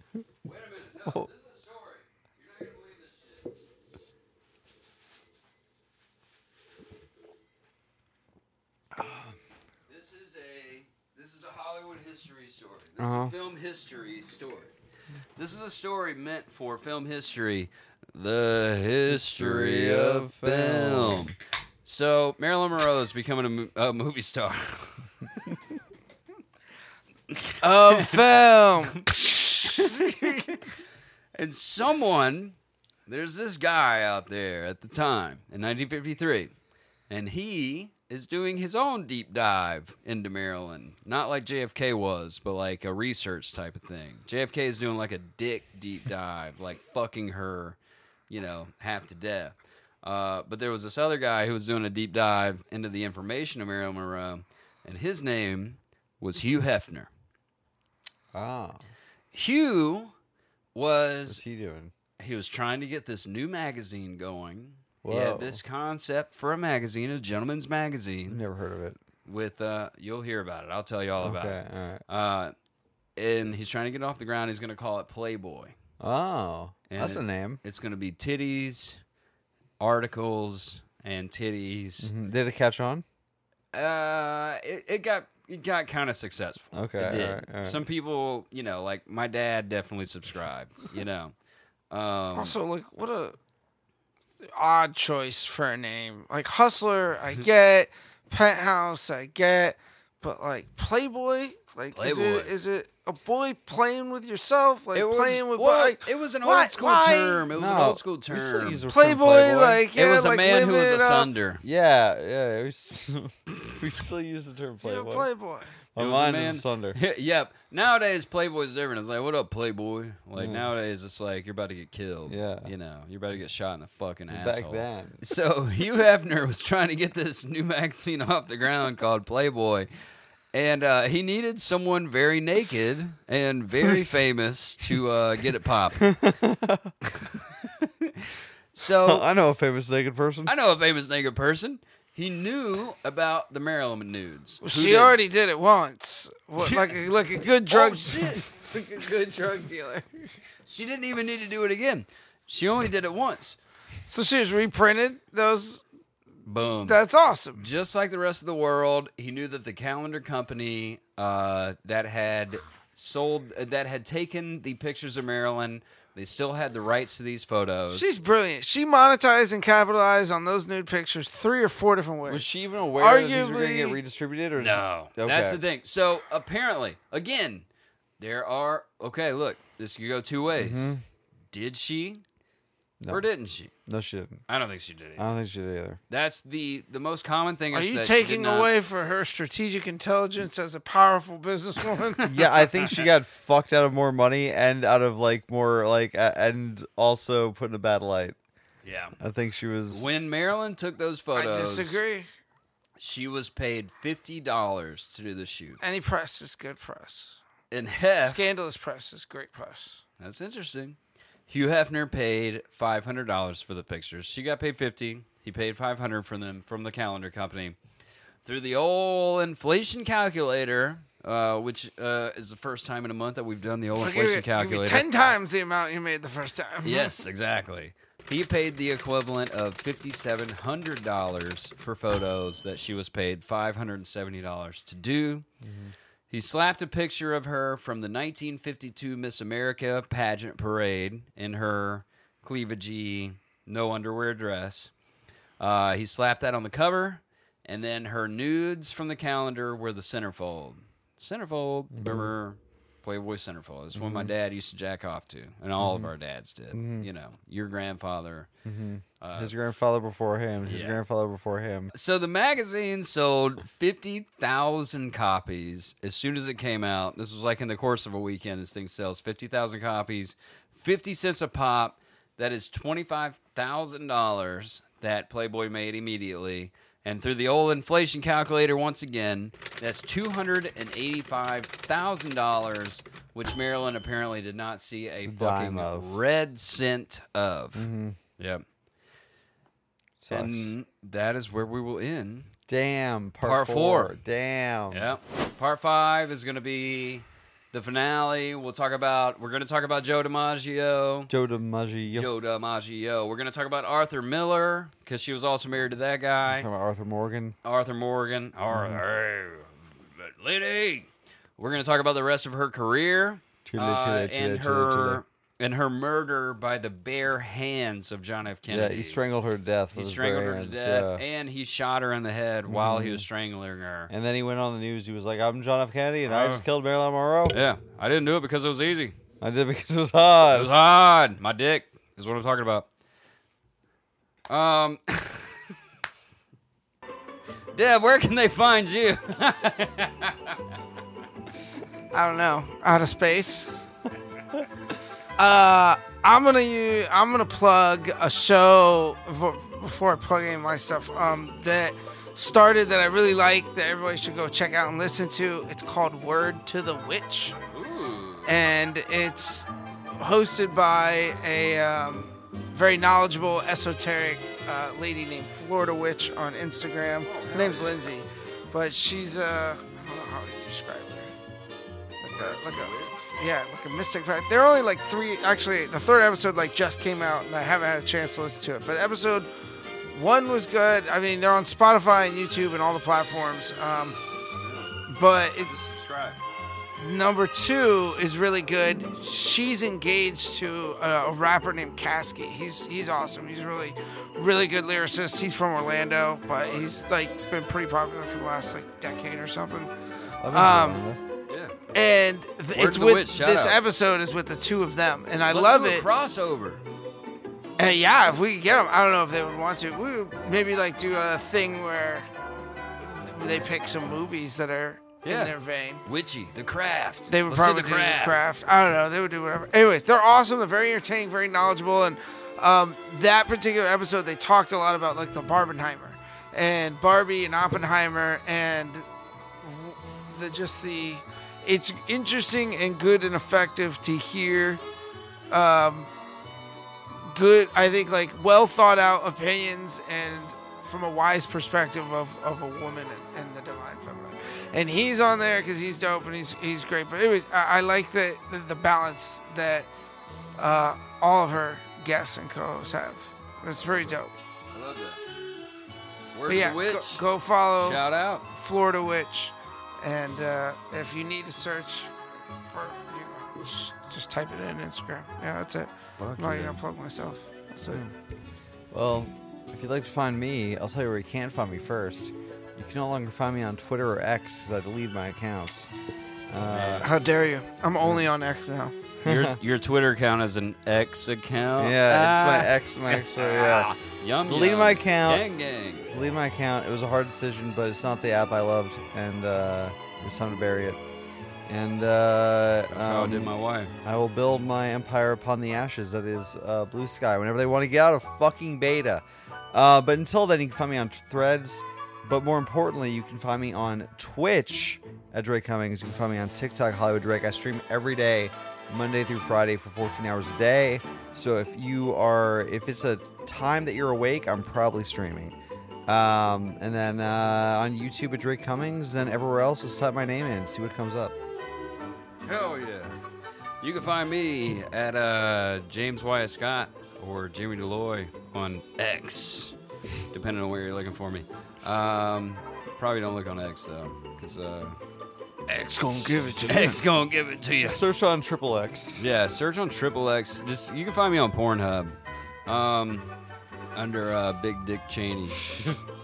Speaker 4: No, this is a story. You're not going to believe this shit. This is a this is a Hollywood history story. This is a film history story. This is a story meant for film history. The history of film. So Marilyn Monroe is becoming a, mo- a movie star.
Speaker 6: Of film.
Speaker 4: And someone, there's this guy out there at the time in 1953, and he is doing his own deep dive into Maryland. Not like JFK was, but like a research type of thing. JFK is doing like a dick deep dive, like fucking her, you know, half to death. Uh, but there was this other guy who was doing a deep dive into the information of Marilyn Monroe, and his name was Hugh Hefner.
Speaker 5: Ah,
Speaker 4: Hugh was
Speaker 5: what's he doing?
Speaker 4: he was trying to get this new magazine going. He
Speaker 5: Whoa.
Speaker 4: had this concept for a magazine, a gentleman's magazine,
Speaker 5: Never heard of it.
Speaker 4: with uh you'll hear about it. I'll tell you all about
Speaker 5: Okay,
Speaker 4: it.
Speaker 5: all right.
Speaker 4: Uh and he's trying to get it off the ground. He's gonna call it Playboy.
Speaker 5: Oh,
Speaker 4: And
Speaker 5: that's
Speaker 4: it-
Speaker 5: a name.
Speaker 4: It's gonna be titties, articles, and titties.
Speaker 5: Mhm. Did it catch on?
Speaker 6: Mm-hmm.
Speaker 4: Uh, it, it got it got kind of successful.
Speaker 5: Okay,
Speaker 4: it did.
Speaker 5: alright, alright.
Speaker 4: Some people, you know, like my dad, definitely subscribed. You know, um,
Speaker 6: also, like, what a odd choice for a name. Like Hustler, I get. Penthouse, I get. But like Playboy, like is it
Speaker 4: Playboy.
Speaker 6: is it a boy playing with yourself? Like
Speaker 4: It was,
Speaker 6: playing with
Speaker 4: well,
Speaker 6: like,
Speaker 4: it was an
Speaker 6: why-
Speaker 4: old school
Speaker 6: why-
Speaker 4: term. It was an old school term.
Speaker 5: we still use the term
Speaker 6: Playboy, like yeah,
Speaker 4: it was a
Speaker 6: like,
Speaker 4: man who was
Speaker 6: living
Speaker 4: a
Speaker 6: up-
Speaker 4: sunder.
Speaker 5: Yeah, yeah. We, s- we still use the term
Speaker 6: Yeah,
Speaker 5: playboy.
Speaker 6: Playboy.
Speaker 5: My
Speaker 4: It was a
Speaker 5: mind
Speaker 4: man-
Speaker 5: is asunder.
Speaker 4: yep. Nowadays, Playboy's different. It's like, what up, Playboy? Like nowadays, it's like you're about to get killed.
Speaker 5: Yeah.
Speaker 4: You know, you're about to get shot in the fucking
Speaker 5: Back
Speaker 4: asshole.
Speaker 5: then.
Speaker 4: So Hugh Hefner was trying to get this new magazine off the ground called Playboy, and uh, he needed someone very naked and very famous to uh, get it popping. so
Speaker 5: I know a famous naked person.
Speaker 4: I know a famous naked person. He knew about the Maryland nudes.
Speaker 6: Well,
Speaker 4: Who
Speaker 6: she
Speaker 4: did?
Speaker 6: already did it once. What,
Speaker 4: She-
Speaker 6: like, a, like a good drug,
Speaker 4: Oh, shit.
Speaker 6: like a good drug dealer.
Speaker 4: She didn't even need to do it again. She only did it once.
Speaker 6: So she was reprinted. Those
Speaker 4: Boom.
Speaker 6: that's awesome.
Speaker 4: Just like the rest of the world, he knew that the calendar company uh, that had sold that had taken the pictures of Marilyn They still had the rights to these photos.
Speaker 6: She's brilliant. She monetized and capitalized on those nude pictures three or four different ways.
Speaker 5: Was she even aware that these were going to get
Speaker 6: Arguably-
Speaker 5: redistributed? Or
Speaker 4: No,
Speaker 5: Okay.
Speaker 4: that's the thing. So apparently, again, there are okay. Look, this could go two ways. Did she, or didn't she?
Speaker 5: No, she didn't.
Speaker 4: I don't think she did. Either.
Speaker 5: I don't think she did either.
Speaker 4: that's the the most common thing.
Speaker 6: Are
Speaker 4: is
Speaker 6: you
Speaker 4: that she did
Speaker 6: taking
Speaker 4: not-
Speaker 6: away for her strategic intelligence as a powerful businesswoman?
Speaker 5: yeah, I think she got fucked out of more money and out of like more like a- and also put in a bad light.
Speaker 4: Yeah.
Speaker 5: I think she was.
Speaker 4: When Marilyn took those
Speaker 6: I
Speaker 4: photos,
Speaker 6: disagree.
Speaker 4: She was paid fifty dollars to do the shoot,
Speaker 6: Any press is good press.
Speaker 4: and Hef.
Speaker 6: Scandalous press is great press.
Speaker 4: That's interesting. Hugh Hefner paid five hundred dollars for the pictures. She got paid fifty. He paid five hundred from them from the calendar company through the old inflation calculator, uh, which uh, is the first time in a month that we've done the old
Speaker 6: So give
Speaker 4: inflation
Speaker 6: it- give it
Speaker 4: calculator.
Speaker 6: ten times the amount you made the first time.
Speaker 4: Yes, exactly. He paid the equivalent of fifty-seven hundred dollars for photos that she was paid five hundred and seventy dollars to do. He slapped a picture of her from the 1952 Miss America pageant parade in her cleavagey, no underwear dress. Uh, he slapped that on the cover, and then her nudes from the calendar were the centerfold. Centerfold, remember Playboy Centerfold. It's one my dad used to jack off to, and all of our dads did. You know, your grandfather.
Speaker 5: his grandfather before him. His grandfather before him.
Speaker 4: So the magazine sold 50,000 copies as soon as it came out. This was like in the course of a weekend. This thing sells 50,000 copies, 50 cents a pop. That is $25,000 that Playboy made immediately. And through the old inflation calculator, once again, that's $285,000, which Marilyn apparently did not see a fucking
Speaker 5: Dime of. Mm-hmm.
Speaker 4: red cent of. Yep.
Speaker 5: Sucks.
Speaker 4: And that is where we will end.
Speaker 5: Damn. Part,
Speaker 4: Part
Speaker 5: four.
Speaker 4: four.
Speaker 5: Damn.
Speaker 4: Yeah. Part five is going to be the finale. We'll talk about, we're going to talk about Joe DiMaggio.
Speaker 5: Joe DiMaggio.
Speaker 4: Joe DiMaggio. We're going to talk about Arthur Miller because she was also married to that guy.
Speaker 5: Talking about Arthur Mm-hmm. Morgan.
Speaker 4: Arthur Morgan. Arthur. Lady. We're going to talk about the rest of her career
Speaker 5: Chile,
Speaker 4: uh,
Speaker 5: chile, chile,
Speaker 4: and
Speaker 5: chile,
Speaker 4: her and her murder by the bare hands of John F.
Speaker 5: Yeah,
Speaker 4: Kennedy.
Speaker 5: he strangled her to death.
Speaker 4: He
Speaker 5: with his
Speaker 4: strangled
Speaker 5: bare
Speaker 4: her to
Speaker 5: hands,
Speaker 4: death,
Speaker 5: yeah. Mm-hmm.
Speaker 4: and he shot her in the head while he was strangling her.
Speaker 5: And then he went on the news. He was like, "I'm John F. Kennedy, and I
Speaker 4: Oh.
Speaker 5: just killed Marilyn Monroe.
Speaker 4: Yeah, I didn't do it because it was easy.
Speaker 5: I did it because it was
Speaker 4: It
Speaker 5: hot."
Speaker 4: was hard. My dick is what I'm talking about. Um, Deb, where can they find you?
Speaker 6: I don't know. Out of space. uh, I'm gonna use, I'm gonna plug a show before, before I plug any of my stuff. Um, that started that I really like that everybody should go check out and listen to. It's called Word to the Witch, and it's hosted by a um, very knowledgeable esoteric uh, lady named Florida Witch on Instagram. Her name's Lindsay, but she's uh, I don't know how to describe her like a, like a yeah, like a mystic pack. They're only like three. Actually, the third episode like just came out, and I haven't had a chance to listen to it. But episode one was good. I mean, they're on Spotify and YouTube and all the platforms. Um, but it, number two is really good. She's engaged to a, a rapper named Kasky. He's he's awesome. He's really really good lyricist. He's from Orlando, but he's like been pretty popular for the last like decade or something.
Speaker 5: I
Speaker 4: Um,
Speaker 5: mean,
Speaker 6: And th-
Speaker 4: Word
Speaker 6: it's
Speaker 4: to the
Speaker 6: with
Speaker 4: witch, shout
Speaker 6: this
Speaker 4: out.
Speaker 6: episode is with the two of them, and I
Speaker 4: Let's
Speaker 6: love
Speaker 4: do a
Speaker 6: it.
Speaker 4: crossover.
Speaker 6: And yeah, if we could get them, I don't know if they would want to. We would maybe like do a thing where they pick some movies that are
Speaker 4: Yeah.
Speaker 6: in their vein.
Speaker 4: Witchy, the craft.
Speaker 6: They would
Speaker 4: Let's
Speaker 6: probably
Speaker 4: do
Speaker 6: do
Speaker 4: the craft.
Speaker 6: I don't know. They would do whatever. Anyways, they're awesome. They're very entertaining, very knowledgeable, and um, that particular episode they talked a lot about like the Barbenheimer and Barbie and Oppenheimer and w- the just the. It's interesting and good and effective to hear. Um, good, I think, like well thought out opinions and from a wise perspective of, of a woman and, and the divine feminine. And he's on there because he's dope and he's he's great. But anyways, I, I like the, the the balance that uh, all of her guests and co-hosts have. That's pretty dope.
Speaker 4: I love that.
Speaker 6: But
Speaker 4: Where's
Speaker 6: yeah,
Speaker 4: the
Speaker 6: go,
Speaker 4: witch?
Speaker 6: go follow
Speaker 4: Shout out.
Speaker 6: Florida Witch, and uh, if you need to search for, you know, just, just type it in Instagram. Yeah, Hmm. that's it.
Speaker 4: Fuck
Speaker 6: Well, I
Speaker 4: you.
Speaker 6: gotta plug myself. That's it.
Speaker 5: Well, if you'd like to find me, I'll tell you where you can find me first. You can no longer find me on Twitter or X because I deleted my accounts.
Speaker 6: How dare you? I'm only on X now.
Speaker 4: your, your Twitter account is an X account.
Speaker 5: Yeah, it's my X, my X. Twitter, yeah.
Speaker 4: my yum.
Speaker 5: Delete
Speaker 4: yum.
Speaker 5: my account.
Speaker 4: Gang gang.
Speaker 5: Delete my account. It was a hard decision, but it's not the app I loved, and uh, it was time to bury it. And uh,
Speaker 4: That's how I did
Speaker 5: um,
Speaker 4: my wife.
Speaker 5: I will build my empire upon the ashes that is uh, Blue Sky whenever they want to get out of fucking beta. Uh, but until then, you can find me on Threads. But more importantly, you can find me on Twitch at Drake Cummings. You can find me on TikTok, Hollywood Drake. I stream every day, Monday through Friday, for 14 hours a day. So if you are, if it's a time that you're awake, I'm probably streaming. Um, and then uh, on YouTube at Drake Cummings, and everywhere else, just type my name in and see what comes up.
Speaker 4: Hell yeah. You can find me at uh, James Wyatt Scott or Jimmy Deloy on X, depending on where you're looking for me. Um, probably don't look on X though, because uh,
Speaker 6: X gonna give it to
Speaker 4: X gonna give it to you.
Speaker 5: Search on Triple X.
Speaker 4: Yeah, search on Triple X. Just you can find me on Pornhub, um, under uh, Big Dick Cheney.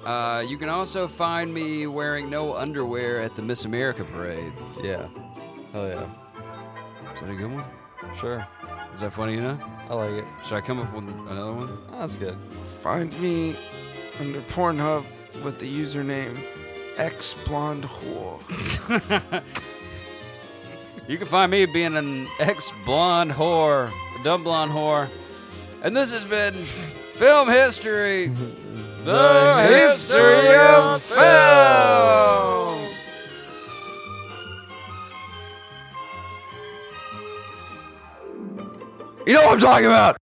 Speaker 4: uh, you can also find me wearing no underwear at the Miss America parade.
Speaker 5: Yeah. Hell yeah.
Speaker 4: Is that a good one?
Speaker 5: Sure.
Speaker 4: Is that funny enough?
Speaker 5: I like it.
Speaker 4: Should I come up with another one?
Speaker 5: Oh, that's good.
Speaker 6: Find me under Pornhub with the username X Blonde Whore.
Speaker 4: You can find me being an ex blonde whore, a dumb blonde whore. And this has been Film History. The, History of Film.
Speaker 5: You know what I'm talking about!